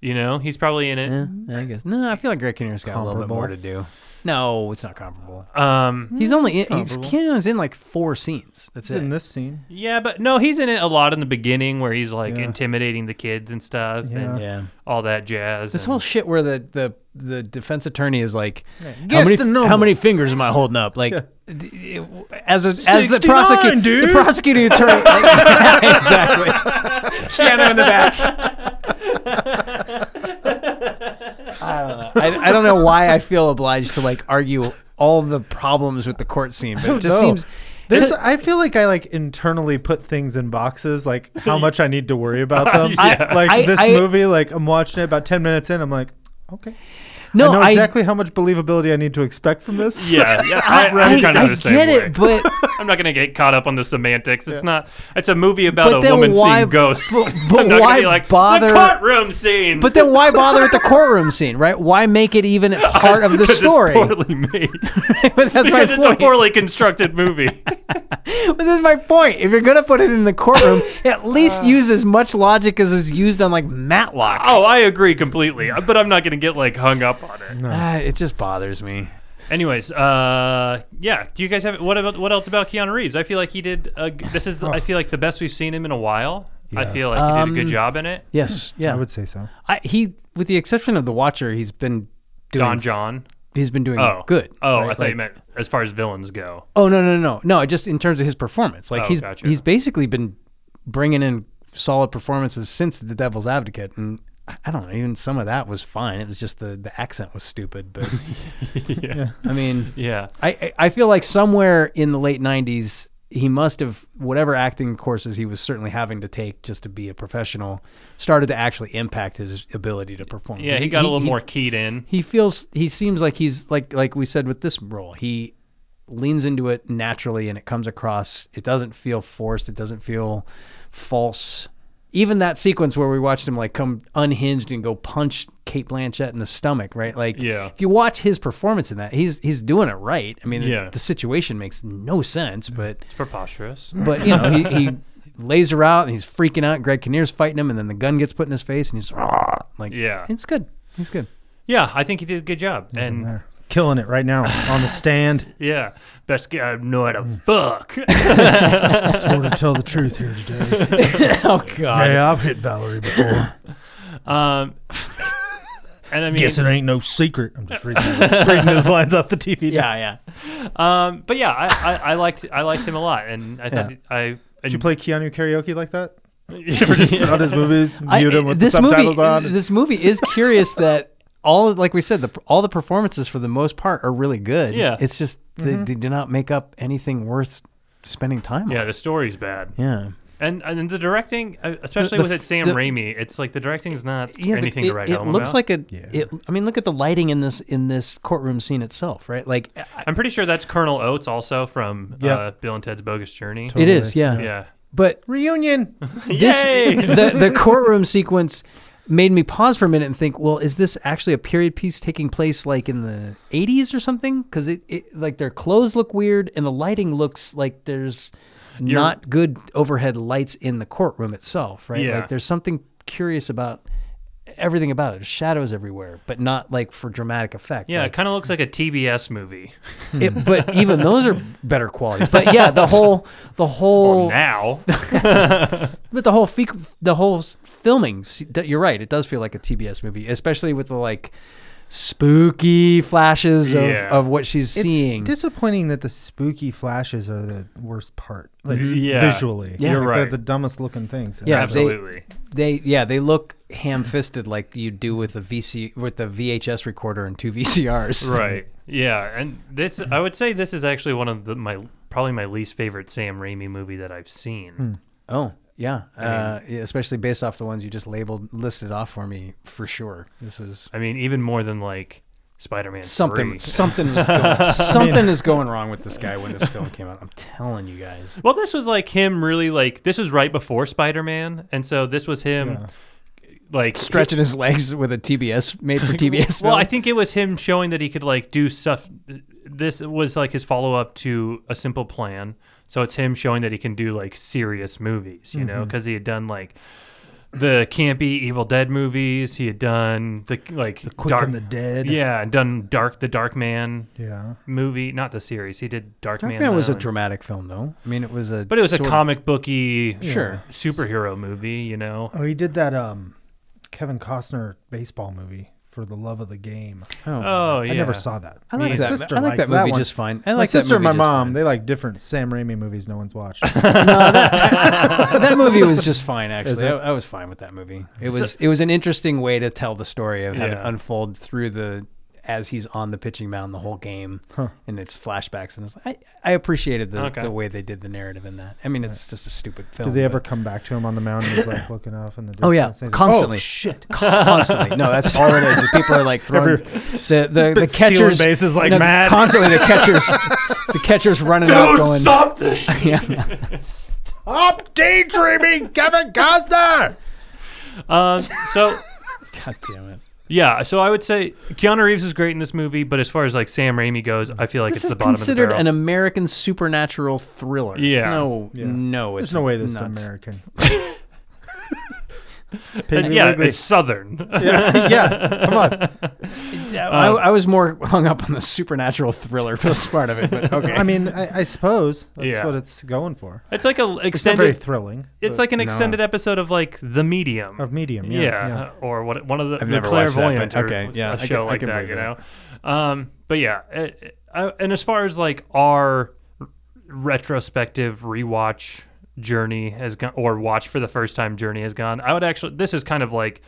[SPEAKER 3] You know, he's probably in it.
[SPEAKER 4] Yeah, I guess. No, I feel like Greg Kinnear's got a little bit
[SPEAKER 5] Comparable.
[SPEAKER 4] more to do. No, it's not comparable.
[SPEAKER 3] Um,
[SPEAKER 4] He's only in, he's Keanu's in like four scenes. That's
[SPEAKER 5] in
[SPEAKER 4] it.
[SPEAKER 5] this scene.
[SPEAKER 3] yeah, but no, he's in it a lot in the beginning where he's like
[SPEAKER 5] Yeah.
[SPEAKER 3] intimidating the kids and stuff and
[SPEAKER 4] Yeah.
[SPEAKER 3] all that jazz.
[SPEAKER 4] This
[SPEAKER 3] and-
[SPEAKER 4] whole shit where the the the defense attorney is like, how
[SPEAKER 5] Guess
[SPEAKER 4] many,
[SPEAKER 5] the number."
[SPEAKER 4] how many fingers am I holding up? Like, d- as a, as the
[SPEAKER 5] 69,
[SPEAKER 4] prosecutor, the
[SPEAKER 5] dude.
[SPEAKER 4] prosecuting attorney, like, exactly. Keanu in the back. I don't know. I, I don't know why I feel obliged to like argue all the problems with the court scene, but it just
[SPEAKER 5] No.
[SPEAKER 4] seems.
[SPEAKER 5] There's, I feel like I like internally put things in boxes, like how much I need to worry about them.
[SPEAKER 3] Yeah.
[SPEAKER 5] Like
[SPEAKER 4] I-
[SPEAKER 5] this
[SPEAKER 4] I-
[SPEAKER 5] movie, like I'm watching it about ten minutes in, I'm like, okay,
[SPEAKER 4] No,
[SPEAKER 5] I know
[SPEAKER 4] I,
[SPEAKER 5] exactly how much believability I need to expect from this.
[SPEAKER 3] yeah, yeah, I,
[SPEAKER 4] I,
[SPEAKER 3] am kind of
[SPEAKER 4] I
[SPEAKER 3] the same
[SPEAKER 4] get
[SPEAKER 3] way.
[SPEAKER 4] it, but
[SPEAKER 3] I'm not gonna get caught up on the semantics. It's not. It's a movie
[SPEAKER 4] But
[SPEAKER 3] about a
[SPEAKER 4] then
[SPEAKER 3] woman
[SPEAKER 4] why-
[SPEAKER 3] seeing ghosts.
[SPEAKER 4] but- but
[SPEAKER 3] I'm not
[SPEAKER 4] why
[SPEAKER 3] gonna be like
[SPEAKER 4] bother-
[SPEAKER 3] the courtroom scene?
[SPEAKER 4] But then why bother with the courtroom scene, right? Why make it even part of the
[SPEAKER 3] 'Cause
[SPEAKER 4] story?
[SPEAKER 3] It's poorly made.
[SPEAKER 4] But that's my
[SPEAKER 3] because it's a
[SPEAKER 4] point.
[SPEAKER 3] poorly constructed movie.
[SPEAKER 4] But this is my point. If you're gonna put it in the courtroom, at least
[SPEAKER 5] Uh.
[SPEAKER 4] use as much logic as is used on like Matlock.
[SPEAKER 3] oh, I agree completely. uh, But I'm not gonna get like hung up on it.
[SPEAKER 4] Ah, it just bothers me.
[SPEAKER 3] Anyways, uh, yeah. Do you guys have what about what else about Keanu Reeves? I feel like he did. A, g- this is. I feel like the best we've seen him in a while. I
[SPEAKER 5] Yeah.
[SPEAKER 3] feel like he did a
[SPEAKER 4] Um,
[SPEAKER 3] good job in it.
[SPEAKER 4] Yes, yeah.
[SPEAKER 5] Hmm. I would say so.
[SPEAKER 4] I, he, with the exception of the Watcher, he's been doing.
[SPEAKER 3] Don John.
[SPEAKER 4] He's been doing
[SPEAKER 3] Oh,
[SPEAKER 4] good.
[SPEAKER 3] Oh,
[SPEAKER 4] right?
[SPEAKER 3] I thought
[SPEAKER 4] Like-
[SPEAKER 3] you meant as far as villains go.
[SPEAKER 4] Oh no no no no! Just in terms of his performance, like
[SPEAKER 3] Oh,
[SPEAKER 4] he's
[SPEAKER 3] gotcha.
[SPEAKER 4] he's basically been bringing in solid performances since The Devil's Advocate, and I I don't know, even some of that was fine. It was just the the accent was stupid, but
[SPEAKER 3] Yeah.
[SPEAKER 4] I mean,
[SPEAKER 3] Yeah.
[SPEAKER 4] I I I feel like somewhere in the late '90s, he must have whatever acting courses he was certainly having to take just to be a professional started to actually impact his ability to perform.
[SPEAKER 3] Yeah.
[SPEAKER 4] 'Cause
[SPEAKER 3] He got a little
[SPEAKER 4] he-
[SPEAKER 3] more keyed in.
[SPEAKER 4] he feels he seems like he's like like we said with this role he leans into it naturally and it comes across it doesn't feel forced it doesn't feel false even that sequence where we watched him like come unhinged and go punch Kate Blanchett in the stomach, right? Like,
[SPEAKER 3] Yeah.
[SPEAKER 4] if you watch his performance in that, he's he's doing it right. I mean, the-
[SPEAKER 3] Yeah.
[SPEAKER 4] the situation makes no sense, but
[SPEAKER 3] Preposterous.
[SPEAKER 4] but you know, he, he lays her out and he's freaking out. Greg Kinnear's fighting him, and then the gun gets put in his face, and he's "Rah!" like,
[SPEAKER 3] Yeah.
[SPEAKER 4] it's good, it's good.
[SPEAKER 3] Yeah, I think he did a good job. And
[SPEAKER 5] Killing it right now on the stand.
[SPEAKER 3] yeah, best guy I know how to fuck.
[SPEAKER 5] Sworn to tell the truth here today.
[SPEAKER 4] oh God,
[SPEAKER 5] Hey, I've hit Valerie before.
[SPEAKER 3] Um, and I mean,
[SPEAKER 5] Guess it ain't no secret. I'm just reading, reading his lines off the TV.
[SPEAKER 4] Yeah, yeah.
[SPEAKER 3] um, but yeah, I, I, I liked I liked him a lot, and I thought
[SPEAKER 5] Yeah.
[SPEAKER 3] I.
[SPEAKER 5] Did you play Keanu karaoke like that? You ever just put on his movies,
[SPEAKER 4] I-
[SPEAKER 5] mute him with
[SPEAKER 4] this
[SPEAKER 5] the subtitles
[SPEAKER 4] movie,
[SPEAKER 5] on? and-
[SPEAKER 4] this movie is curious that all, like we said, the, all the performances for the most part are really good.
[SPEAKER 3] Yeah.
[SPEAKER 4] it's just they, they do not make up anything worth spending time
[SPEAKER 3] Yeah,
[SPEAKER 4] on.
[SPEAKER 3] the story's bad,
[SPEAKER 4] Yeah,
[SPEAKER 3] and and the directing, uh, especially
[SPEAKER 4] the
[SPEAKER 3] with
[SPEAKER 4] f-
[SPEAKER 3] it Sam
[SPEAKER 4] the-
[SPEAKER 3] Raimi, it's like the directing's not
[SPEAKER 4] yeah. the-
[SPEAKER 3] anything
[SPEAKER 4] it,
[SPEAKER 3] to write
[SPEAKER 4] it
[SPEAKER 3] home
[SPEAKER 4] looks
[SPEAKER 3] about.
[SPEAKER 4] like a. It, I mean, look at the lighting in this in this courtroom scene itself, right? Like, I-
[SPEAKER 3] I'm pretty sure that's Colonel Oates also from
[SPEAKER 5] Yeah.
[SPEAKER 3] uh, Bill and Ted's Bogus Journey.
[SPEAKER 4] it is, yeah.
[SPEAKER 3] Yeah.
[SPEAKER 4] But
[SPEAKER 5] Reunion.
[SPEAKER 4] this
[SPEAKER 3] Yay!
[SPEAKER 4] the, the courtroom sequence made me pause for a minute and think well is this actually a period piece taking place like in the 80s or something because it, it like their clothes look weird and the lighting looks like there's not good overhead lights in the courtroom itself right
[SPEAKER 3] Yeah.
[SPEAKER 4] like there's something curious about everything about it. There's shadows everywhere, but not like for dramatic effect.
[SPEAKER 3] Yeah, it
[SPEAKER 4] Like,
[SPEAKER 3] kind of looks like a TBS movie.
[SPEAKER 4] it, but even those are better quality. But yeah, the whole the whole
[SPEAKER 3] Well, now,
[SPEAKER 4] But the whole fe- the whole s- filming, s- d- you're right. It does feel like a TBS movie, especially with the like spooky flashes of,
[SPEAKER 3] Yeah.
[SPEAKER 4] of what she's
[SPEAKER 5] It's
[SPEAKER 4] seeing.
[SPEAKER 5] disappointing that the spooky flashes are the worst part, like
[SPEAKER 3] Yeah.
[SPEAKER 5] visually.
[SPEAKER 3] Yeah. You're
[SPEAKER 5] Like,
[SPEAKER 3] right.
[SPEAKER 5] They're the dumbest looking things.
[SPEAKER 4] Yeah, they-
[SPEAKER 3] absolutely.
[SPEAKER 4] they yeah, they look ham-fisted like you do with the VC with the VHS recorder and two VCRs.
[SPEAKER 3] Right. Yeah, and this I would say this is actually one of the, my probably my least favorite Sam Raimi movie that I've seen.
[SPEAKER 4] Oh yeah, uh, yeah, especially based off the ones you just labeled listed off for me for sure. This is.
[SPEAKER 3] I mean, even more than like Spider-Man.
[SPEAKER 4] Something,
[SPEAKER 3] 3.
[SPEAKER 4] something, is going, something is going wrong with this guy when this film came out. I'm telling you guys.
[SPEAKER 3] Well, this was like him really like this was right before Spider-Man, and so this was him like
[SPEAKER 4] stretching his legs with a TBS made for TBS.
[SPEAKER 3] Well, I
[SPEAKER 4] film.
[SPEAKER 3] think it was him showing that he could like do stuff. This was like his follow up to A Simple Plan. So it's him showing that he can do like serious movies, you know, because he had done like the campy Evil Dead movies. He had done the like
[SPEAKER 5] Quick and the Dead.
[SPEAKER 3] Yeah, and done Dark the Dark Man
[SPEAKER 5] Yeah.
[SPEAKER 3] movie, not the series. He did Dark,
[SPEAKER 4] Dark
[SPEAKER 3] Man.
[SPEAKER 4] Man was a
[SPEAKER 3] Island.
[SPEAKER 4] dramatic film, though. I mean, it was a
[SPEAKER 3] but it was a
[SPEAKER 4] sort of-
[SPEAKER 3] comic booky
[SPEAKER 4] Sure.
[SPEAKER 3] superhero movie, you know.
[SPEAKER 5] Oh, he did that um, Kevin Costner baseball movie for the love of the game.
[SPEAKER 3] Oh yeah,
[SPEAKER 5] I never saw that.
[SPEAKER 4] I like
[SPEAKER 5] my
[SPEAKER 4] that.
[SPEAKER 5] Sister
[SPEAKER 4] I like
[SPEAKER 5] likes
[SPEAKER 4] that movie
[SPEAKER 5] one.
[SPEAKER 4] just fine. I
[SPEAKER 5] my
[SPEAKER 4] like that
[SPEAKER 5] sister and my
[SPEAKER 4] movie just
[SPEAKER 5] mom,
[SPEAKER 4] fine.
[SPEAKER 5] they like different Sam Raimi movies no one's watched.
[SPEAKER 4] that movie was just fine. Actually,
[SPEAKER 5] it?
[SPEAKER 4] I, I was fine with that movie. It was it was an interesting way to tell the story of how it
[SPEAKER 3] Yeah.
[SPEAKER 4] unfold through the as he's on the pitching mound the whole game, and it's flashbacks. And it's I I appreciated the,
[SPEAKER 3] Okay.
[SPEAKER 4] the way they did the narrative in that. I mean, it's just a stupid film.
[SPEAKER 5] Did they
[SPEAKER 4] but-
[SPEAKER 5] ever come back to him on the mound and he's like looking off in the distance?
[SPEAKER 4] Oh yeah,
[SPEAKER 5] He's like,
[SPEAKER 4] constantly.
[SPEAKER 5] Oh, shit.
[SPEAKER 4] constantly. No, that's all it is. If People are like throwing so the the
[SPEAKER 5] But stealing
[SPEAKER 4] catchers
[SPEAKER 5] bases like
[SPEAKER 4] no,
[SPEAKER 5] mad.
[SPEAKER 4] Constantly the catchers, the catchers running out going.
[SPEAKER 5] something.
[SPEAKER 4] Yeah.
[SPEAKER 5] Stop daydreaming, Kevin Costner.
[SPEAKER 3] Um, so
[SPEAKER 4] God damn it.
[SPEAKER 3] Yeah, so I would say Keanu Reeves is great in this movie, but as far as like Sam Raimi goes, I feel like
[SPEAKER 4] This
[SPEAKER 3] it's
[SPEAKER 4] is
[SPEAKER 3] the bottom
[SPEAKER 4] considered
[SPEAKER 3] of the
[SPEAKER 4] an
[SPEAKER 3] barrel. Uh,
[SPEAKER 4] American supernatural thriller.
[SPEAKER 3] Yeah.
[SPEAKER 4] No.
[SPEAKER 5] Yeah.
[SPEAKER 4] No. It's
[SPEAKER 5] There's no way this
[SPEAKER 4] nuts.
[SPEAKER 5] is American.
[SPEAKER 3] And
[SPEAKER 5] Piggly
[SPEAKER 3] yeah,
[SPEAKER 5] Wiggly.
[SPEAKER 3] it's Southern.
[SPEAKER 5] yeah, yeah, come on.
[SPEAKER 4] Yeah, I, I was more hung up on the supernatural thriller for this part of it. But okay.
[SPEAKER 5] I mean, I, I suppose that's
[SPEAKER 3] Yeah.
[SPEAKER 5] what it's going for.
[SPEAKER 3] it's like a
[SPEAKER 5] It's not very
[SPEAKER 3] extended.
[SPEAKER 5] thrilling.
[SPEAKER 3] It's
[SPEAKER 5] but-
[SPEAKER 3] like an
[SPEAKER 5] No.
[SPEAKER 3] extended episode of like The Medium.
[SPEAKER 5] of medium. Yeah,
[SPEAKER 3] yeah, Uh, or what one of the, the
[SPEAKER 4] never watched that,
[SPEAKER 3] clairvoyant
[SPEAKER 4] but
[SPEAKER 3] or
[SPEAKER 4] okay, yeah, I
[SPEAKER 3] a
[SPEAKER 4] can-
[SPEAKER 3] show
[SPEAKER 4] I
[SPEAKER 3] like
[SPEAKER 4] can
[SPEAKER 3] that,
[SPEAKER 4] believe
[SPEAKER 3] you know.
[SPEAKER 4] that.
[SPEAKER 3] Um, but yeah, it, I, and as far as like our r- retrospective rewatch journey has gone, or watch for the first time journey has gone, I would actually this is kind of like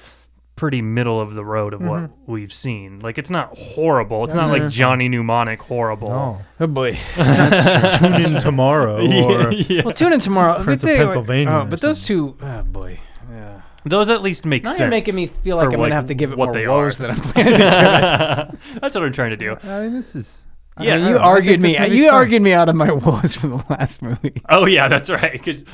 [SPEAKER 3] pretty middle of the road of what
[SPEAKER 4] Mm-hmm.
[SPEAKER 3] we've seen. Like it's not horrible. It's not like Johnny Mnemonic horrible.
[SPEAKER 5] Oh,
[SPEAKER 4] oh boy.
[SPEAKER 5] tune in tomorrow. Or
[SPEAKER 4] Well, tune in tomorrow.
[SPEAKER 5] Prince of
[SPEAKER 4] They-
[SPEAKER 5] Pennsylvania
[SPEAKER 4] Oh,
[SPEAKER 5] or
[SPEAKER 4] but those two. Oh boy. Yeah.
[SPEAKER 3] Those at least make
[SPEAKER 4] Now
[SPEAKER 3] sense.
[SPEAKER 4] you're making me feel like
[SPEAKER 3] for,
[SPEAKER 4] I'm gonna have to give it
[SPEAKER 3] what
[SPEAKER 4] more
[SPEAKER 3] they
[SPEAKER 4] woes
[SPEAKER 3] are.
[SPEAKER 4] than I'm planning to
[SPEAKER 3] That's what I'm trying to do.
[SPEAKER 5] I mean, this is. I
[SPEAKER 3] Yeah, you
[SPEAKER 5] don't know.
[SPEAKER 4] You
[SPEAKER 5] I think
[SPEAKER 4] argued
[SPEAKER 5] this
[SPEAKER 4] me.
[SPEAKER 5] movie's
[SPEAKER 4] You
[SPEAKER 5] fun.
[SPEAKER 4] argued me out of my woes from the last movie.
[SPEAKER 3] Oh yeah, that's right. Because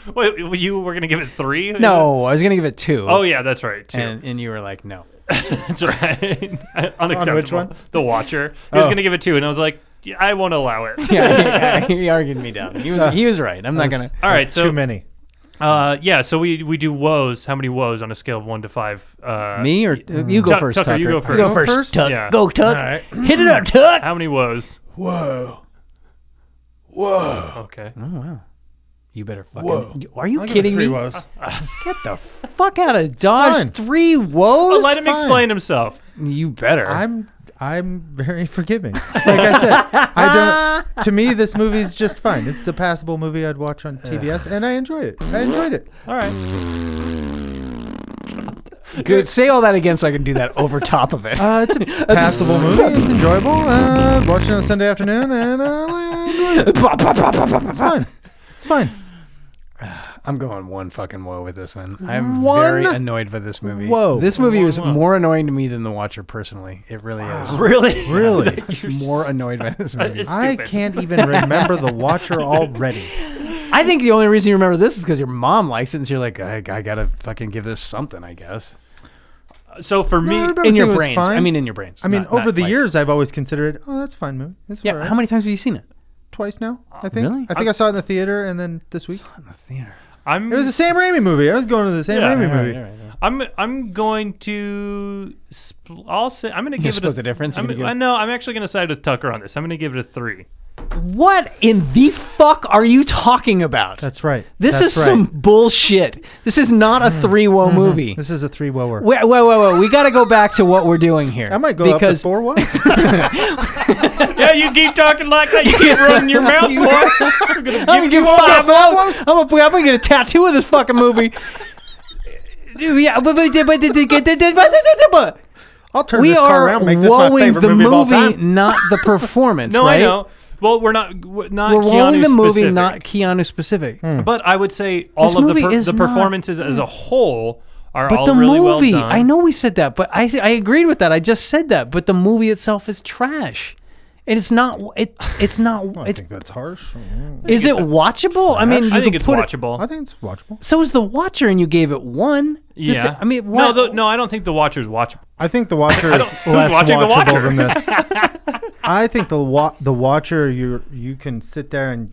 [SPEAKER 3] you were gonna give it three. is it?
[SPEAKER 4] No, I was gonna give it two.
[SPEAKER 3] Oh yeah, that's right. Too.
[SPEAKER 4] and, and you were like, no.
[SPEAKER 3] that's right. Unacceptable.
[SPEAKER 5] one?
[SPEAKER 3] The Watcher. He was
[SPEAKER 5] Oh.
[SPEAKER 3] gonna give it two, and I was like, yeah, I won't allow it.
[SPEAKER 4] Yeah, he, he argued me down. He was he was right. I'm not gonna.
[SPEAKER 3] All right,
[SPEAKER 5] It's
[SPEAKER 3] so
[SPEAKER 5] too many.
[SPEAKER 3] uh, yeah, so we we do woes. How many woes on a scale of one to five? Uh,
[SPEAKER 4] Me or you go
[SPEAKER 3] Tuck-
[SPEAKER 4] first,
[SPEAKER 3] Tucker, you go
[SPEAKER 4] Tucker.
[SPEAKER 3] first. Go
[SPEAKER 5] first?
[SPEAKER 4] Tuck.
[SPEAKER 3] Yeah.
[SPEAKER 4] Go Tuck. Hit it up, Tuck.
[SPEAKER 3] How many woes?
[SPEAKER 1] Whoa. Whoa.
[SPEAKER 3] Okay.
[SPEAKER 4] Oh, You better fucking.
[SPEAKER 1] Whoa.
[SPEAKER 4] Are you
[SPEAKER 5] I'll give it
[SPEAKER 4] kidding
[SPEAKER 5] three
[SPEAKER 4] me?
[SPEAKER 5] woes.
[SPEAKER 4] Get the fuck out of
[SPEAKER 5] fine.
[SPEAKER 4] Dodge. Three woes.
[SPEAKER 3] Oh, Let him
[SPEAKER 5] fine.
[SPEAKER 3] explain himself.
[SPEAKER 4] you better.
[SPEAKER 5] I'm I'm very forgiving. Like I said, I don't. To me, this movie's just fine. It's a passable movie I'd watch on TBS, and I enjoyed it. I enjoyed it.
[SPEAKER 3] All right.
[SPEAKER 4] Good. Say all that again, so I can do that over top of it.
[SPEAKER 5] Uh, it's a passable movie. It's enjoyable. Uh, watching it on Sunday afternoon, and uh, I enjoyed it. It's fine. It's fine.
[SPEAKER 4] I'm going one fucking whoa with this one. I'm
[SPEAKER 5] One
[SPEAKER 4] very annoyed by this movie.
[SPEAKER 5] whoa.
[SPEAKER 4] This movie was more annoying to me than The Watcher personally. It really is.
[SPEAKER 3] Really?
[SPEAKER 5] Really.
[SPEAKER 4] I'm more annoyed by this movie.
[SPEAKER 3] It's
[SPEAKER 5] I
[SPEAKER 3] stupid.
[SPEAKER 5] can't even remember the Watcher already.
[SPEAKER 4] I think the only reason you remember this is because your mom likes it, and so you're like, I, I gotta fucking give this something, I guess.
[SPEAKER 3] So for me,
[SPEAKER 5] No,
[SPEAKER 4] In
[SPEAKER 5] Everything
[SPEAKER 4] your
[SPEAKER 5] was
[SPEAKER 4] brains. I
[SPEAKER 5] fine.
[SPEAKER 4] mean, in your brains.
[SPEAKER 5] I mean,
[SPEAKER 4] Not-
[SPEAKER 5] over
[SPEAKER 4] not
[SPEAKER 5] the
[SPEAKER 4] like-
[SPEAKER 5] years, I've always considered it. Oh, that's a fine movie. It's
[SPEAKER 4] Yeah.
[SPEAKER 5] alright."
[SPEAKER 4] How many times have you seen it?
[SPEAKER 5] twice now? I think.
[SPEAKER 4] Really?
[SPEAKER 5] I think I saw it in the theater, and then this week.
[SPEAKER 4] In the theater.
[SPEAKER 3] I'm
[SPEAKER 5] It was the Sam Raimi movie. I was going to the Sam
[SPEAKER 3] Yeah,
[SPEAKER 5] Raimi
[SPEAKER 4] All right,
[SPEAKER 5] movie.
[SPEAKER 4] all right, all right.
[SPEAKER 3] I'm I'm going to spl- I'll say I'm going to give it
[SPEAKER 4] split
[SPEAKER 3] a,
[SPEAKER 4] the difference? You're
[SPEAKER 3] I'm,
[SPEAKER 4] gonna give it-
[SPEAKER 3] I know I'm actually going to side with Tucker on this. I'm going to give it a three.
[SPEAKER 4] What in the fuck are you talking about?
[SPEAKER 5] That's right.
[SPEAKER 4] This
[SPEAKER 5] That's
[SPEAKER 4] is
[SPEAKER 5] right. Mm. Mm-hmm.
[SPEAKER 4] some bullshit. This is not a three woe movie.
[SPEAKER 5] This is a three wower.
[SPEAKER 4] Wait, wait, wait, wait. We got to go back to what we're doing here.
[SPEAKER 5] I might go up to four wows.
[SPEAKER 3] yeah, you keep talking like that. You keep running your mouth, boy. I'm going to
[SPEAKER 4] I'm gonna give five votes. I'm gonna, I'm gonna get a tattoo of this fucking movie. yeah, but, but, but, but, but, but, but, but, but, but
[SPEAKER 5] I'll turn
[SPEAKER 4] we
[SPEAKER 5] this car
[SPEAKER 4] are
[SPEAKER 5] around. Make this my
[SPEAKER 4] woeing
[SPEAKER 5] favorite
[SPEAKER 4] the
[SPEAKER 5] movie, of all
[SPEAKER 4] movie,
[SPEAKER 5] time.
[SPEAKER 4] not the performance.
[SPEAKER 3] No,
[SPEAKER 4] right?
[SPEAKER 3] I know. Well, we're not we're not
[SPEAKER 4] We're
[SPEAKER 3] Keanu
[SPEAKER 4] woeing the movie,
[SPEAKER 3] specific,
[SPEAKER 4] not Keanu specific.
[SPEAKER 5] Hmm.
[SPEAKER 3] But I would say all
[SPEAKER 4] This
[SPEAKER 3] of the
[SPEAKER 4] movie
[SPEAKER 3] per-
[SPEAKER 4] is
[SPEAKER 3] the
[SPEAKER 4] not-
[SPEAKER 3] performances as a whole are
[SPEAKER 4] But
[SPEAKER 3] all
[SPEAKER 4] the
[SPEAKER 3] really
[SPEAKER 4] movie,
[SPEAKER 3] well done.
[SPEAKER 4] I know we said that, but I I agreed with that. I just said that, but the movie itself is trash. And it's not it it's not
[SPEAKER 5] I
[SPEAKER 4] it,
[SPEAKER 5] think that's harsh.
[SPEAKER 4] is it watchable? I mean, you
[SPEAKER 3] I think
[SPEAKER 4] could
[SPEAKER 3] it's
[SPEAKER 4] put it-
[SPEAKER 3] watchable.
[SPEAKER 5] I think it's watchable.
[SPEAKER 4] so is The Watcher, and you gave it one. This-
[SPEAKER 3] yeah.
[SPEAKER 4] I mean,
[SPEAKER 3] no,
[SPEAKER 4] what,
[SPEAKER 3] the, no, I don't think the Watcher's watchable.
[SPEAKER 5] I think the Watcher is
[SPEAKER 3] who's
[SPEAKER 5] less
[SPEAKER 3] watching The
[SPEAKER 5] watchable
[SPEAKER 3] Watcher?
[SPEAKER 5] than this. I think the wa- the Watcher you you can sit there and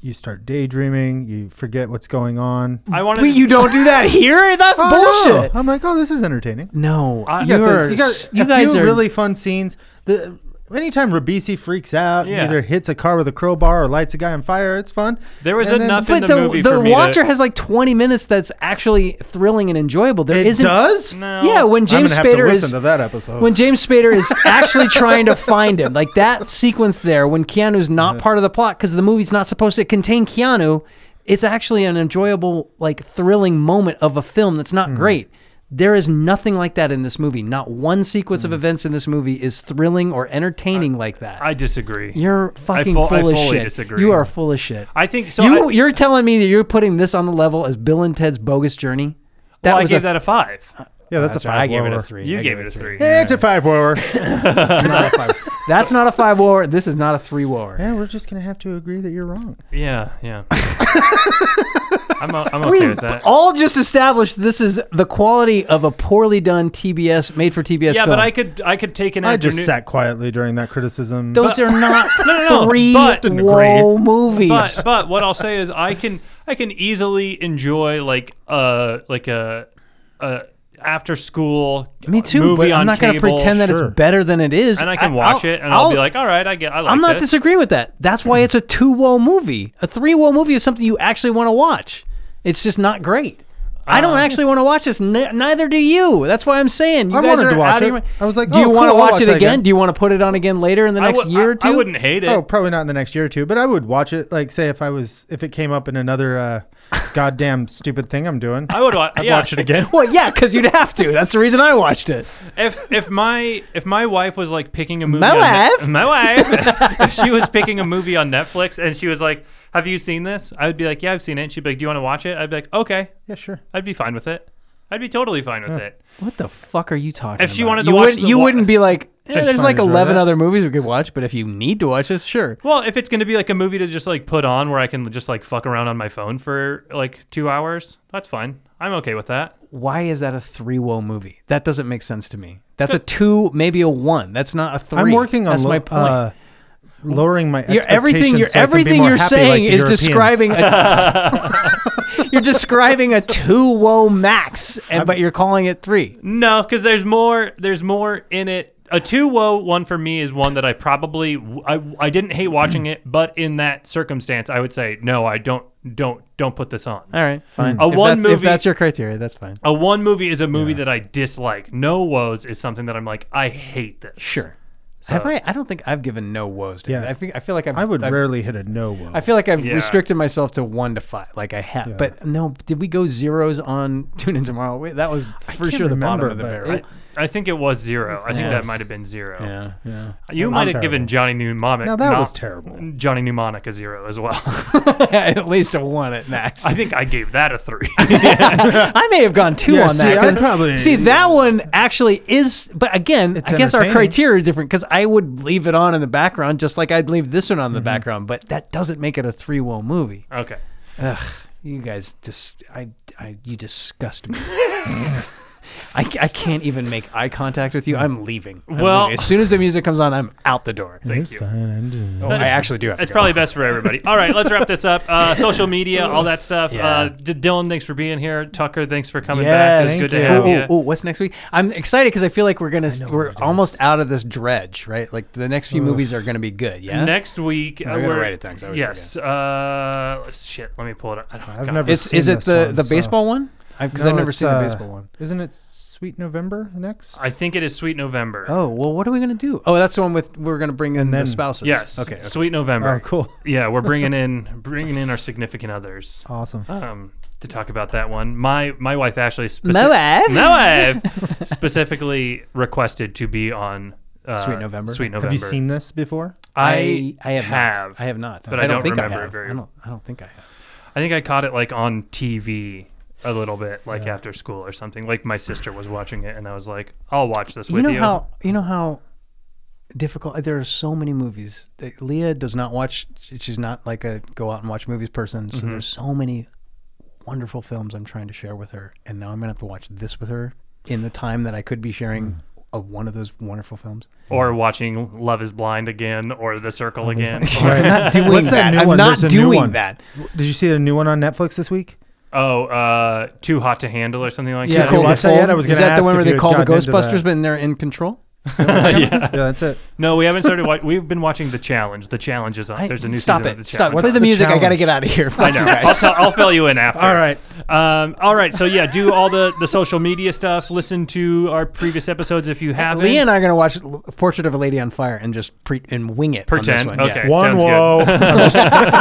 [SPEAKER 5] you start daydreaming, you forget what's going on.
[SPEAKER 3] I want
[SPEAKER 4] Wait, you don't do that here? That's
[SPEAKER 5] Oh, no.
[SPEAKER 4] bullshit.
[SPEAKER 5] I'm like, oh, this is entertaining.
[SPEAKER 4] No,
[SPEAKER 3] I-
[SPEAKER 4] you
[SPEAKER 3] You
[SPEAKER 5] got the-
[SPEAKER 4] are,
[SPEAKER 5] you got
[SPEAKER 4] s- you
[SPEAKER 5] a
[SPEAKER 4] guys
[SPEAKER 5] few
[SPEAKER 4] are
[SPEAKER 5] really fun scenes. The anytime Rabisi freaks out,
[SPEAKER 3] Yeah.
[SPEAKER 5] either hits a car with a crowbar or lights a guy on fire, it's fun.
[SPEAKER 3] There was
[SPEAKER 5] And then-
[SPEAKER 3] enough in
[SPEAKER 4] But
[SPEAKER 3] the,
[SPEAKER 4] the,
[SPEAKER 3] movie
[SPEAKER 4] the
[SPEAKER 3] for me
[SPEAKER 4] Watcher
[SPEAKER 3] to,
[SPEAKER 4] has like 20 minutes that's actually thrilling and enjoyable. There
[SPEAKER 5] It
[SPEAKER 4] isn't.
[SPEAKER 5] does.
[SPEAKER 3] No.
[SPEAKER 4] Yeah, when James
[SPEAKER 5] I'm gonna have to
[SPEAKER 4] Spader
[SPEAKER 5] listen
[SPEAKER 4] is
[SPEAKER 5] to that episode.
[SPEAKER 4] when James Spader is actually trying to find him, like that sequence there when Keanu's not part of the plot because the movie's not supposed to contain Keanu, it's actually an enjoyable, like thrilling moment of a film that's
[SPEAKER 3] Hmm.
[SPEAKER 4] not great. There is nothing like that in this movie. Not one sequence of events in this movie is thrilling or entertaining like that.
[SPEAKER 3] Hmm. I disagree.
[SPEAKER 4] You're fucking
[SPEAKER 3] fu- I
[SPEAKER 4] full of
[SPEAKER 3] fully
[SPEAKER 4] shit.
[SPEAKER 3] disagree.
[SPEAKER 4] You are full of shit.
[SPEAKER 3] I think so.
[SPEAKER 4] you
[SPEAKER 3] I,
[SPEAKER 4] you're telling me that you're putting this on the level as Bill and Ted's Bogus Journey. That
[SPEAKER 3] well, I
[SPEAKER 4] was a,
[SPEAKER 3] gave that a five.
[SPEAKER 5] yeah, that's, a
[SPEAKER 4] right,
[SPEAKER 5] five.
[SPEAKER 4] I gave it a
[SPEAKER 5] wower.
[SPEAKER 4] three.
[SPEAKER 3] You
[SPEAKER 4] I
[SPEAKER 3] gave it a three.
[SPEAKER 5] Yeah, It's a five wower.
[SPEAKER 4] That's not a five war. This is not a three war.
[SPEAKER 5] yeah, we're just gonna have to agree that you're wrong.
[SPEAKER 3] Yeah, yeah. I'm, o- I'm okay with that.
[SPEAKER 4] all just established this is the quality of a poorly done TBS made for TBS
[SPEAKER 3] Yeah,
[SPEAKER 4] film.
[SPEAKER 3] but I could I could take an
[SPEAKER 5] I
[SPEAKER 3] afternoon.
[SPEAKER 5] just sat quietly during that criticism.
[SPEAKER 4] those are not
[SPEAKER 3] no, no,
[SPEAKER 4] three
[SPEAKER 3] but- Didn't
[SPEAKER 4] whoa movies.
[SPEAKER 3] but but what I'll say is I can I can easily enjoy like uh like a a after school
[SPEAKER 4] Me too.
[SPEAKER 3] movie
[SPEAKER 4] but
[SPEAKER 3] on
[SPEAKER 4] I'm not gonna
[SPEAKER 3] cable,
[SPEAKER 4] pretend that
[SPEAKER 5] sure.
[SPEAKER 4] it's better than it is.
[SPEAKER 3] and I can
[SPEAKER 4] I'll-
[SPEAKER 3] watch it and I'll, be
[SPEAKER 4] I'll-
[SPEAKER 3] like all right I get I like
[SPEAKER 4] I'm not
[SPEAKER 3] this.
[SPEAKER 4] disagreeing with that. That's why it's a two woe movie. A three woe movie is something you actually want to watch. It's just not great. I
[SPEAKER 3] Uh,
[SPEAKER 4] don't actually want to watch this. N- neither do you. That's why I'm saying you
[SPEAKER 5] I
[SPEAKER 4] guys
[SPEAKER 5] wanted
[SPEAKER 4] are
[SPEAKER 5] to watch
[SPEAKER 4] out of your
[SPEAKER 5] it.
[SPEAKER 4] mi-
[SPEAKER 5] I was like,
[SPEAKER 4] do
[SPEAKER 5] oh,
[SPEAKER 4] you want to
[SPEAKER 5] cool, I'll
[SPEAKER 4] watch,
[SPEAKER 5] watch
[SPEAKER 4] it
[SPEAKER 5] that
[SPEAKER 4] again?
[SPEAKER 5] again.
[SPEAKER 4] Do you want to put it on again later in the
[SPEAKER 3] I
[SPEAKER 4] next
[SPEAKER 3] wou-
[SPEAKER 4] year
[SPEAKER 3] I-
[SPEAKER 4] or two?
[SPEAKER 3] I wouldn't hate it
[SPEAKER 5] Oh, probably not in the next year or two, but I would watch it. Like, say if I was, if it came up in another uh, goddamn stupid thing I'm doing,
[SPEAKER 3] I would wa-
[SPEAKER 5] I'd
[SPEAKER 3] yeah.
[SPEAKER 5] watch it again.
[SPEAKER 4] Well, yeah, because you'd have to. That's the reason I watched it.
[SPEAKER 3] if if my if my wife was like picking a movie
[SPEAKER 4] My
[SPEAKER 3] on Net-
[SPEAKER 4] wife?
[SPEAKER 3] my wife if she was picking a movie on Netflix and she was like have you seen this I would be like yeah I've seen it and she'd be like do you want to watch it I'd be like okay
[SPEAKER 5] Yeah, sure.
[SPEAKER 3] I'd be fine with it I'd be totally fine with it
[SPEAKER 4] What the fuck are you talking?
[SPEAKER 3] If she
[SPEAKER 4] about?
[SPEAKER 3] wanted to
[SPEAKER 4] you
[SPEAKER 3] watch
[SPEAKER 4] wouldn't-
[SPEAKER 3] the
[SPEAKER 4] you
[SPEAKER 3] wa-
[SPEAKER 4] wouldn't be like. eh,
[SPEAKER 5] Just
[SPEAKER 4] there's
[SPEAKER 5] fine,
[SPEAKER 4] like
[SPEAKER 5] enjoy
[SPEAKER 4] 11
[SPEAKER 5] that.
[SPEAKER 4] other movies we could watch, but if you need to watch this, sure.
[SPEAKER 3] well if it's gonna be like a movie to just like put on where I can just like fuck around on my phone for like two hours that's fine I'm okay with that
[SPEAKER 4] why is that a three woe movie? That doesn't make sense to me. That's a two, maybe a one. That's not a three.
[SPEAKER 5] I'm working on
[SPEAKER 4] That's
[SPEAKER 5] lo-
[SPEAKER 4] my point.
[SPEAKER 5] uh, lowering my
[SPEAKER 4] You're- everything you're
[SPEAKER 5] expectations so I can be
[SPEAKER 4] everything
[SPEAKER 5] more
[SPEAKER 4] you're
[SPEAKER 5] happy
[SPEAKER 4] saying
[SPEAKER 5] like the
[SPEAKER 4] is
[SPEAKER 5] Europeans.
[SPEAKER 4] describing a you're describing a two woe max, and but you're calling it three.
[SPEAKER 3] no because there's more there's more in it. A two woe one for me is one that I probably I, I didn't hate watching it, but in that circumstance, I would say no. I don't don't don't put this on.
[SPEAKER 4] All right, fine.
[SPEAKER 3] A
[SPEAKER 4] if
[SPEAKER 3] one
[SPEAKER 4] that's, If
[SPEAKER 3] movie-
[SPEAKER 4] that's your criteria, that's fine.
[SPEAKER 3] A one movie is a movie that I dislike. No woes is something that I'm like, I hate this.
[SPEAKER 4] Sure. Have I? I don't think I've given no woes. To
[SPEAKER 5] Yeah.
[SPEAKER 4] I feel. I feel like I've,
[SPEAKER 5] I would
[SPEAKER 4] I've-
[SPEAKER 5] rarely hit a no. Woe.
[SPEAKER 4] I feel like I've
[SPEAKER 3] Yeah.
[SPEAKER 4] restricted myself to one to five. Like I have, but no. Did we go zeros on Tune In Tomorrow? Wait, that was for
[SPEAKER 5] can't
[SPEAKER 4] sure the
[SPEAKER 5] remember,
[SPEAKER 4] bottom of the
[SPEAKER 5] but
[SPEAKER 4] barrel.
[SPEAKER 5] it-
[SPEAKER 3] I think it was zero. I think that
[SPEAKER 4] close.
[SPEAKER 3] might have been zero.
[SPEAKER 4] yeah, yeah.
[SPEAKER 3] You might have given Johnny Mnemonic.
[SPEAKER 5] Now that
[SPEAKER 3] not-
[SPEAKER 5] was terrible.
[SPEAKER 3] Johnny Mnemonic a zero as well.
[SPEAKER 4] at least a one at max.
[SPEAKER 3] I
[SPEAKER 4] I,
[SPEAKER 3] think I gave that a three.
[SPEAKER 4] may have gone two
[SPEAKER 5] Yeah,
[SPEAKER 4] on
[SPEAKER 5] see,
[SPEAKER 4] that.
[SPEAKER 5] I
[SPEAKER 4] 'cause-
[SPEAKER 5] probably-
[SPEAKER 4] see that one actually is, but again,
[SPEAKER 5] It's
[SPEAKER 4] I guess our
[SPEAKER 5] entertaining.
[SPEAKER 4] criteria are different because I would leave it on in the background just like I'd leave this one on the
[SPEAKER 5] Mm-hmm.
[SPEAKER 4] background, but that doesn't make it a three woe movie.
[SPEAKER 3] okay.
[SPEAKER 4] You guys, dis- I, I, you disgust me. I, ca- I can't even make eye contact with you. I'm leaving. I'm
[SPEAKER 3] Well-
[SPEAKER 4] leaving. as soon as the music comes on, I'm out the door.
[SPEAKER 3] Thank you.
[SPEAKER 4] Oh, I actually do have.
[SPEAKER 3] It's
[SPEAKER 4] to go.
[SPEAKER 3] probably best for everybody. All right, let's wrap this up. Uh, social media, all that stuff. Uh,
[SPEAKER 4] Yeah.
[SPEAKER 3] D- Dylan, thanks for being here. Tucker, thanks for coming
[SPEAKER 4] Yeah,
[SPEAKER 3] back. It's
[SPEAKER 4] thank
[SPEAKER 3] good
[SPEAKER 4] you.
[SPEAKER 3] to have
[SPEAKER 4] Ooh,
[SPEAKER 3] you.
[SPEAKER 4] ooh, ooh, what's next week? I'm excited because I feel like we're gonna we're almost out of this dredge, right? Like the next few movies are gonna be good. Yeah.
[SPEAKER 3] Next week, uh,
[SPEAKER 4] gotta
[SPEAKER 3] we're-
[SPEAKER 4] write it down 'cause I always
[SPEAKER 3] yes. Uh, shit, let me pull it up. I don't,
[SPEAKER 5] I've
[SPEAKER 3] God.
[SPEAKER 5] never
[SPEAKER 4] it's
[SPEAKER 5] seen
[SPEAKER 4] is it
[SPEAKER 5] this
[SPEAKER 4] the
[SPEAKER 5] one,
[SPEAKER 4] the
[SPEAKER 5] so-
[SPEAKER 4] baseball one? Because
[SPEAKER 5] No,
[SPEAKER 4] I've never
[SPEAKER 5] it's,
[SPEAKER 4] seen
[SPEAKER 5] uh,
[SPEAKER 4] the baseball one.
[SPEAKER 5] Isn't it Sweet November next?
[SPEAKER 3] I think it is Sweet November.
[SPEAKER 4] Oh well, what are we gonna do? Oh, that's the one with we're gonna bring in
[SPEAKER 5] then-
[SPEAKER 4] the spouses.
[SPEAKER 3] yes.
[SPEAKER 4] Okay. okay.
[SPEAKER 3] Sweet November.
[SPEAKER 5] Oh, cool.
[SPEAKER 3] Yeah, we're bringing in bringing in our significant others.
[SPEAKER 5] Awesome.
[SPEAKER 3] um, to talk about that one. My my wife Ashley speci-
[SPEAKER 4] wife.
[SPEAKER 3] my wife specifically requested to be on uh,
[SPEAKER 4] Sweet November.
[SPEAKER 3] Sweet November.
[SPEAKER 5] Have you seen this before?
[SPEAKER 3] I
[SPEAKER 4] I have,
[SPEAKER 3] have.
[SPEAKER 4] Not. I have not.
[SPEAKER 3] But I don't
[SPEAKER 4] think
[SPEAKER 3] remember
[SPEAKER 4] I
[SPEAKER 3] it
[SPEAKER 4] have.
[SPEAKER 3] very-
[SPEAKER 4] I don't. I don't think I have.
[SPEAKER 3] I think I caught it like on TV a little bit, like after school or something. Like my sister was watching it, and I was like, "I'll watch this
[SPEAKER 4] You
[SPEAKER 3] with
[SPEAKER 4] know
[SPEAKER 3] you."
[SPEAKER 4] how you know how difficult there are so many movies that Leah does not watch. she- She's not like a go out and watch movies person.
[SPEAKER 3] Mm-hmm.
[SPEAKER 4] So there's so many wonderful films I'm trying to share with her, and now I'm gonna have to watch this with her in the time that I could be sharing
[SPEAKER 5] Mm.
[SPEAKER 4] a, one of those wonderful films.
[SPEAKER 3] or watching Love Is Blind again, or The Circle again.
[SPEAKER 5] Right.
[SPEAKER 4] I'm not doing
[SPEAKER 5] What's that
[SPEAKER 4] that.
[SPEAKER 5] new
[SPEAKER 4] I'm
[SPEAKER 5] one?
[SPEAKER 4] not
[SPEAKER 5] There's a new
[SPEAKER 4] doing
[SPEAKER 5] one.
[SPEAKER 4] that.
[SPEAKER 5] Did you see the new one on Netflix this week?
[SPEAKER 3] oh, uh, Too Hot to Handle or something like
[SPEAKER 5] Yeah,
[SPEAKER 3] that.
[SPEAKER 5] Cool. watched that yet? I was
[SPEAKER 4] Is
[SPEAKER 5] gonna
[SPEAKER 4] that the
[SPEAKER 5] ask
[SPEAKER 4] one
[SPEAKER 5] if
[SPEAKER 4] where
[SPEAKER 5] you
[SPEAKER 4] they
[SPEAKER 5] had
[SPEAKER 4] call the
[SPEAKER 5] gotten into
[SPEAKER 4] Ghostbusters,
[SPEAKER 5] that.
[SPEAKER 4] but they're in control?
[SPEAKER 5] Yeah, that's it.
[SPEAKER 3] No, we haven't started. wa- We've been watching The Challenge. The Challenge is on.
[SPEAKER 4] I-
[SPEAKER 3] There's a new
[SPEAKER 4] stop
[SPEAKER 3] season of
[SPEAKER 4] it!
[SPEAKER 3] The
[SPEAKER 4] stop it!
[SPEAKER 3] Challenge.
[SPEAKER 4] Play
[SPEAKER 5] What's
[SPEAKER 4] the
[SPEAKER 5] the
[SPEAKER 4] music. I gotta
[SPEAKER 5] challenge?
[SPEAKER 4] get out of here. I know.
[SPEAKER 3] I'll, tell, I'll fill you in after.
[SPEAKER 5] All right.
[SPEAKER 3] Um, all right. So yeah, do all the the social media stuff. Listen to our previous episodes if you haven't.
[SPEAKER 4] Leah and I are going to watch L- Portrait of a Lady on Fire and just pre- and wing it. on this
[SPEAKER 3] pretend.
[SPEAKER 4] one, yeah.
[SPEAKER 3] Okay.
[SPEAKER 5] One
[SPEAKER 3] sounds
[SPEAKER 5] whoa.
[SPEAKER 3] Good.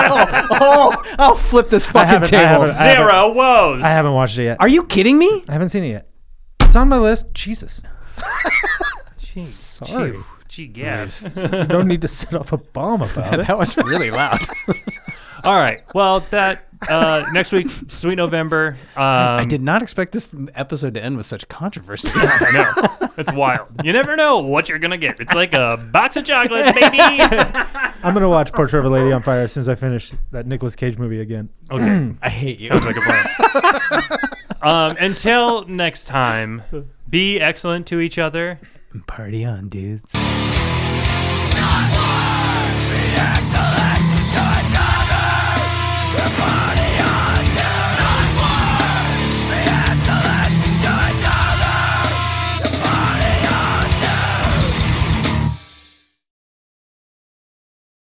[SPEAKER 4] oh, I'll flip this fucking
[SPEAKER 5] haven't- I
[SPEAKER 4] table.
[SPEAKER 5] haven't- I-
[SPEAKER 3] Zero woes.
[SPEAKER 5] I haven't watched it yet.
[SPEAKER 4] Are you kidding me?
[SPEAKER 5] I haven't seen it yet. It's on my list. Jesus.
[SPEAKER 3] Gee,
[SPEAKER 5] Sorry.
[SPEAKER 3] Gee, gee, yes.
[SPEAKER 5] You don't need to set off a bomb about it.
[SPEAKER 4] That was really loud.
[SPEAKER 3] All right. Well, that uh, next week, sweet November. Um,
[SPEAKER 4] I did not expect this episode to end with such controversy.
[SPEAKER 3] I know. It's wild. You never know what you're gonna get. It's like a box of chocolates, baby.
[SPEAKER 5] I'm going to watch Portrait of a Lady on Fire as soon as I finish that Nicolas Cage movie again.
[SPEAKER 3] okay.
[SPEAKER 4] I hate you.
[SPEAKER 3] Sounds like a plan. um, until next time, be excellent to each other.
[SPEAKER 4] Party on, dudes.